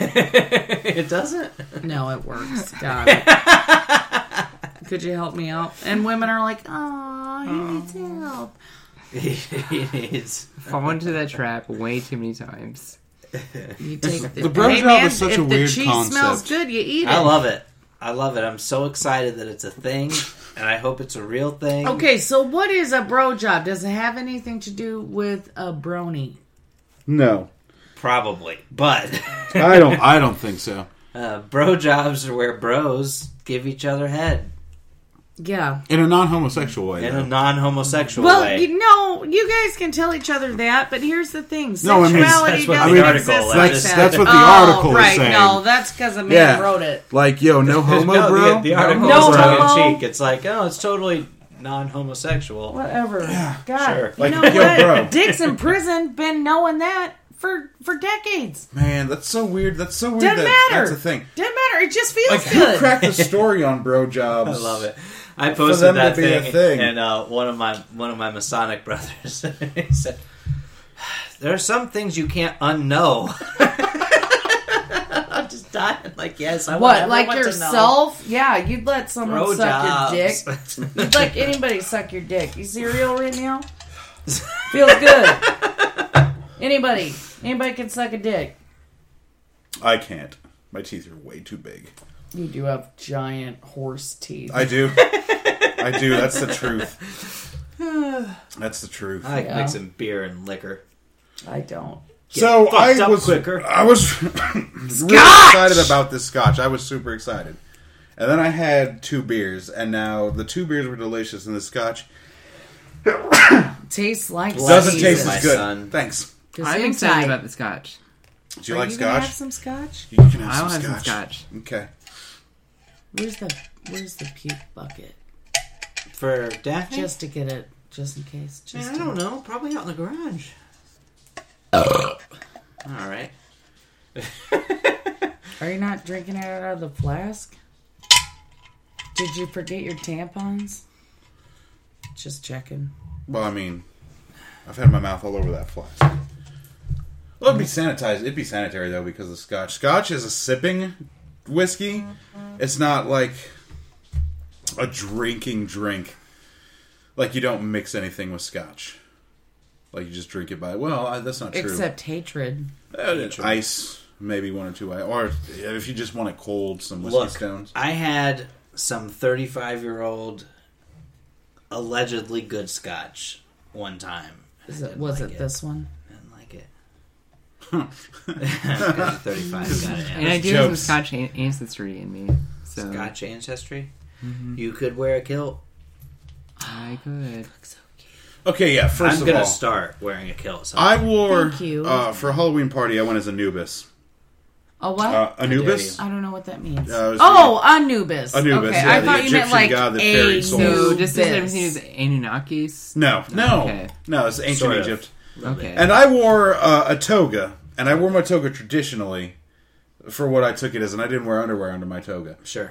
S6: it doesn't.
S4: No, it works. Got it. Could you help me out? And women are like, oh, he needs help.
S6: it is.
S1: Fall into that trap way too many times.
S4: You take the,
S3: the bro
S4: hey,
S3: job
S4: man,
S3: is such
S4: if
S3: a weird
S4: the cheese
S3: concept.
S4: smells good, you eat it.
S6: I love it. I love it. I'm so excited that it's a thing, and I hope it's a real thing.
S4: Okay, so what is a bro job? Does it have anything to do with a brony?
S3: No,
S6: Probably, but
S3: I don't. I don't think so.
S6: uh, bro jobs are where bros give each other head
S4: Yeah.
S3: In a non-homosexual way.
S6: in
S3: though.
S6: a non-homosexual
S4: Well,
S6: way.
S4: you know, you guys can tell each other that, but here's the thing:
S3: No, I mean-
S4: sexuality
S6: That's what
S4: doesn't
S6: the
S4: exist.
S6: article
S4: like
S6: is.
S4: that.
S3: That's what the
S4: oh,
S3: article is
S4: right,
S3: saying.
S4: No, that's because a man
S3: Yeah.
S4: wrote it.
S3: Like, yo, no homo,
S6: no,
S3: bro.
S6: The, the article
S4: No
S6: is tongue
S4: homo.
S6: in cheek. It's like, oh, it's totally non-homosexual.
S4: Whatever. God,
S6: sure.
S4: you
S3: Like,
S4: know
S3: yo,
S4: what?
S3: bro.
S4: Dick's in prison. Been knowing that for for decades.
S3: Man, that's so weird. That's so weird.
S4: Doesn't
S3: That,
S4: matter.
S3: That's a thing.
S4: Doesn't matter. It just feels
S3: Like, who
S4: good.
S3: cracked the story on bro jobs?
S6: I love it. I
S3: them
S6: posted
S3: to
S6: that
S3: be a
S6: thing,
S3: thing.
S6: and uh, one of my one of my Masonic brothers he said, "There are some things you can't unknow." I'm just dying. Like, yes, I
S4: What,
S6: want
S4: like
S6: everyone to know.
S4: yourself? Yeah, you'd let someone
S6: Bro
S4: suck your dick.
S6: jobs.
S4: You'd let anybody suck your dick. You cereal right now? Feels good. anybody. Anybody can suck a dick.
S3: I can't. My teeth are way too big.
S4: You do have giant horse teeth.
S3: I do. I do. That's the truth. That's the truth.
S6: I like
S4: Yeah.
S6: mixing beer and liquor.
S4: I don't.
S3: so
S6: fucked
S3: I
S6: up
S3: was
S6: quicker.
S3: I was really excited about this scotch. I was super excited. And then I had two beers, and now the two beers were delicious, and the scotch
S4: Tastes like
S3: doesn't
S4: cheese.
S3: taste
S6: my
S3: as good.
S6: son.
S3: Thanks.
S4: Just
S1: I'm
S4: inside.
S1: excited about the scotch.
S3: Do you
S4: Are
S3: like
S4: you gonna
S3: scotch?
S4: have some scotch?
S3: You can have
S1: I
S3: some
S1: will have some
S3: scotch.
S1: scotch.
S3: Okay.
S4: Where's the Where's the puke bucket?
S6: For Daphne?
S4: Just to get it, just in case. Just
S6: I don't know. Probably out in the garage. All right.
S4: Are you not drinking it out of the flask? Did you forget your tampons? Just checking.
S3: Well, I mean, I've had my mouth all over that flask. Well, it'd be sanitized. It'd be sanitary though because of scotch. Scotch is a sipping whiskey. It's not like a drinking drink. Like you don't mix anything with scotch. Like you just drink it by. Well, I, that's not true.
S4: Except hatred.
S3: Uh, ice, maybe one or two ice, or if you just want it cold, some whiskey
S6: Look,
S3: stones.
S6: I had some 35 year old allegedly good scotch one time.
S4: Is
S6: I
S4: it,
S6: didn't
S4: was
S6: like
S4: it this one?
S6: I didn't like it. 'Cause of 35 got
S1: And I
S6: it.
S1: do have
S3: jokes.
S1: some scotch an- ancestry in me. So
S6: Scotch ancestry. You could wear a kilt.
S1: I could.
S3: Okay, yeah. 1st
S6: I'm
S3: of
S6: gonna
S3: all,
S6: start wearing a kilt. So
S3: I wore
S4: Thank you.
S3: Uh, for Halloween party. I went as Anubis.
S4: A what?
S3: Uh, Anubis.
S4: I don't know what that means.
S3: Uh, it was
S4: oh, Anubis.
S3: Anubis,
S4: Okay,
S3: yeah,
S4: I
S3: the
S4: thought you meant
S3: Egyptian
S4: like
S3: god that carried souls.
S1: So just as
S4: Anubis.
S1: everything is Anunnaki's.
S3: No, no,
S1: Okay.
S3: no. It's ancient
S6: Sort of.
S3: Egypt.
S1: Okay.
S3: And I wore uh, a toga, and I wore my toga traditionally for what I took it as, and I didn't wear underwear under my toga.
S6: sure.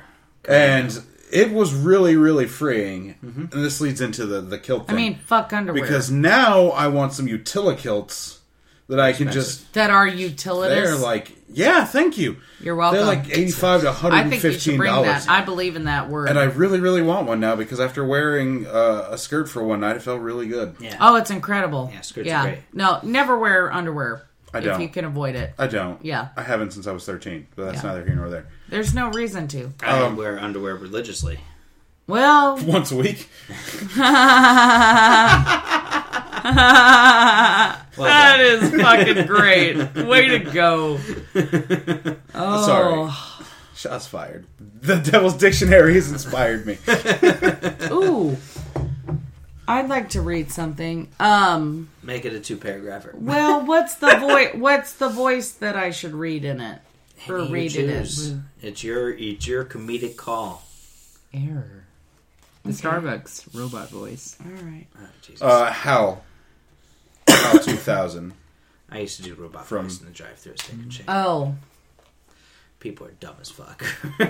S3: And it was really, really freeing. And this leads into the the kilt.
S4: Mm-hmm. I
S3: Thing.
S4: mean, fuck underwear.
S3: because now I want some utila kilts that I can just.
S4: that are
S3: They're
S4: utilities.
S3: like, yeah, thank you.
S4: You're welcome.
S3: They're like eighty-five to one
S4: I
S3: hundred and
S4: think you should
S3: fifteen
S4: bring
S3: dollars.
S4: that. I believe in that word.
S3: And I really, really want one now because after wearing uh, a skirt for one night, it felt really good.
S6: Yeah.
S4: oh, it's incredible.
S6: Yeah, skirts are great.
S4: No, never wear underwear
S3: I
S4: if
S3: don't.
S4: you can avoid it.
S3: I don't.
S4: Yeah.
S3: I haven't since I was 13, but that's
S4: Yeah.
S3: neither here nor there.
S4: There's no reason to.
S6: I
S3: um,
S6: would wear underwear religiously.
S4: Well,
S3: Once a week?
S6: Well,
S4: That
S6: done.
S4: is fucking great. Way to go. Oh,
S3: Sorry. Shots fired. The Devil's Dictionary has inspired me.
S4: Ooh. I'd like to read something. Um,
S6: make it a two paragrapher.
S4: well, what's the voice what's the voice that I should read in it? Or
S6: You
S4: read it
S6: choose.
S4: in.
S6: It's your it's your comedic call.
S1: Error. The Starbucks robot voice.
S4: All right.
S6: Oh, Jesus.
S3: Uh, Hal. Hal 2000.
S6: I used to do robot
S3: from-
S6: voice in the drive-thru. Steak and shake.
S4: Oh,
S6: People are dumb as fuck.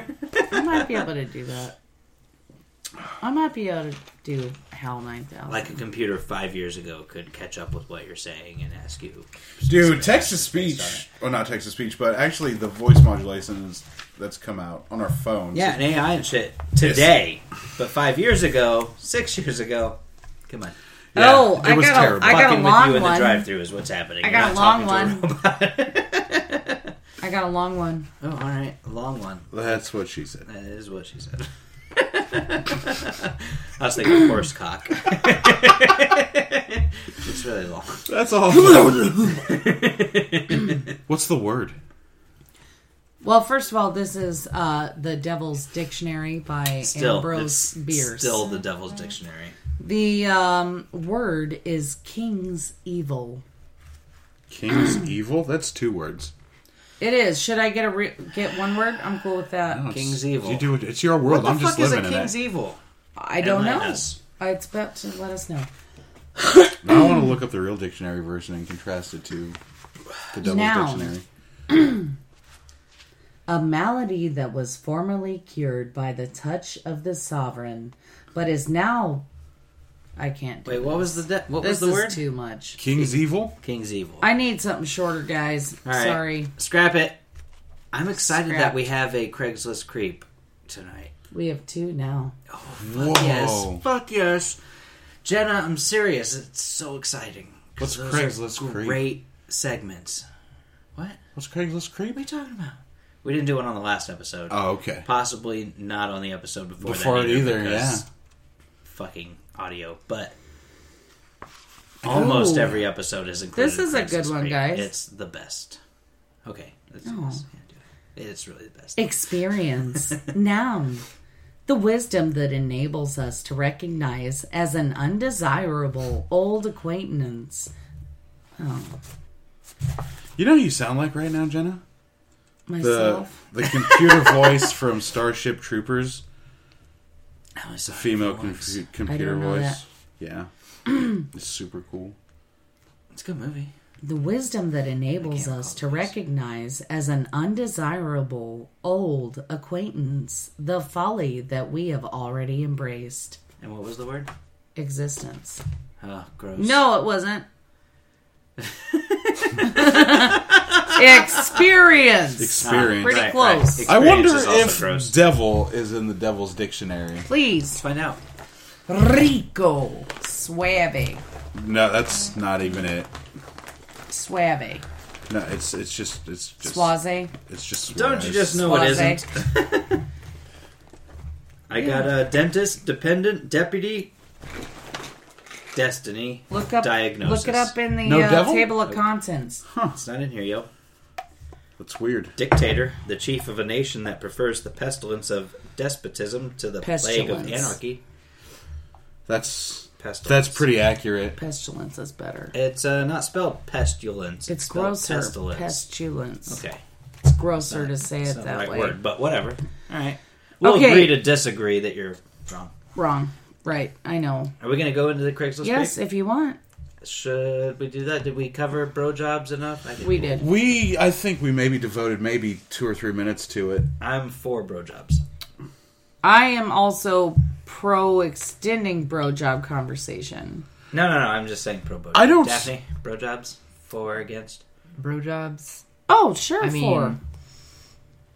S4: I might be able to do that. I might be able to do HAL 9000.
S6: Like a computer five years ago could catch up with what you're saying and ask you.
S3: Dude, text to speech, or not text to speech, but actually the voice modulations that's come out on our phones.
S6: Yeah, and AI and shit today, but five years ago, six years ago, come on.
S3: Yeah,
S4: oh,
S3: it
S4: I
S3: was
S4: got a,
S3: terrible.
S4: I got a
S6: Fucking with you
S4: long
S6: in the
S4: one.
S6: drive-through is what's happening.
S4: I
S6: You're
S4: got a
S6: not
S4: long
S6: talking to
S4: I got a long one.
S6: a robot. oh, all right, a long one.
S3: That's what she said.
S6: That is what she said. I was thinking horse cock. it's really long.
S3: That's all. What's the word?
S4: Well, first of all, this is uh, the Devil's Dictionary by
S6: Still,
S4: Ambrose
S6: it's
S4: Bierce.
S6: still the Devil's Dictionary.
S4: The um, word is King's Evil.
S3: King's evil? That's two words.
S4: It is. Should I get a re- get one word? I'm cool with that.
S6: King's evil.
S3: You do it. It's your world.
S6: What the
S3: I'm
S6: fuck
S3: just
S6: is a
S3: living in
S6: king's
S3: it.
S6: evil?
S4: I don't
S6: Enlighten
S4: know. Uh,
S6: us.
S4: It's about to let us know.
S3: Now I want to look up the real dictionary version and contrast it to the Devil's
S4: Noun.
S3: Dictionary.
S4: A malady that was formerly cured by the touch of the sovereign, but is now. I can't. Do
S6: Wait, what was the de- what
S4: this
S6: was the
S4: is
S6: word?
S4: too much.
S3: King's evil?
S6: King's evil.
S4: I need something shorter, guys.
S6: All right.
S4: Sorry,
S6: Scrap it. I'm excited
S4: Scrap.
S6: that we have a Craigslist creep tonight.
S4: we have two now.
S3: Whoa.
S6: Yes. Fuck yes. Jenna, I'm serious. It's so exciting. 'Cause
S3: What's
S6: those are
S3: Craigslist creep?
S6: Great segments.
S3: What's Craigslist creep?
S6: What are you talking about? We didn't do one on the last episode.
S3: Oh, okay.
S6: Possibly not on the episode before,
S3: Before
S6: that
S3: it either,
S6: because
S3: yeah.
S6: Fucking audio, but almost
S4: Ooh.
S6: every episode is included.
S4: This is a good
S6: Craigslist
S4: one,
S6: creep.
S4: guys.
S6: It's the best. Okay, let's do
S4: Oh.
S6: this. Yeah, do it. It's really the best.
S4: Experience, noun. The wisdom that enables us to recognize as an undesirable old acquaintance.
S3: You know who you sound like right now, Jenna? The,
S4: Myself.
S3: the computer voice from Starship Troopers.
S6: Oh, it's a
S3: Female
S6: fucking works.
S3: confu- computer
S4: I don't know
S3: voice.
S4: that.
S3: Yeah. it's super cool.
S6: It's a good movie.
S4: The wisdom that enables
S6: can't
S4: us
S6: recall
S4: to recognize as an undesirable old acquaintance the folly that we have already embraced.
S6: And what was the word?
S4: Existence.
S6: Oh, gross.
S4: No, it wasn't. Experience.
S3: Experience.
S4: pretty close.
S3: I wonder
S6: Experience is also
S3: if
S6: gross.
S3: devil is in the devil's dictionary.
S4: Please.
S6: Find out.
S4: Rico. Suave.
S3: No, that's not even it.
S4: Suave.
S3: No, it's it's just it's just
S4: Suave.
S3: it's just
S6: Don't you just know
S4: Suave.
S6: it isn't? I got a dentist, dependent, deputy, destiny.
S4: Look up.
S6: diagnosis.
S4: Look it up in the
S3: No
S4: uh,
S3: devil?
S4: table of contents.
S6: It's not in here, yo.
S3: That's weird.
S6: Dictator, the chief of a nation that prefers the pestilence of despotism to the plague of
S4: Pestilence.
S6: anarchy.
S3: That's
S6: Pestilence.
S3: that's pretty accurate.
S4: Pestilence is better.
S6: It's uh, not spelled pestilence.
S4: It's
S6: spelled
S4: grosser.
S6: Pestilence.
S4: Pestilence.
S6: okay.
S4: It's grosser to say
S6: It's
S4: it
S6: not
S4: that
S6: the right
S4: way.
S6: word, but whatever. All right. We'll
S4: Okay.
S6: agree to disagree that you're wrong.
S4: Wrong. Right. I know.
S6: Are we going to go into the Craigslist?
S4: yes, if you want.
S6: pic? Should we do that? Did we cover bro jobs enough? I did.
S4: We did.
S3: We I think we maybe devoted maybe two or three minutes to it.
S6: I'm for bro jobs.
S4: I am also pro extending bro job conversation.
S6: No, no, no. I'm just saying pro bro.
S3: I don't-
S6: Daphne, bro jobs for or against.
S1: Bro jobs.
S4: Oh, sure.
S1: I
S4: for.
S1: mean,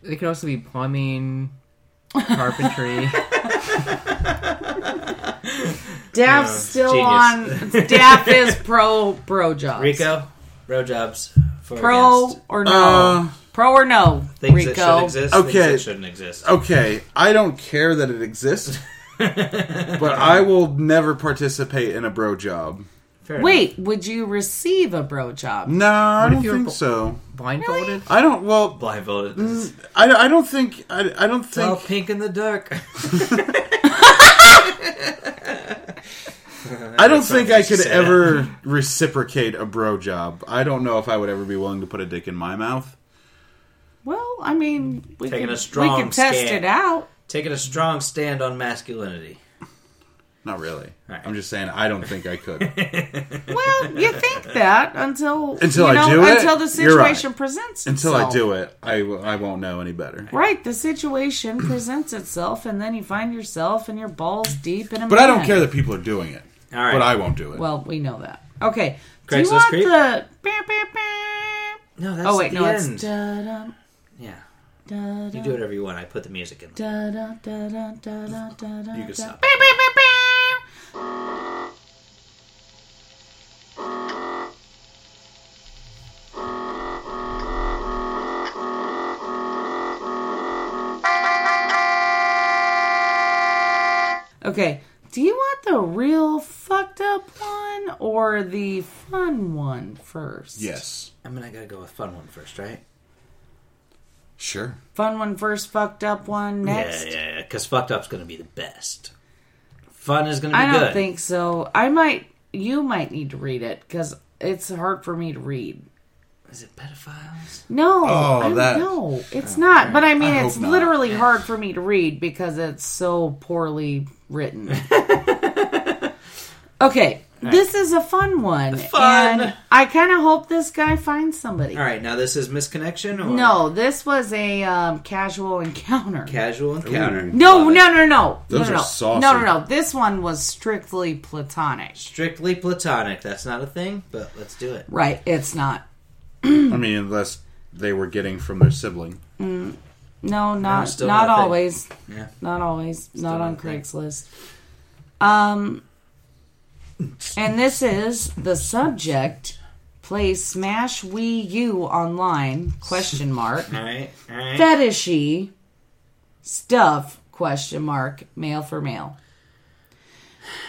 S1: they could also be plumbing, carpentry.
S4: Daph's still
S6: genius.
S4: on. Daph is pro bro jobs.
S6: Rico, bro jobs for or
S4: Pro
S6: against.
S4: or no?
S3: Uh,
S4: pro or no?
S6: Things that should
S4: Rico.
S6: exist. Things
S3: Okay. Oh,
S6: that shouldn't exist.
S3: Okay, I don't care that it exists, but I will never participate in a bro job.
S6: Fair
S4: Wait, would you receive a bro job?
S3: No, I
S1: What if
S3: don't
S1: you were
S3: think
S1: bo-
S3: so.
S1: Blindfolded.
S3: I don't. Well,
S6: enough. blindfolded.
S3: I, I don't think I, I don't
S6: It's all
S3: think
S6: pink in the dark.
S3: I don't think I could
S6: Sad.
S3: ever reciprocate a bro job. I don't know if I would ever be willing to put a dick in my mouth.
S4: Well, I mean, we
S6: Taking
S4: can,
S6: a strong
S4: we can test
S6: scan.
S4: it out.
S6: Taking a strong stand on masculinity.
S3: Not really.
S6: Alright.
S3: I'm just saying I don't think I could.
S4: Well, you think that until you
S3: Until I
S4: know,
S3: do it,
S4: until the
S3: you're right.
S4: situation presents
S3: Until
S4: itself.
S3: I do it, I, w- I won't know any better.
S4: Right, the situation presents itself, and then you find yourself and your balls deep in a.
S3: But I don't
S4: mud.
S3: care that people are doing it.
S6: All right.
S3: But I won't do it.
S4: Well, we know that. Okay. Do
S6: Craigslist
S4: you want
S6: creep?
S4: the?
S6: No, that's
S4: Oh wait,
S6: the
S4: no,
S6: end.
S4: it's da-dum,
S6: yeah.
S4: da-dum,
S6: You do whatever you want. I put the music in.
S4: da-dum, da-dum, da-dum, da-dum,
S6: You can
S4: da-
S6: stop.
S4: Beep, beep, beep, beep. Okay. Do you want the real fucked up one or the fun one first?
S3: yes.
S6: I mean, I gotta go with fun one first, right?
S3: Sure.
S4: Fun one first, fucked up one next.
S6: Yeah, yeah, yeah. Because fucked up's gonna be the best. Fun is gonna be
S4: I don't
S6: good.
S4: think so. I might. You might need to read it because it's hard for me to read.
S6: Is it pedophiles?
S4: No,
S3: Oh,
S4: I-
S3: that-
S4: no, it's not. But I mean,
S3: I
S4: it's
S3: hope not.
S4: literally hard for me to read because it's so poorly written. okay, this is a fun one,
S6: Fun.
S4: and I kind of hope this guy finds somebody.
S6: All right, now this is misconnection or
S4: No, this was a um, casual encounter.
S6: casual encounter.
S3: Ooh.
S4: no,
S6: Love it.
S4: no, no, no,
S3: Those
S4: no,
S3: are
S4: no,
S3: saucy.
S4: no, no, no. This one was strictly platonic.
S6: Strictly platonic. That's not a thing, but let's do it.
S4: Right, it's not.
S3: I mean, unless they were getting from their sibling.
S4: No,
S6: it's
S4: not
S6: still
S4: not
S6: not a thing.
S4: always.
S6: Yeah.
S4: Not always. not
S6: not
S4: on
S6: a thing.
S4: Craigslist. Um and this is the subject play Smash Wii U online question mark
S6: All right. All right.
S4: fetishy stuff question mark mail for mail.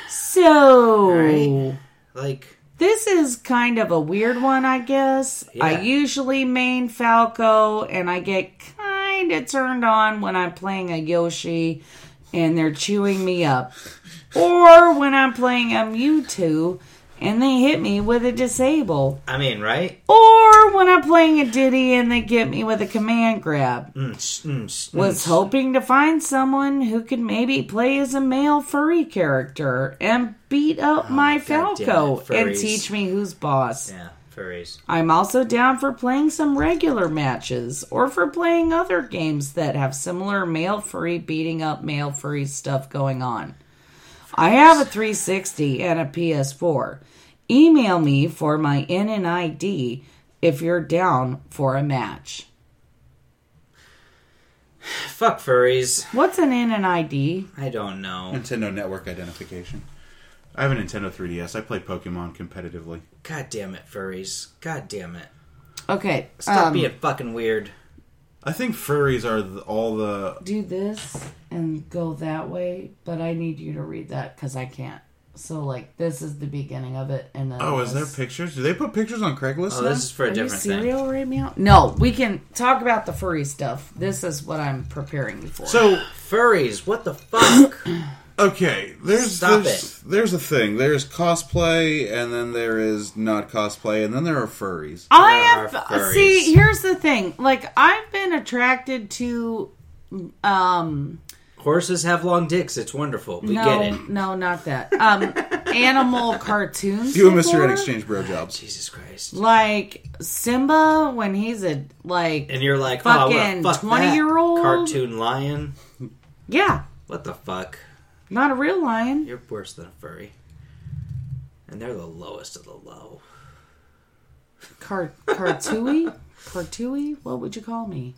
S4: So
S6: Alright. like
S4: this is kind of a weird one, I guess.
S6: Yeah.
S4: I usually main Falco, and I get kind of turned on when I'm playing a Yoshi and they're chewing me up, or when I'm playing a Mewtwo and they hit me with a disable,
S6: I mean, right?
S4: or when I'm playing a Diddy and they get me with a command grab.
S6: Mm, sh- mm, sh- mm.
S4: Was hoping to find someone who could maybe play as a male furry character and beat up my
S6: God damn Oh, it,
S4: Falco and
S6: furries.
S4: teach me who's boss.
S6: Yeah, furries.
S4: I'm also down for playing some regular matches or for playing other games that have similar male furry beating up male furry stuff going on. I have a 360 and a PS4. Email me for my N and ID if you're down for a match.
S6: Fuck furries.
S4: What's an N and ID?
S6: I don't know.
S3: Nintendo Network identification. I have a Nintendo 3DS. I play Pokemon competitively.
S6: God damn it, furries. God damn it.
S4: Okay,
S6: Stop
S4: um,
S6: being fucking weird.
S3: I think furries are the, all the.
S4: do this and go that way, but I need you to read that because I can't. So like this is the beginning of it, and then
S3: Oh, is there
S4: this.
S3: pictures? Do they put pictures on Craigslist?
S6: Oh,
S3: now?
S6: this is for a
S4: Are you
S6: different thing.
S4: cereal right now? No, we can talk about the furry stuff. This is what I'm preparing you for.
S3: so
S6: Furries, what the fuck?
S3: okay. There's
S6: Stop
S3: there's, there's a thing. There's cosplay, and then there is not cosplay, and then there are furries.
S4: I
S6: There
S4: have
S6: are furries.
S4: see. Here's the thing. Like I've been attracted to. Um.
S6: Horses have long dicks. It's wonderful. We
S4: no,
S6: get it.
S4: no, not that. Um. animal cartoons.
S3: You and Mister
S4: before.
S3: in exchange blowjobs.
S6: Jesus Christ.
S4: Like Simba when he's a like.
S6: And you're like,
S4: Fucking
S6: oh, what a fuck
S4: 20-year-old?
S6: that cartoon lion.
S4: yeah,
S6: What the fuck?
S4: not a real lion.
S6: You're worse than a furry. And they're the lowest of the low.
S4: Car cartooey. Cartooey. What would you call me?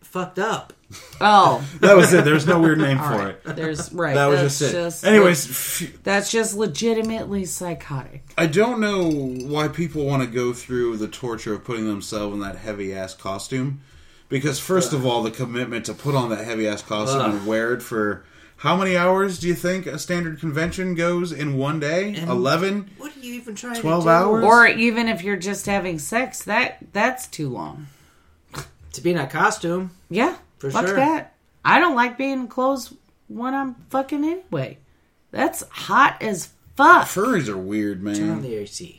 S6: Fucked up.
S4: Oh,
S3: That was it. There's no weird name
S4: all
S3: for
S4: right.
S3: it.
S4: There's right.
S3: That was
S4: that's
S3: just it. Anyways, phew,
S4: That's just legitimately psychotic.
S3: I don't know why people want to go through the torture of putting themselves in that heavy ass costume. Because first of all, the commitment to put on that heavy ass costume and wear it for how many hours do you think a standard convention goes in one day? Eleven?
S6: What are you even trying
S3: Twelve
S6: to do?
S3: hours?
S4: Or even if you're just having sex, that that's too long.
S6: To be in a costume.
S4: Yeah,
S6: For
S4: fuck
S6: sure.
S4: that. I don't like being in clothes when I'm fucking anyway. That's hot as fuck.
S3: Furries are weird,
S6: Turn on
S3: man.
S6: the AC.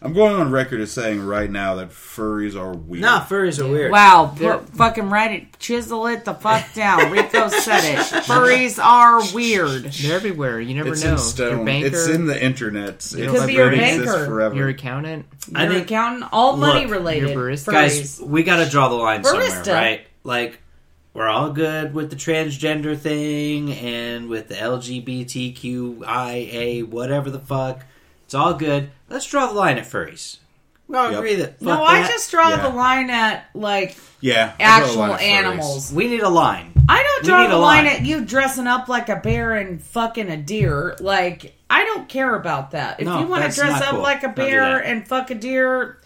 S3: I'm going on record as saying right now that furries are weird.
S6: Nah, furries are weird.
S4: Wow, put, fucking write it, chisel it the fuck down. Rico said it. Furries are weird.
S1: They're everywhere. You never
S3: it's
S1: know.
S3: in stone.
S1: Your banker,
S3: It's in the internet. It's
S4: could be your
S3: been exist
S4: banker.
S3: forever.
S1: your accountant.
S6: I
S4: Your
S6: think-
S4: accountant, all money
S6: look,
S4: related.
S1: your barista.
S4: Furries.
S6: guys, we got to draw the line
S4: Barista.
S6: somewhere, right? Like, we're all good with the transgender thing and with the LGBTQIA, whatever the fuck. It's all good. Let's draw the line at furries. We all
S3: Yep.
S6: agree that. Fuck
S4: no, I
S6: that.
S4: just draw
S3: Yeah.
S4: the line at like
S3: yeah, I got a lot
S4: actual
S3: of furries.
S4: animals.
S6: We need a line.
S4: I don't
S6: We
S4: draw
S6: need
S4: the
S6: a
S4: line
S6: line.
S4: at you dressing up like a bear and fucking a deer. Like I don't care about that. If
S6: No,
S4: you want to
S6: that's
S4: dress
S6: not
S4: up
S6: cool.
S4: like a
S6: Don't do
S4: bear
S6: that.
S4: and fuck a deer,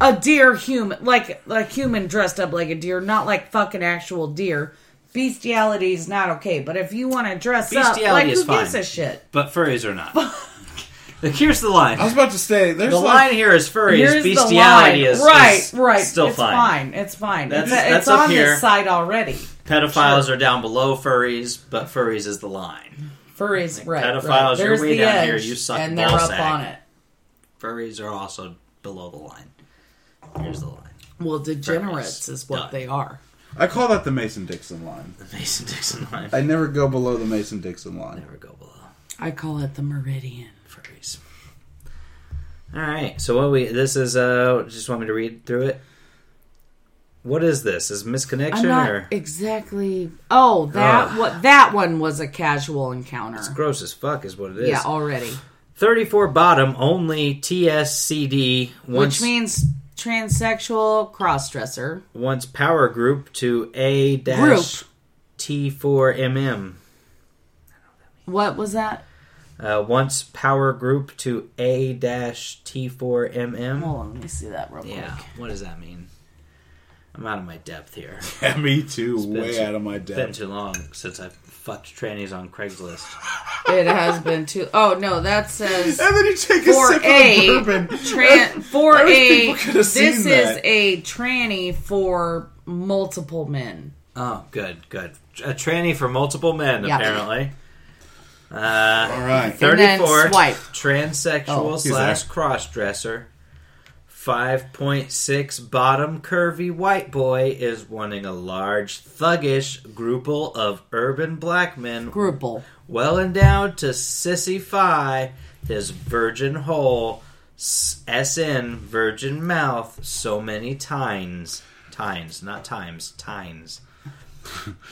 S4: a deer human, like a human dressed up like a deer, not like fucking actual deer. Bestiality is not okay. But if you want to dress up,
S6: Bestiality
S4: like
S6: is
S4: who gives
S6: fine.
S4: a shit?
S6: But furries are not. like, here's the line.
S3: I was about to say there's
S6: the
S3: like
S6: line here is furries.
S4: Here's
S6: Bestiality
S4: the line.
S6: is,
S4: right,
S6: is
S4: right.
S6: still
S4: it's
S6: fine.
S4: fine. It's fine.
S6: That's-
S4: it's
S6: that's
S4: it's
S6: up
S4: on
S6: here.
S4: this side already.
S6: Pedophiles are down below furries, but furries is the line.
S4: Furries, right?
S6: pedophiles,
S4: right.
S6: you're
S4: There's
S6: way
S4: the
S6: down here.
S4: edge,
S6: You suck
S4: and
S6: ball
S4: they're up
S6: sack.
S4: on it.
S6: Furries are also below the line. Here's the line.
S4: Well, degenerates
S6: Furries.
S4: is what
S6: Done.
S4: they are.
S3: I call that the Mason Dixon line.
S6: The Mason Dixon line.
S3: I never go below the Mason Dixon line.
S6: Never go below
S4: I call it the meridian.
S6: furries. All right. So what we this is uh just want me to read through it. What is this? Is
S4: I'm
S6: misconnection or
S4: not exactly. Oh, that
S6: Ugh.
S4: what that one was a casual encounter.
S6: gross as fuck is what it is.
S4: Yeah, already,
S6: 34 bottom only TSCD
S4: which
S6: once
S4: means transsexual crossdresser.
S6: once power group to A dash
S4: Group.
S6: T4MM.
S4: What was that?
S6: Uh, once power group to A dash T4MM.
S4: Hold on, let me see that real
S6: Yeah.
S4: quick.
S6: What does that mean? I'm out of my depth here.
S3: Yeah, me too. way
S6: too-
S3: out of my
S6: been
S3: depth.
S6: too long since I've fucked trannies on Craigslist.
S4: It has been too. Oh no, that says
S3: And then you take a
S4: for
S3: sip
S4: a
S3: of the bourbon.
S4: tran for
S3: I wish
S4: a.
S3: people coulda
S4: This
S3: seen
S4: is
S3: that.
S4: a tranny for multiple men.
S6: Oh, good, good. A tranny for multiple men,
S4: Yeah.
S6: apparently. Uh,
S3: All right.
S6: 34.
S4: And then swipe.
S6: Transsexual
S4: Oh,
S3: he's
S6: slash crossdresser. 5.6 bottom curvy white boy is wanting a large, thuggish grouple of urban black men
S4: Gruple.
S6: well endowed to sissify his virgin hole, s- SN virgin mouth, so many times. Times, not times, times.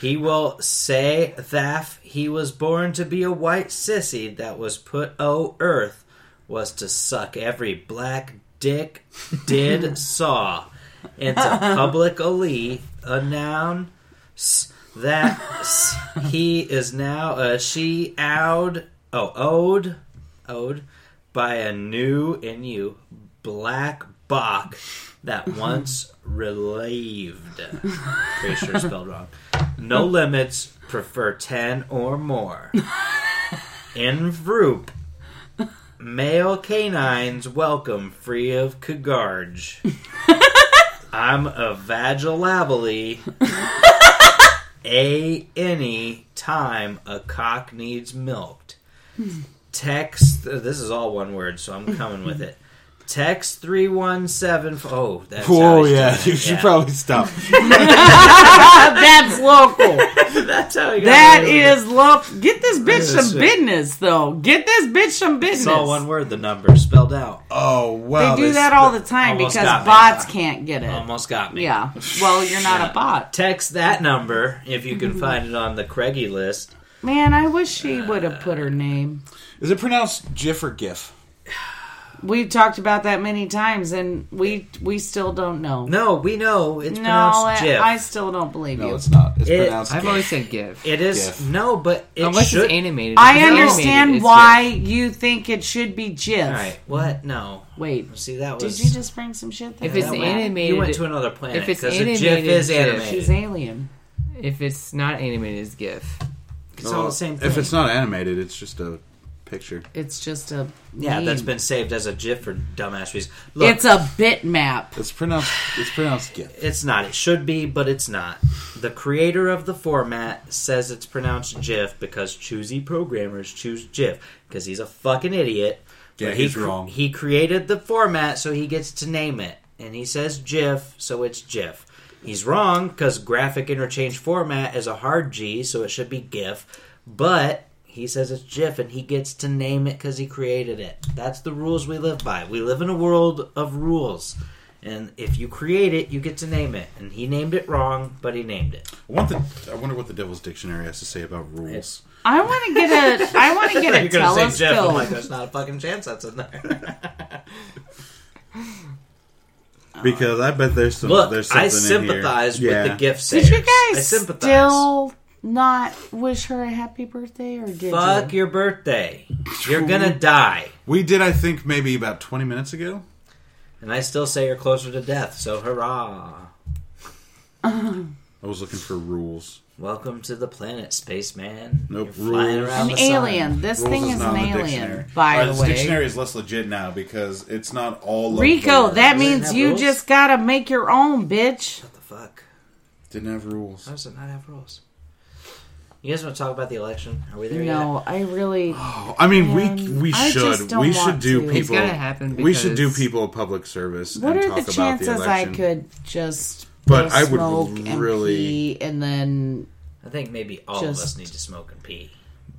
S6: he will say that he was born to be a white sissy that was put o earth, was to suck every black dick did saw into publicly a noun s- that s- he is now a she owed oh owed owed by a new and you black bok that once relieved pretty sure spelled wrong no limits prefer 10 or more in vroop male canines welcome free of cagarge i'm a vagilabily a any time a cock needs milked. Text. This is all one word, so I'm coming with it. Text three one seven. Oh, that's how
S3: Oh
S6: he's
S3: yeah,
S6: doing it,
S3: you should probably stop.
S4: That's local.
S6: That's how he got
S4: That
S6: away with it.
S4: is love. Get this bitch
S6: This
S4: some
S6: is-
S4: business, though. Get this bitch some business.
S6: It's all one word. The number spelled out.
S3: Oh
S4: They
S3: wow,
S4: do that all the
S3: sp-
S4: time
S6: almost
S4: because
S6: got me. Um,
S4: bots can't get it.
S6: Almost got me.
S4: Yeah. Well, you're not a bot,
S6: Text that number if you
S4: Mm-hmm.
S6: can find it on the Craigie list.
S4: man. I wish she would have put her name.
S3: Is it pronounced GIF or GIF?
S4: We've talked about that many times, and we we still don't know.
S6: No, we know it's
S4: No,
S6: pronounced
S4: I,
S6: Jif.
S4: I still don't believe
S3: No,
S4: you.
S3: it's not. It's
S6: It-
S3: pronounced.
S1: I've
S3: GIF.
S1: always said GIF.
S6: It is
S3: Jif.
S6: no, but it
S1: Unless
S6: should.
S1: it's animated. If
S4: I
S1: it's
S4: understand
S1: animated, it's
S4: why
S1: GIF.
S4: you think it should be GIF.
S6: All right, what? No,
S4: Wait,
S6: see that was.
S4: did you just bring some shit?
S1: If
S4: that
S1: it's
S4: I don't like?
S1: animated,
S6: You went to another planet
S1: if it's
S6: because the GIF
S1: animated,
S6: is
S1: GIF.
S6: animated.
S4: she's alien.
S1: If it's not animated, it's GIF.
S6: It's all the same thing.
S3: If it's not animated, it's just a picture.
S4: It's just a
S6: yeah,
S4: meme.
S6: that's been saved as a GIF for dumbass reasons. Look,
S4: It's a bitmap.
S3: It's pronounced. It's pronounced GIF.
S6: it's not. It should be, but it's not. The creator of the format says it's pronounced GIF because choosy programmers choose GIF because he's a fucking idiot But
S7: Yeah,
S6: he
S7: he's
S6: cr-
S7: wrong.
S6: He created the format, so he gets to name it, and he says GIF, so it's GIF. He's wrong because graphic interchange format is a hard G, so it should be GIF. But he says it's GIF, and he gets to name it because he created it. That's the rules we live by. We live in a world of rules. And if you create it, you get to name it. And he named it wrong, but he named it.
S3: I, want the, I wonder what the Devil's Dictionary has to say about rules.
S4: I want to get a. I want to get a
S6: You're gonna say Jeff. I'm like,
S4: telescope.
S6: there's not a fucking chance that's in there.
S3: Because I bet there's some.
S6: Look,
S3: there's something
S6: I
S3: in
S6: sympathize
S3: here.
S6: with the gift
S4: Did
S6: sayers.
S4: you
S6: I
S4: guys
S6: sympathize.
S4: still not wish her a happy birthday, or did
S6: Fuck
S4: you?
S6: your birthday. You're gonna die.
S3: We did, I think, maybe about 20 minutes ago.
S6: And I still say you're closer to death, so hurrah.
S3: I was looking for rules.
S6: Welcome to the planet, spaceman.
S3: Nope,
S6: You're flying
S3: rules.
S6: around
S4: An
S6: the sun.
S4: alien. This
S3: Rules
S4: thing is, an
S3: not in
S4: alien.
S3: dictionary.
S4: By
S3: Alright,
S4: the
S3: this
S4: way,
S3: dictionary is less legit now because it's not all of the
S4: Rico,
S3: words.
S4: that
S6: Does it
S4: means
S6: have
S4: you
S6: rules?
S4: just gotta make your own, bitch.
S6: What the fuck?
S3: didn't have rules.
S6: How does it not have rules? You guys want to talk about the election? Are we there yet?
S4: No, I really.
S3: Oh, I mean,
S4: Um,
S3: we we
S4: I just
S3: should
S4: don't
S3: we should
S4: want
S3: do
S4: to.
S3: people.
S4: It's
S1: gotta happen
S3: we should do
S1: because-
S3: people a public service.
S4: What
S3: and
S4: are
S3: talk
S4: the
S3: about
S4: chances
S3: the
S4: I
S3: election.
S4: could just
S3: But
S4: go
S3: I would
S4: smoke
S3: really-
S4: and, pee and then
S6: I think maybe all of us
S4: Just-
S6: need to smoke and pee.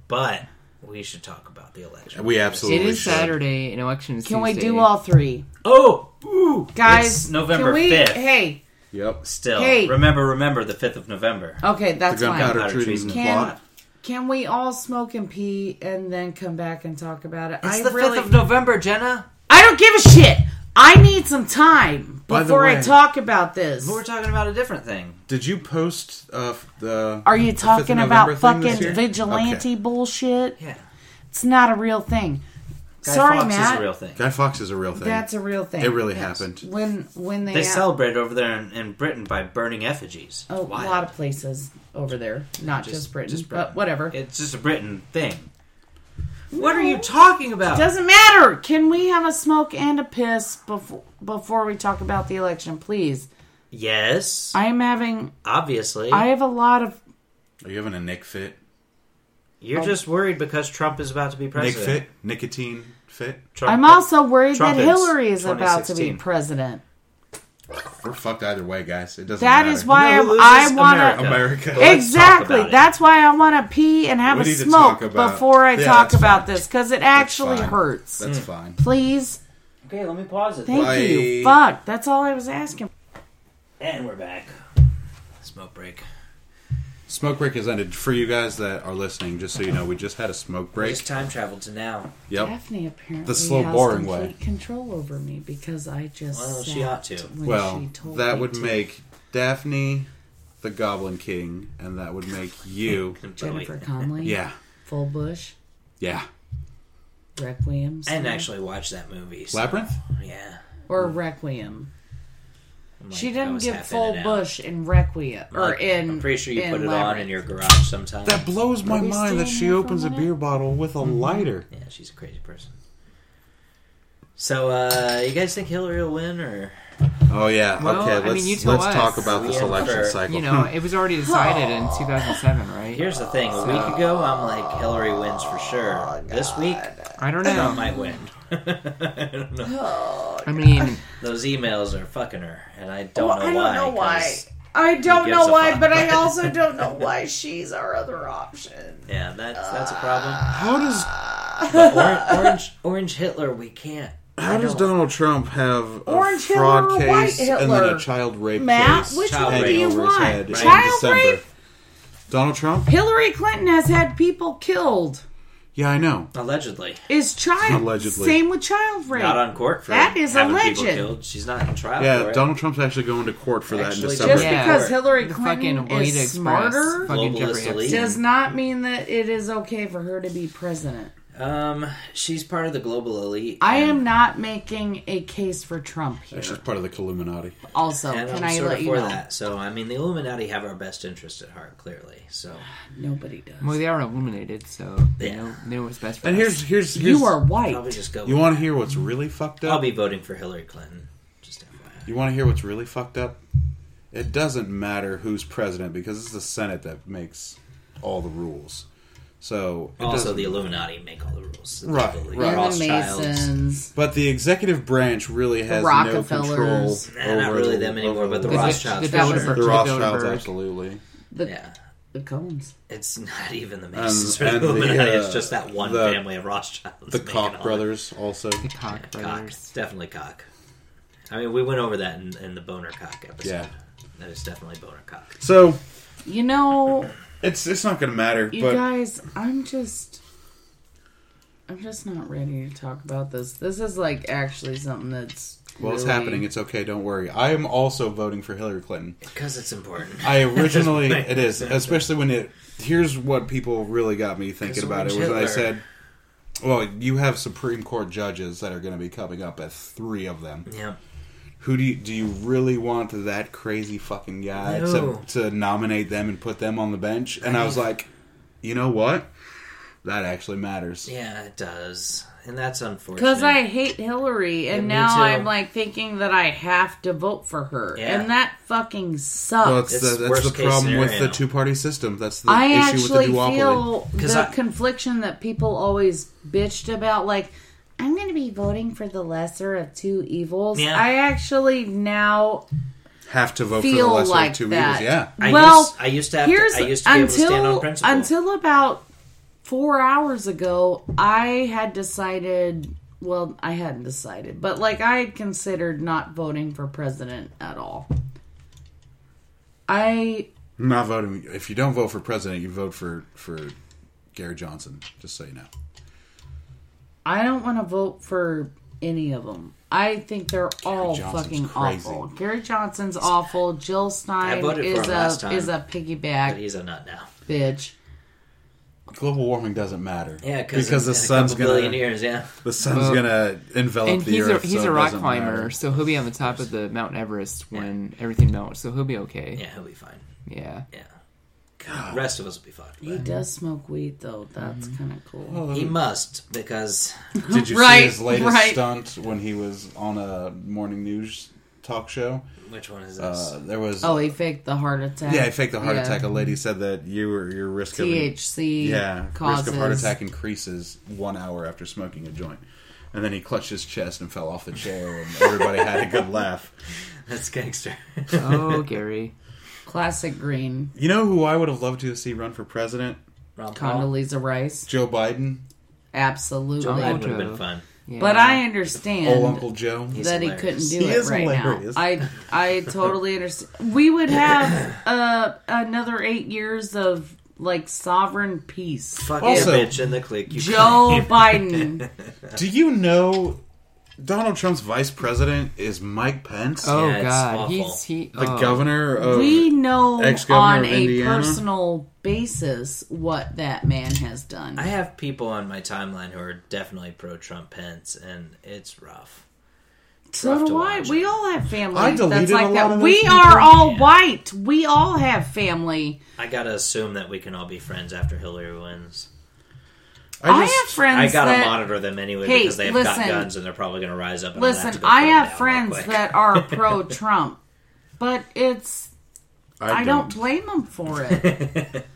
S6: But we should talk about the election.
S3: We
S1: It
S3: absolutely
S1: is
S3: should.
S1: Saturday, and election is
S4: can we
S1: Tuesday.
S4: do all three,
S6: Oh! Ooh!
S4: guys?
S6: It's November
S4: can we,
S6: 5th.
S4: Hey,
S3: Yep.
S6: Still.
S4: Hey.
S6: Remember, remember the 5th of November.
S4: okay, that's
S3: The
S4: fine.
S3: gunpowder
S6: Gunpowder
S3: treason
S6: treason
S4: Can
S3: plot.
S4: can we all smoke and pee and then come back and talk about it?
S6: It's
S4: I
S6: the
S4: really,
S6: 5th of November, Jenna!
S4: I don't give a shit. I need some time
S3: By the
S4: before I
S3: way-
S4: talk about this.
S6: But we're talking about a different thing.
S3: Did you post uh, f- the?
S4: Are you
S3: the 5th of
S4: talking
S3: November
S4: about
S3: thing this
S4: fucking
S3: year?
S4: vigilante
S3: Okay.
S4: bullshit?
S6: Yeah.
S4: It's not a real thing.
S6: Guy
S4: Sorry,
S6: Fawkes
S4: Matt.
S6: is a real thing.
S3: Guy Fox is a real thing.
S4: That's a real thing.
S3: It really happened.
S4: When when they,
S6: They celebrate over there in, in Britain by burning effigies.
S4: Oh, a
S6: Wild.
S4: lot of places over there, not just, Britain, but whatever.
S6: It's just a Britain thing. What are you talking about?
S4: Doesn't matter. Can we have a smoke and a piss before before we talk about the election, please?
S6: yes,
S4: I am having.
S6: obviously.
S4: I have a lot of.
S3: Are you having a Nick fit?
S6: You're just worried because Trump is about to be
S3: Nick
S6: president.
S3: fit? Nicotine fit?
S6: Trump-
S4: I'm also worried
S6: Trump
S4: that
S6: is
S4: Hillary is about to be
S6: 2016.
S4: president.
S3: We're fucked either way, guys. It doesn't.
S4: That
S3: matter.
S4: is why
S6: You know who
S4: I,
S6: loses?
S4: want
S6: America.
S4: to.
S3: America.
S6: Let's talk
S4: Exactly.
S6: about it.
S4: That's why I want to pee and have
S3: We
S4: a
S3: need to
S4: smoke
S3: talk about-
S4: before I
S3: Yeah,
S4: talk
S3: that's
S4: about
S3: fine.
S4: this because it actually
S3: fine.
S4: hurts.
S3: That's
S1: Hmm.
S3: fine.
S4: please.
S6: Okay, let me pause it.
S4: Thank
S3: Bye.
S4: you. Fuck. That's all I was asking.
S6: and we're back. Smoke break.
S3: Smoke break has ended. For you guys that are listening, just so you know, we just had a smoke
S6: We
S3: break.
S6: just time traveled to now.
S3: Yep.
S4: Daphne apparently
S3: The slow,
S4: has
S3: boring
S4: complete
S3: way.
S4: control over me because I just
S6: Well, she
S4: sapped
S6: ought to.
S4: when she
S3: Well,
S4: told
S3: that
S4: me
S3: would
S4: to.
S3: make Daphne the Goblin King, and that would make you.
S4: Jennifer Conley,
S3: Yeah.
S4: Full Bush,
S3: Yeah.
S4: Requiem,
S6: I
S4: song,
S6: didn't actually watch that movie. so-
S3: Labyrinth?
S6: Yeah.
S4: or Requiem.
S6: I'm like,
S4: She
S6: I
S4: didn't
S6: was
S4: give
S6: half in
S4: Full
S6: and out.
S4: Bush in Requiem or
S6: Like,
S4: in.
S6: I'm pretty sure you
S4: in
S6: put it on
S4: Labyrinth.
S6: in your garage sometime.
S3: That blows my
S4: Are we
S3: mind that
S4: staying
S3: she
S4: there for a
S3: opens a,
S4: minute? Mm-hmm.
S3: beer bottle with a lighter.
S6: Yeah, she's a crazy person. So, uh, you guys think Hillary will win, or
S3: Oh, yeah.
S1: Well,
S3: okay,
S1: I
S3: let's,
S1: mean, you tell
S3: let's
S1: us.
S3: talk about this
S6: Yeah,
S3: election
S6: sure.
S3: cycle. Hmm.
S1: You know, it was already decided in 2007, right?
S6: here's the thing? A week ago, I'm like Hillary wins for sure. this week,
S1: I don't
S6: Trump
S1: know.
S6: might win. I don't know.
S1: I mean,
S6: Those emails are fucking her, and I don't
S4: Well,
S6: know
S4: I
S6: why.
S4: don't know why.
S6: 'cause-
S4: I don't
S6: gives
S4: know
S6: a
S4: why,
S6: fuck?
S4: but I also don't know why she's our other option.
S6: Yeah, that's that's a problem.
S3: How does
S6: But Orange, Orange, Orange Hitler, we can't.
S3: how
S6: I
S3: does
S6: don't-
S3: Donald Trump have a
S4: Orange Hitler
S3: fraud
S4: or white
S3: case and then
S4: Hitler?
S3: a child rape
S4: Matt,
S3: case
S4: which
S6: Child
S4: one do
S6: rape.
S3: hanging
S4: you
S3: over his head
S4: want?
S3: in
S4: Child
S3: December?
S4: rape?
S3: Donald Trump?
S4: Hillary Clinton has had people killed.
S3: Yeah, I know.
S6: Allegedly,
S4: Is child
S3: Allegedly.
S4: same with child rape?
S6: not on court for
S4: That is a
S6: having people
S4: legend.
S6: killed. She's not in trial.
S3: Yeah,
S6: for it.
S3: Donald Trump's actually going to court for that in
S6: Actually,
S3: December.
S4: Just
S1: Yeah.
S4: because Hillary
S1: the
S4: Clinton
S1: fucking
S4: is
S1: Juanita Express,
S4: smarter
S1: fucking
S6: Globalist
S1: Jeffrey
S6: elite.
S1: Epstein.
S4: does not mean that it is okay for her to be president.
S6: Um, she's part of the global elite.
S4: I
S6: and-
S4: am not making a case for Trump here.
S3: That's just part of the Illuminati.
S4: Also,
S6: And
S4: can
S6: I'm
S4: I
S6: sort
S4: let
S6: of
S4: you
S6: for
S4: know?
S6: that. So I mean, the Illuminati have our best interest at heart, clearly. So
S4: Nobody does.
S1: Well, they are illuminated, so they
S6: Yeah.
S1: know, they know what's best for
S3: And
S1: us.
S3: here's here's, here's
S4: you are white.
S6: probably just go.
S3: You want to hear what's really fucked
S6: I'll
S3: up?
S6: be voting for Hillary Clinton. Just FYI.
S3: You want to hear what's really fucked up? It doesn't matter who's president because it's the Senate that makes all the rules. So it
S6: also,
S3: doesn't-
S6: the Illuminati make all the rules.
S3: Right,
S6: People,
S3: right.
S6: the
S4: and the
S6: Rothschilds.
S4: Masons.
S3: But the executive branch really has no control.
S4: Rockefellers.
S6: Nah, not
S3: over
S6: really
S3: the-
S6: them anymore,
S3: over
S6: but the
S3: the-
S6: Rothschilds.
S1: The Bilderberg-
S6: for sure.
S3: The Rothschilds,
S1: Bilderberg.
S3: absolutely.
S4: The,
S6: Yeah,
S4: the Combs.
S6: it's not even the Masons
S3: And-
S6: or
S3: and
S6: the
S3: the,
S6: Illuminati.
S3: uh,
S6: it's just that one
S3: the-
S6: family of Rothschilds.
S3: The
S6: making all
S3: Koch
S6: that.
S3: brothers also.
S1: The Koch
S6: Cock.
S1: brothers.
S6: definitely cock. I mean, we went over that in, in the boner cock episode.
S3: Yeah.
S6: That is definitely boner cock.
S3: So
S4: You know,
S3: it's it's not going to matter.
S4: you
S3: but
S4: guys, I'm just. I'm just not ready to talk about this. This is like actually something that's.
S3: well, it's
S4: really-
S3: happening. It's okay. Don't worry. I am also voting for Hillary Clinton.
S6: Because it's important.
S3: I originally it is, especially when it. Here's what people really got me thinking about it was when I
S6: Hitler.
S3: said, "Well, you have Supreme Court judges that are going to be coming up at three of them.
S6: Yeah.
S3: Who do you do you really want that crazy fucking guy
S6: No.
S3: to to nominate them and put them on the bench?" And I was like, "You know what? That actually matters."
S6: Yeah, it does. And that's unfortunate.
S4: Because I hate Hillary, and
S6: me
S4: now
S6: too.
S4: I'm like thinking that I have to vote for her,
S6: Yeah.
S4: and that fucking sucks.
S3: Well, that's
S6: It's
S3: the, that's
S6: worst
S3: the
S6: case
S3: problem with the
S6: scenario.
S3: two party system. That's the
S4: I
S3: issue with the
S4: actually
S3: duopoly.
S4: feel
S6: 'Cause
S4: the
S6: I-
S4: confliction that people always bitched about, like, I'm going to be voting for the lesser of two evils.
S6: Yeah.
S4: I actually now
S3: Have to vote for the
S4: feel
S3: lesser
S4: like
S3: of two
S4: that.
S3: evils. Yeah.
S6: I
S4: well,
S6: used, I used to have
S4: here's
S6: to, I used to be
S4: until
S6: able to stand on principle.
S4: until about four hours ago, I had decided. Well, I hadn't decided, but like I had considered not voting for president at all. I
S3: I'm not voting. If you don't vote for president, you vote for for Gary Johnson. Just so you know.
S4: I don't want to vote for any of them. I think they're all
S3: Johnson's
S4: fucking
S3: crazy.
S4: awful. Gary Johnson's awful. Jill
S6: I
S4: Stein
S6: voted for
S4: is
S6: him last
S4: a
S6: time.
S4: is a
S6: but
S4: piggyback
S6: he's a nut now.
S4: bitch.
S3: Global warming doesn't matter.
S6: Yeah,
S3: because the sun's
S6: billion
S3: gonna
S6: years. Yeah,
S3: the sun's
S1: Well,
S3: gonna envelop
S1: And
S3: the
S1: he's a
S3: earth.
S1: he's
S3: so
S1: a
S3: it
S1: rock
S3: doesn't
S1: climber,
S3: matter.
S1: so he'll be on the top of the Mount Everest when everything melts. So he'll be okay.
S6: yeah, he'll be fine.
S1: Yeah.
S6: Yeah, the rest of us will be fucked.
S4: He
S6: But
S4: does smoke weed though. That's
S6: Mm-hmm.
S4: kind of cool.
S3: Oh.
S6: he must because
S3: Did you see
S4: Right,
S3: his latest
S4: right.
S3: stunt when he was on a morning news talk show?
S6: which one is this?
S3: Uh, there was
S4: Oh, he faked the heart attack.
S3: yeah, he faked the heart
S4: Yeah.
S3: attack. A lady said that you were your risk of
S4: THC.
S3: yeah
S4: causes.
S3: risk of heart attack increases one hour after smoking a joint. And then he clutched his chest and fell off the chair, and everybody had a good laugh.
S6: That's gangster.
S1: Oh, Gary.
S4: Classic green.
S3: You know who I would have loved to see run for president?
S6: Ron Paul.
S4: Condoleezza Rice.
S3: Joe Biden,
S4: Absolutely.
S1: John-
S6: That would have been fun.
S1: Yeah.
S4: But I understand.
S3: old Uncle Joe.
S4: that he couldn't
S6: hilarious.
S4: do
S3: He
S4: it
S3: is
S4: right
S3: hilarious.
S4: now. I I totally understand. We would have uh, another eight years of like sovereign peace.
S6: Fuck
S3: Also-
S6: yeah, bitch in the clique. You
S4: Joe
S6: claim.
S4: Biden.
S3: Do you know Donald Trump's vice president is Mike Pence,
S1: oh
S6: Yeah, it's
S1: God,
S6: awful.
S1: he's he.
S3: the
S1: oh.
S3: governor of
S4: We know
S3: Ex-governor
S4: on
S3: of
S4: a
S3: Indiana?
S4: personal basis what that man has done.
S6: I have people on my timeline who are definitely pro Trump Pence, and it's rough. It's rough
S4: so
S6: to
S4: do I.
S6: watch.
S4: We all have family
S3: I
S4: that's
S3: deleted a
S4: like
S3: lot
S4: that.
S3: of
S4: We
S3: those
S4: are
S3: people.
S4: all
S6: Yeah.
S4: white. We all have family.
S6: I gotta assume that we can all be friends after Hillary wins.
S4: I,
S3: I just,
S4: have friends.
S6: I gotta
S4: that,
S6: monitor them anyway
S4: Hey,
S6: because they've
S4: listen.
S6: got guns and they're probably gonna rise up. And I'm gonna
S4: Listen,
S6: to go
S4: I
S6: put them
S4: have
S6: down
S4: friends
S6: real quick.
S4: that are pro Trump, but it's I don't blame him for it.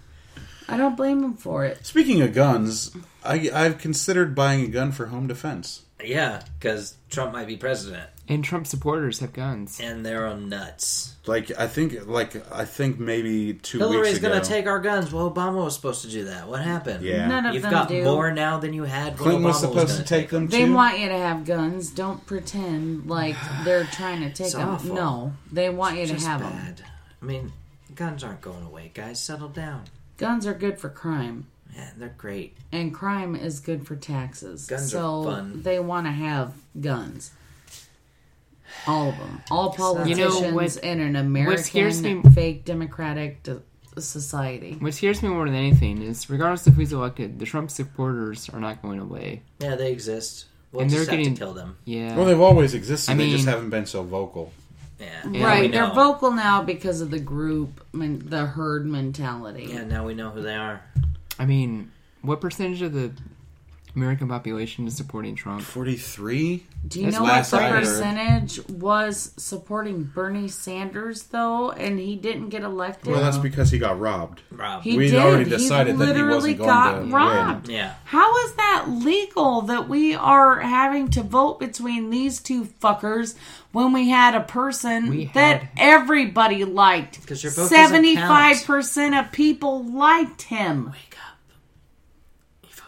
S4: I don't blame him for it.
S3: Speaking of guns, I, I've considered buying a gun for home defense.
S6: yeah, because Trump might be president,
S1: and Trump supporters have guns.
S6: and they're on nuts.
S3: Like I think, like I think maybe two
S6: Hillary's
S3: weeks ago.
S6: gonna take our guns. Well, Obama was supposed to do that. What happened?
S3: Yeah.
S4: None of
S6: You've
S4: them
S6: got
S4: do.
S6: more now than you had. When
S3: Clinton
S6: Obama
S3: was supposed to
S6: gonna
S3: take them
S4: They
S3: too.
S4: want you to have guns. Don't pretend like they're trying to take
S6: It's
S4: them.
S6: awful.
S4: No, they want you to
S6: Just
S4: have them.
S6: bad. I mean, guns aren't going away, guys. Settle down.
S4: Guns are good for crime,
S6: Yeah, they're great.
S4: and crime is good for taxes.
S6: Guns are
S4: so
S6: fun.
S4: they want to have guns. All of them. All
S6: not-
S1: You know
S4: politicians
S1: what-
S4: in an
S1: scares
S4: American
S1: me-
S4: fake democratic d- society.
S1: What scares me more than anything is, regardless of who's elected, the Trump supporters are not going away.
S6: Yeah, they exist. We'll
S1: And
S6: just
S1: they're
S6: have
S1: getting-
S6: to kill them.
S1: Yeah.
S3: well, they've always existed.
S1: I
S3: they just
S1: mean-
S3: haven't been so vocal.
S6: Yeah.
S4: right,
S6: we
S4: they're
S6: know.
S4: vocal now because of the group, men- the herd mentality.
S6: Yeah, now we know who they are.
S1: I mean, what percentage of the American population is supporting Trump.
S2: 43?
S4: Do you
S1: That's
S4: know what
S2: last
S4: the
S2: I heard.
S4: percentage was supporting Bernie Sanders though, and he didn't get elected?
S2: Well, that's because he got robbed.
S6: Rob.
S4: he
S2: we'd
S4: did.
S2: already decided
S4: he
S2: that he
S4: literally
S2: wasn't going
S4: got
S2: to win.
S4: robbed.
S6: yeah.
S4: How is that legal that we are having to vote between these two fuckers when we had a person
S1: We
S4: that
S1: had-
S4: everybody liked?
S6: 'Cause your vote doesn't count.
S4: percent of people liked him.
S6: Wake up.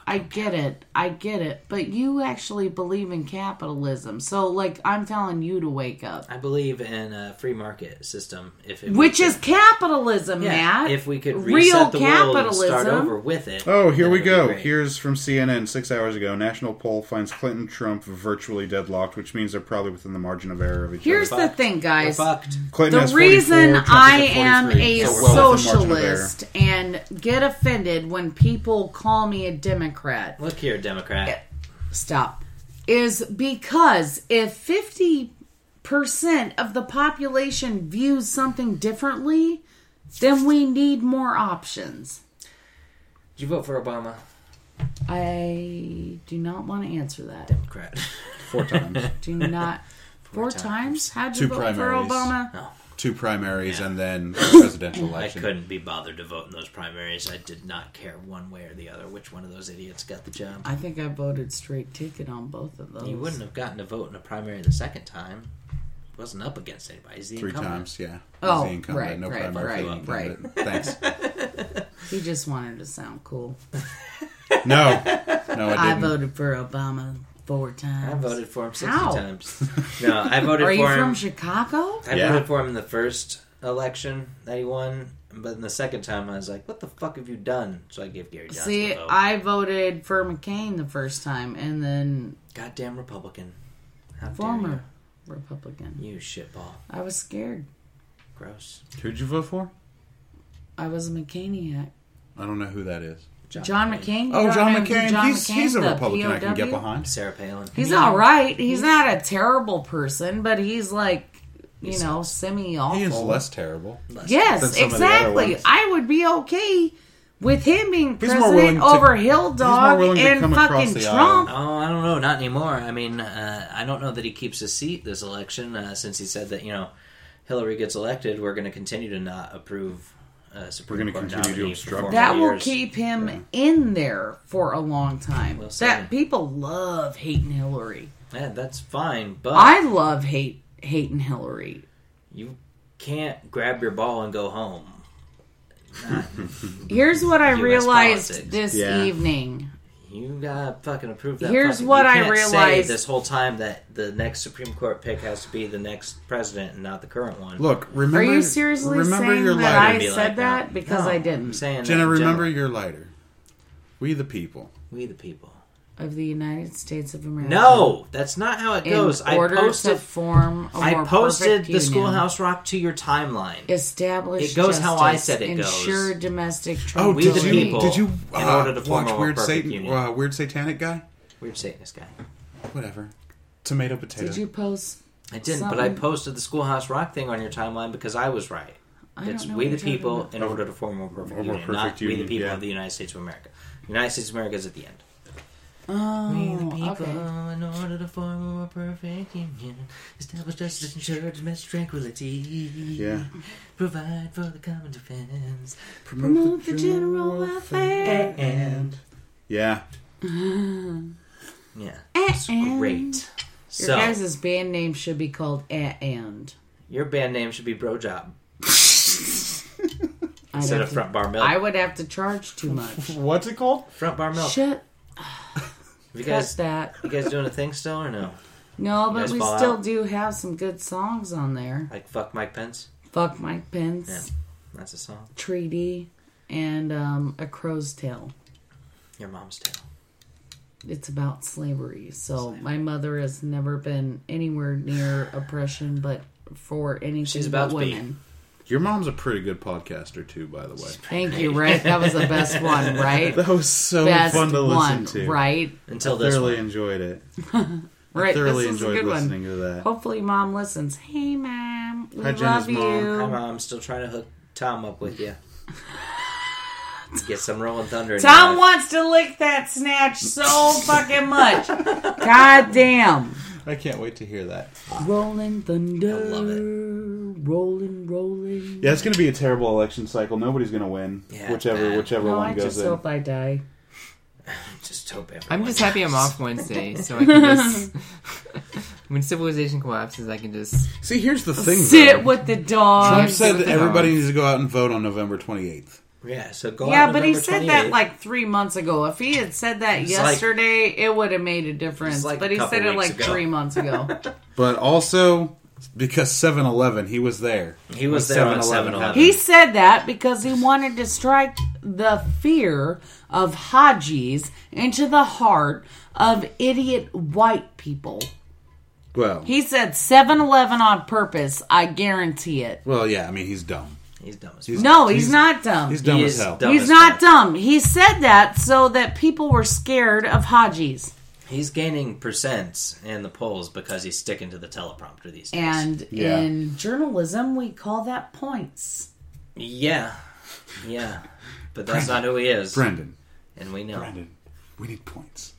S4: I get it. I get it. But you actually believe in capitalism. So, like, I'm telling you to wake up.
S6: I believe in a free market system. If it
S4: Which is capitalism,
S6: yeah,
S4: Matt.
S6: if we could reset
S4: Real
S6: the world and start
S4: capitalism.
S6: over with it.
S3: Oh, here
S6: then
S3: we
S6: it would be
S3: go.
S6: great.
S3: Here's from CNN six hours ago. National poll finds Clinton Trump virtually deadlocked, which means they're probably within the margin of error of each
S4: Here's
S6: We're
S4: the
S6: fucked.
S4: thing,
S6: We're
S4: guys.
S6: fucked.
S3: other.
S4: the reason I am a
S6: so we're well
S4: socialist and get offended when people call me a Democrat,
S6: Look here, Democrat.
S4: stop, is because if 50% of the population views something differently, then we need more options.
S6: Did you vote for Obama?
S4: I do not want to answer that.
S6: Democrat.
S3: four times.
S4: Do not. Four, times? How'd you
S2: Two
S4: vote
S2: primaries.
S4: for Obama?
S2: Two primaries and then the presidential
S6: I
S2: election.
S6: couldn't be bothered to vote in those primaries. I did not care one way or the other which one of those idiots got the job.
S4: I think I voted straight ticket on both of those.
S6: He wouldn't have gotten to vote in a primary the second time. He wasn't up against anybody. He's the
S2: Three
S6: incumbent.
S2: times, yeah.
S4: Oh,
S2: He's the incumbent,
S4: right,
S2: no
S4: right,
S2: primary for the
S4: right,
S2: incumbent. Thanks.
S4: He just wanted to sound cool.
S2: No. No, I
S4: I
S2: didn't.
S4: voted for Obama four
S6: I
S4: times.
S6: voted for him 60
S4: How?
S6: times. No, I voted
S4: Are you
S6: for him.
S4: from Chicago?
S6: I
S2: Yeah.
S6: voted for him in the first election that he won, but in the second time I was like, "What the fuck have you done?" So I gave Gary Johnson
S4: See,
S6: a vote.
S4: I voted for McCain the first time, and then
S6: Goddamn Republican, How dare
S4: former Republican.
S6: you, you shitball,
S4: I was scared.
S6: gross.
S2: Who'd you vote for?
S4: I was a McCainiac.
S2: I don't know who that is.
S4: John McCain. you
S2: Oh,
S4: don't
S2: John
S4: remember
S2: McCain. he's, he's a
S4: the
S2: Republican I can get
S4: POW?
S2: behind.
S6: Sarah Palin.
S4: He's all right. He's not a terrible person, but he's like, you know, semi awful.
S2: He is less terrible. than
S4: Yes,
S2: some of the other
S4: exactly.
S2: ones.
S4: I would be okay with him being
S2: He's more willing
S4: president
S2: to-
S4: over
S2: he's
S4: Hill
S2: more
S4: Dog
S2: willing to
S4: and
S2: come across
S4: fucking
S2: the
S4: Trump.
S6: Oh, I don't know. Not anymore. I mean, uh, I don't know that he keeps his seat this election uh, since he said that you know Hillary gets elected. We're going to continue to not approve. Uh, Supreme
S2: gonna
S6: Court
S2: continue to
S6: nominee
S2: obstruct
S6: for four
S4: That will
S6: years.
S4: keep him in there for a long time.
S6: We'll see.
S4: that people love hating Hillary.
S6: Yeah, that's fine, but
S4: I love hate hating Hillary.
S6: you can't grab your ball and go home.
S4: Here's what I
S6: US
S4: realized
S6: politics.
S4: this
S2: Yeah.
S4: evening.
S6: You gotta fucking approve that.
S4: Here's
S6: fucking-
S4: what
S6: you
S4: I
S6: can't
S4: realized.
S6: Say this whole time that the next Supreme Court pick has to be the next president and not the current one.
S2: Look, remember.
S4: Are you seriously
S2: remember
S4: saying
S2: your
S4: that
S2: lighter.
S4: I
S6: Be
S4: said
S6: like
S4: that? Because
S6: No,
S4: I
S6: I'm
S4: didn't.
S6: saying that
S2: Jenna,
S6: in
S2: remember
S6: general.
S2: your lighter. We the people.
S6: we the people.
S4: Of the United States of America.
S6: No, that's not how it goes.
S4: In
S6: I
S4: order
S6: posted.
S4: to form a
S6: I
S4: more
S6: posted
S4: perfect
S6: the
S4: union.
S6: Schoolhouse Rock to your timeline.
S4: establish
S6: It goes how I
S4: justice,
S6: said it goes.
S4: ensure domestic
S2: Oh,
S6: We the
S4: tranquility.
S2: did you
S6: people.
S2: did you
S6: in
S2: uh,
S6: order to form
S2: watch
S6: a
S2: Weird
S6: perfect
S2: Satan,
S6: union.
S2: uh, Weird Satanic guy?
S6: Weird Satanist guy.
S2: Whatever. Tomato potato.
S4: Did you post?
S6: I didn't, but I
S4: Something-
S6: posted the Schoolhouse Rock thing on your timeline because I was right.
S4: I
S6: It's
S4: don't know
S6: we
S4: what
S6: the
S4: you're talking
S6: people
S4: about.
S6: in order to form a perfect
S2: more
S6: union,
S2: perfect
S6: not we
S2: union,
S6: the people
S2: yeah.
S6: of the United States of America. United States of America is at the end.
S4: Oh,
S6: We the people,
S4: okay.
S6: in order to form a more perfect union, establish justice and ensure domestic tranquility.
S2: Yeah.
S6: Provide for the common defense.
S4: Promote the general welfare.
S6: And
S2: Yeah.
S6: yeah,
S4: It's
S6: great.
S4: eh. Your
S6: So
S4: guys' band name should be called At And.
S6: your band name should be Bro Job
S4: I'd
S6: instead
S4: have
S6: of
S4: to-
S6: Front Bar Milk.
S4: I would have to charge too much.
S2: What's it called?
S6: Front Bar Milk.
S4: Shut
S6: you
S4: cut
S6: guys,
S4: that.
S6: you guys doing a thing still or no?
S4: No, but
S6: guys
S4: we
S6: fall
S4: still
S6: out?
S4: do have some good songs on there.
S6: Like fuck Mike Pence.
S4: Fuck Mike Pence,
S6: Yeah. That's a song.
S4: Treaty, and um, A Crow's Tale.
S6: Your mom's tale.
S4: it's about slavery. So my mother has never been anywhere near oppression, but for anything
S6: She's about
S4: but
S6: to be.
S4: women.
S2: Your mom's a pretty good podcaster too, by the way.
S4: Thank you, right? That was the best one, right?
S2: That was so
S4: best
S2: fun to
S4: one,
S2: listen to.
S4: right?
S6: Until this
S2: Thoroughly
S6: one.
S2: enjoyed it.
S4: Right.
S2: Thoroughly
S4: this is a good
S2: enjoyed listening
S4: one.
S2: to
S6: Oh.
S2: that.
S4: Hopefully, mom listens. Hey, mom, we
S2: Hi, Jenna's
S4: love
S2: mom.
S4: you.
S6: Hi mom, I'm still trying to hook Tom up with you. Get some Rolling Thunder. in
S4: Tom
S6: your life.
S4: wants to lick that snatch so fucking much. God damn.
S8: I can't wait to hear that.
S4: Rolling thunder.
S6: I love it.
S4: Rolling, rolling.
S3: Yeah, it's going to be a terrible election cycle. Nobody's going to win.
S6: Yeah,
S3: whichever
S6: bad.
S3: whichever
S4: No,
S3: one
S4: Oh, I
S3: goes
S4: just
S3: in.
S4: hope I die.
S6: Just hope everyone
S1: I'm just happy I'm off Wednesday, so I can just. when civilization collapses, I can just.
S3: See, here's the thing.
S4: Sit
S3: though.
S4: with the dog.
S3: Trump said that
S1: Yeah.
S3: everybody needs to go out and vote on November 28th.
S6: Yeah, so go.
S4: yeah,
S6: out
S4: but he
S6: November
S4: said that
S6: 28th.
S4: like three months ago. If he had said that
S6: It's like-
S4: yesterday, it would have made a difference.
S6: It's like
S4: but
S6: a
S4: he
S6: couple
S4: said it
S6: weeks
S4: like
S6: ago.
S4: three months ago.
S3: But also because 7-Eleven, he was there.
S6: he was
S3: when
S6: there on
S3: 7-Eleven
S6: 7-Eleven.
S3: happened.
S4: he said that because he wanted to strike the fear of Hajis into the heart of idiot white people.
S3: Well,
S4: He said 7 Eleven on purpose. I guarantee it.
S3: well, yeah. I mean, he's dumb.
S6: He's dumb as
S3: He's-
S4: No, he's,
S3: he's-
S4: not dumb.
S3: He's
S4: He's,
S3: dumb
S6: He
S3: as
S6: is
S3: hell.
S6: dumb as
S4: not
S6: fuck.
S4: dumb. He said that so that people were scared of Hajis.
S6: He's gaining percents in the polls because he's sticking to the teleprompter these days.
S4: And
S3: Yeah.
S4: in journalism, we call that points.
S6: yeah, yeah, but that's not who he is,
S3: Brendan.
S6: and we know.
S3: Brendan, we need points.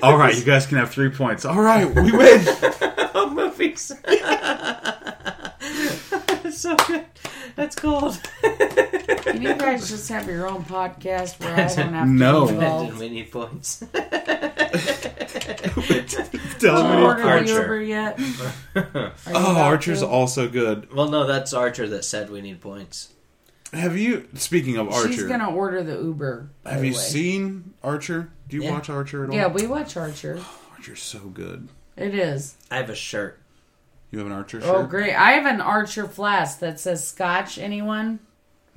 S3: All right, you guys can have three points. All right, we win.
S6: Oh, movies. so good. That's cold.
S4: Can you guys just have your own podcast where I don't have to
S3: No.
S4: be
S6: Brendan,
S4: involved?
S6: we need points.
S3: Tell me.
S4: Order
S6: Archer.
S4: Uber yet? Are you
S3: Oh,
S4: about
S3: Archer's
S4: to?
S3: also good.
S6: well, no, that's Archer that said we need points.
S3: Have you? Speaking of Archer,
S4: She's gonna order the Uber. by
S3: have
S4: the
S3: you
S4: way.
S3: seen Archer? Do you
S6: Yeah.
S3: watch Archer at all?
S4: Yeah, we watch Archer.
S3: Archer's so good.
S4: It is.
S6: I have a shirt.
S3: You have an Archer shirt?
S4: Oh, great! I have an Archer flask that says Scotch. Anyone?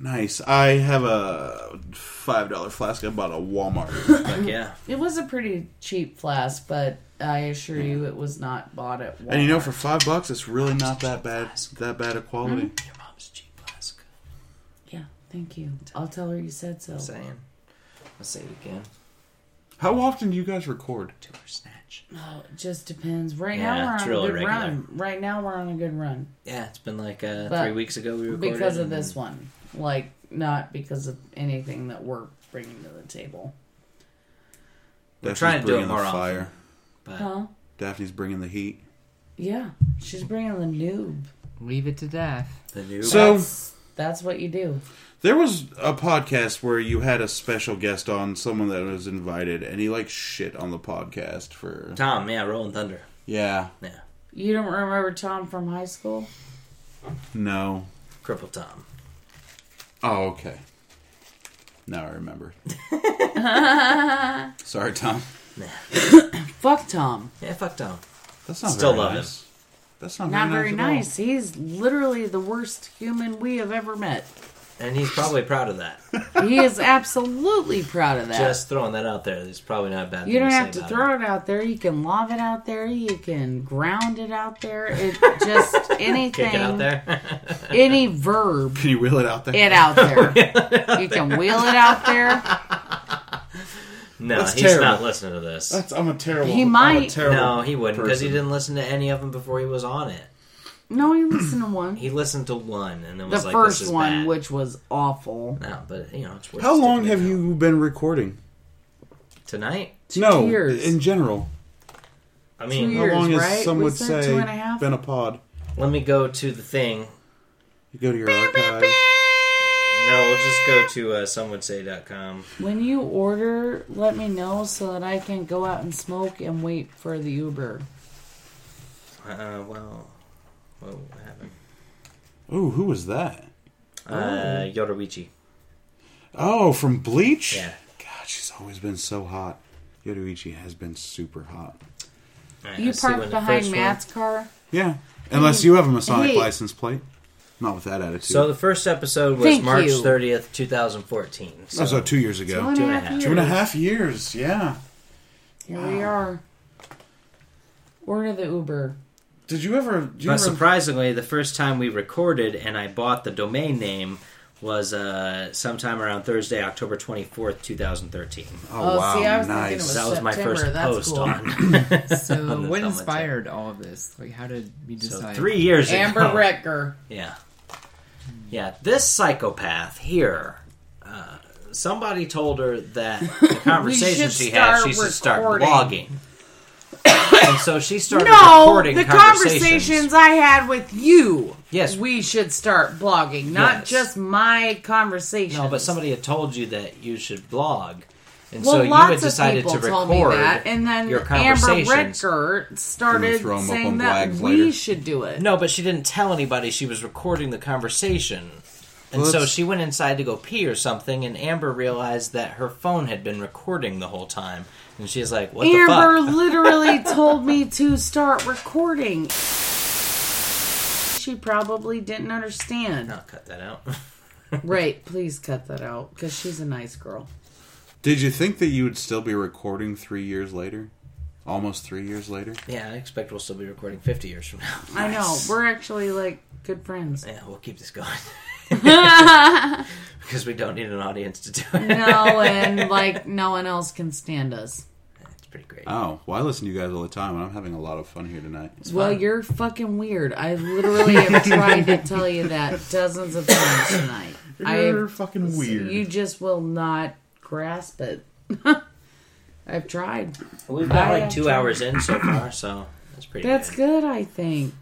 S3: Nice. I have a five dollar flask I bought at Walmart.
S4: Mm.
S6: Like, yeah.
S4: It was a pretty cheap flask, but I assure you, it was not bought at. Walmart.
S3: and you know, for five bucks, it's really not that bad. That bad
S6: Mm-hmm.
S3: of quality.
S6: Your mom's cheap flask.
S4: yeah, thank you. I'll tell her you said so.
S6: Saying. I'll say it again.
S3: How often do you guys record?
S6: To her snatch.
S4: Oh, it just depends. Right
S6: Yeah,
S4: now we're
S6: it's
S4: on
S6: really
S4: a good
S6: regular.
S4: run. Right now we're on a good run
S6: Yeah, it's been like uh,
S4: But
S6: three weeks ago we recorded.
S4: because of
S6: and-
S4: this one, like not because of anything that we're bringing to the table.
S3: Daphne's
S6: trying to do it
S3: bringing the
S6: more often.
S3: fire.
S6: But
S4: Huh?
S3: Daphne's bringing the heat.
S4: Yeah, she's bringing the noob.
S1: Leave it to death.
S6: the new
S3: So-
S4: that's, that's what you do.
S3: There was a podcast where you had a special guest on, someone that was invited, and he like shit on the podcast for
S6: Tom, yeah, Rolling Thunder.
S3: yeah,
S6: Yeah.
S4: You don't remember Tom from high school?
S3: no.
S6: Cripple Tom.
S3: Oh, okay. Now I remember. Sorry, Tom.
S4: Fuck Tom.
S6: Yeah, fuck Tom.
S3: That's not
S6: Still
S3: very
S6: love
S3: nice. That's not,
S4: Not very
S3: very at all.
S4: nice. He's literally the worst human we have ever met.
S6: And he's probably proud of that.
S4: He is absolutely proud of that.
S6: Just throwing that out there. It's probably not a bad
S4: you
S6: thing
S4: don't
S6: to
S4: have
S6: say
S4: to
S6: about
S4: throw it out there. You can lob it out there. You can ground it out there. It just anything,
S6: Kick it out there.
S4: any verb,
S3: Can you wheel it out there?
S4: it out there. you can wheel it out there.
S6: no,
S3: That's
S6: he's
S3: terrible.
S6: not listening to this.
S3: That's, I'm a terrible.
S4: He
S3: I'm a
S4: might.
S3: terrible
S6: No, he wouldn't because he
S3: person.
S6: didn't listen to any of them before he was on it.
S4: No, you listen to one.
S6: He listened to one and then
S4: The
S6: was like,
S4: first
S6: "This is
S4: one,
S6: bad."
S4: which was awful.
S6: no, but you know, it's worth
S3: How long
S6: sticking
S3: have
S6: it out.
S3: you been recording?
S6: tonight?
S3: no,
S4: years.
S3: in general.
S6: I mean,
S4: Two
S3: How
S4: Years,
S3: long has
S4: right?
S3: some
S4: We
S3: would
S4: said
S3: say
S4: two and a half.
S3: been a pod?
S6: let me go to the thing.
S3: You go to your archives.
S6: No, we'll just go to uh, somewouldsay.com.
S4: When you order, let me know so that I can go out and smoke and wait for the Uber.
S6: Uh, well, what happened?
S3: Ooh, who was that?
S6: Uh, Yoruichi.
S3: Oh, from Bleach?
S6: Yeah.
S3: God, she's always been so hot. Yoruichi has been super hot.
S6: Alright,
S4: You
S6: I see when
S4: parked
S6: the
S4: behind
S6: first one-
S4: Matt's car.
S3: Yeah. Unless you have a Masonic
S4: Hey.
S3: license plate. Not with that attitude.
S6: So the first episode was
S4: Thank
S6: March
S4: you.
S6: 30th, 2014.
S3: that
S6: So,
S3: was about two years
S4: Two and
S3: ago.
S4: a
S6: Oh, Two and a
S4: half
S6: half.
S4: years.
S3: Two and a half years, yeah.
S4: Here we are. Order the Uber.
S3: Did you ever. Did you
S6: but
S3: ever
S6: surprisingly, the first time we recorded and I bought the domain name was uh, sometime around Thursday, October 24th, 2013.
S3: oh, wow.
S4: see, I was thinking it
S3: nice.
S4: was
S6: that was my
S4: September,
S6: first
S4: that's
S6: post
S4: cool.
S6: on.
S1: So,
S6: the
S1: what
S6: thumb, I'd say.
S1: inspired all of this? Like, how did we
S6: so
S1: decide?
S6: three years
S4: Amber
S6: ago.
S4: Retger.
S6: Yeah. Yeah, this psychopath here. Uh, somebody told her that the conversation
S4: should
S6: she had, she
S4: start
S6: should start
S4: recording.
S6: blogging. and so she started
S4: No,
S6: recording
S4: the
S6: conversations.
S4: conversations I had with you.
S6: Yes.
S4: we should start blogging, not
S6: Yes.
S4: just my conversations.
S6: No, but somebody had told you that you should blog, and
S4: Well,
S6: so you
S4: lots
S6: had decided
S4: of
S6: to
S4: people
S6: record
S4: told me that, and then
S6: your
S4: Amber
S6: conversations.
S4: Rickert
S3: Gonna
S4: started
S3: throw 'em up on
S4: saying that
S3: Blags
S4: we
S3: later.
S4: should do it.
S6: No, but she didn't tell anybody she was recording the conversation. And
S1: Well,
S6: so
S1: it's-
S6: she went inside to go pee or something, and Amber realized that her phone had been recording the whole time. And she's like, What
S4: Amber
S6: the fuck?
S4: literally told me to start recording. She probably didn't understand.
S6: I'll cut that out.
S4: Right, please cut that out because she's a nice girl.
S3: Did you think that you would still be recording three years later? Almost three years later?
S6: yeah, I expect we'll still be recording 50 years from now.
S4: I know we're actually like good friends.
S6: Yeah, we'll keep this going. because we don't need an audience to do it.
S4: No, and like no one else can stand us.
S6: It's pretty great.
S3: Oh, well, I listen to you guys all the time, and I'm having a lot of fun here tonight.
S4: Well, you're fucking weird. I literally have tried to tell you that dozens of times tonight.
S3: You're
S4: I
S3: fucking weird.
S4: you just will not grasp it. I've tried.
S6: We've got
S4: I
S6: like
S4: have
S6: two
S4: to-
S6: hours in so far, so that's pretty
S4: That's
S6: good.
S4: good, I think.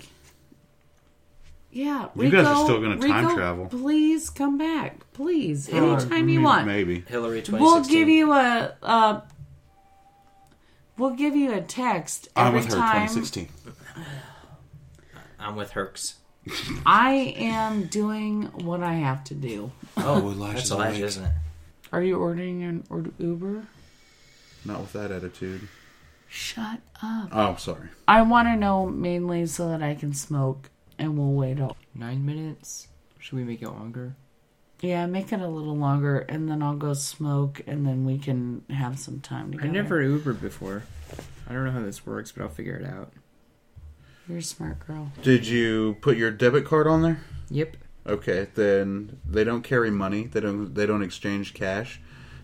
S4: Yeah,
S3: You guys are
S4: Rico-
S3: still gonna time
S4: Rico,
S3: travel.
S4: Please come back, please, anytime you
S3: Mm,
S4: want.
S3: Maybe.
S6: Hillary 2016.
S4: We'll give you a. Uh, we'll give you a text
S3: I'm
S4: every
S3: with her,
S4: time
S3: 2016.
S6: I'm with Herks.
S4: I am doing what I have to do.
S3: Oh,
S6: That's
S3: Elijah's
S6: Elijah,
S3: awake.
S6: isn't it?
S4: Are you ordering an order Uber?
S3: Not with that attitude.
S4: Shut up.
S3: Oh, sorry.
S4: I want to know mainly so that I can smoke, and we'll wait. Up.
S1: Nine minutes? Should we make it longer?
S4: Yeah, make it a little longer, and then I'll go smoke, and then we can have some time
S1: I
S4: together.
S1: never Ubered before. I don't know how this works, but I'll figure it out.
S4: You're a smart girl.
S3: Did you put your debit card on there?
S1: Yep.
S3: Okay, then they don't carry money. They don't. They don't exchange cash.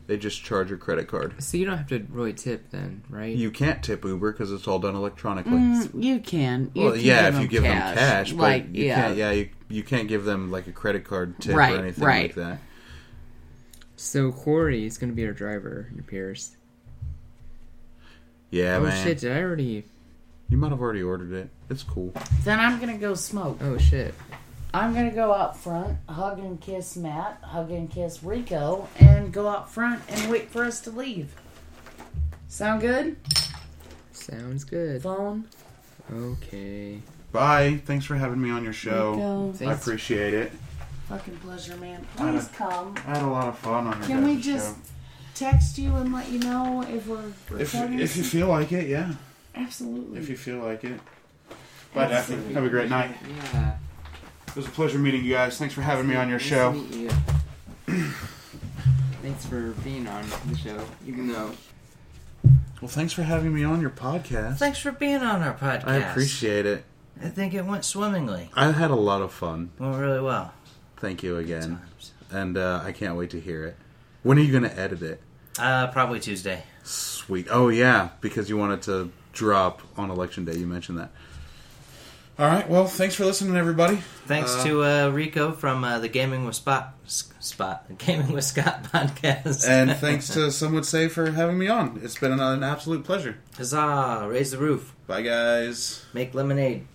S3: They just charge your credit card.
S1: So you don't have to really tip then, right?
S3: You can't tip Uber because it's all done electronically.
S4: Mm, You can. You
S3: Well,
S4: can
S3: yeah,
S4: give
S3: if you give them cash, but
S4: like
S3: you
S4: yeah,
S3: can't. Yeah, you, you can't give them like a credit card tip
S4: Right,
S3: or anything
S4: right.
S3: like that.
S1: So Corey is going to be our driver, it appears.
S3: Yeah,
S1: oh
S3: man.
S1: shit, did I already.
S3: You might have already ordered it. It's cool.
S4: Then I'm gonna go smoke.
S1: Oh shit.
S4: I'm gonna go out front, hug and kiss Matt, hug and kiss Rico, and go out front and wait for us to leave. Sound good?
S1: Sounds good.
S4: Phone.
S1: Okay.
S3: Bye. Thanks for having me on your show.
S4: Rico.
S3: I
S1: Thanks.
S3: appreciate it.
S4: Fucking pleasure, man.
S3: I
S4: Please
S3: don't-
S4: come.
S3: I had a lot of fun on your
S4: Can we
S3: guys'
S4: just text you and let you know if we're
S3: show. If,
S4: recording?
S3: if you feel like it, yeah.
S4: Absolutely.
S3: If you feel like it. Bye, Daphne. Have a great night.
S1: Yeah.
S3: It was a pleasure meeting you guys. Thanks for having me on your show.
S1: Thanks for being on the show, even though.
S3: Well, thanks for having me on your podcast.
S6: Thanks for being on our podcast.
S3: I appreciate it.
S6: I think it went swimmingly.
S3: I had a lot of fun.
S6: Went really well.
S3: Thank you again.
S6: Times.
S3: And uh, I can't wait to hear it. When are you going to edit it?
S6: Uh, probably Tuesday.
S3: Sweet. Oh, yeah, because you wanted to drop on election day. You mentioned that. All right. Well, thanks for listening, everybody.
S6: Thanks
S3: Uh,
S6: to uh, Rico from uh, the Gaming with Spot S- Spot the Gaming with Scott podcast.
S3: And thanks to Some Would Say for having me on. It's been an, an absolute pleasure.
S6: Huzzah! Raise the roof.
S3: Bye, guys.
S6: Make lemonade.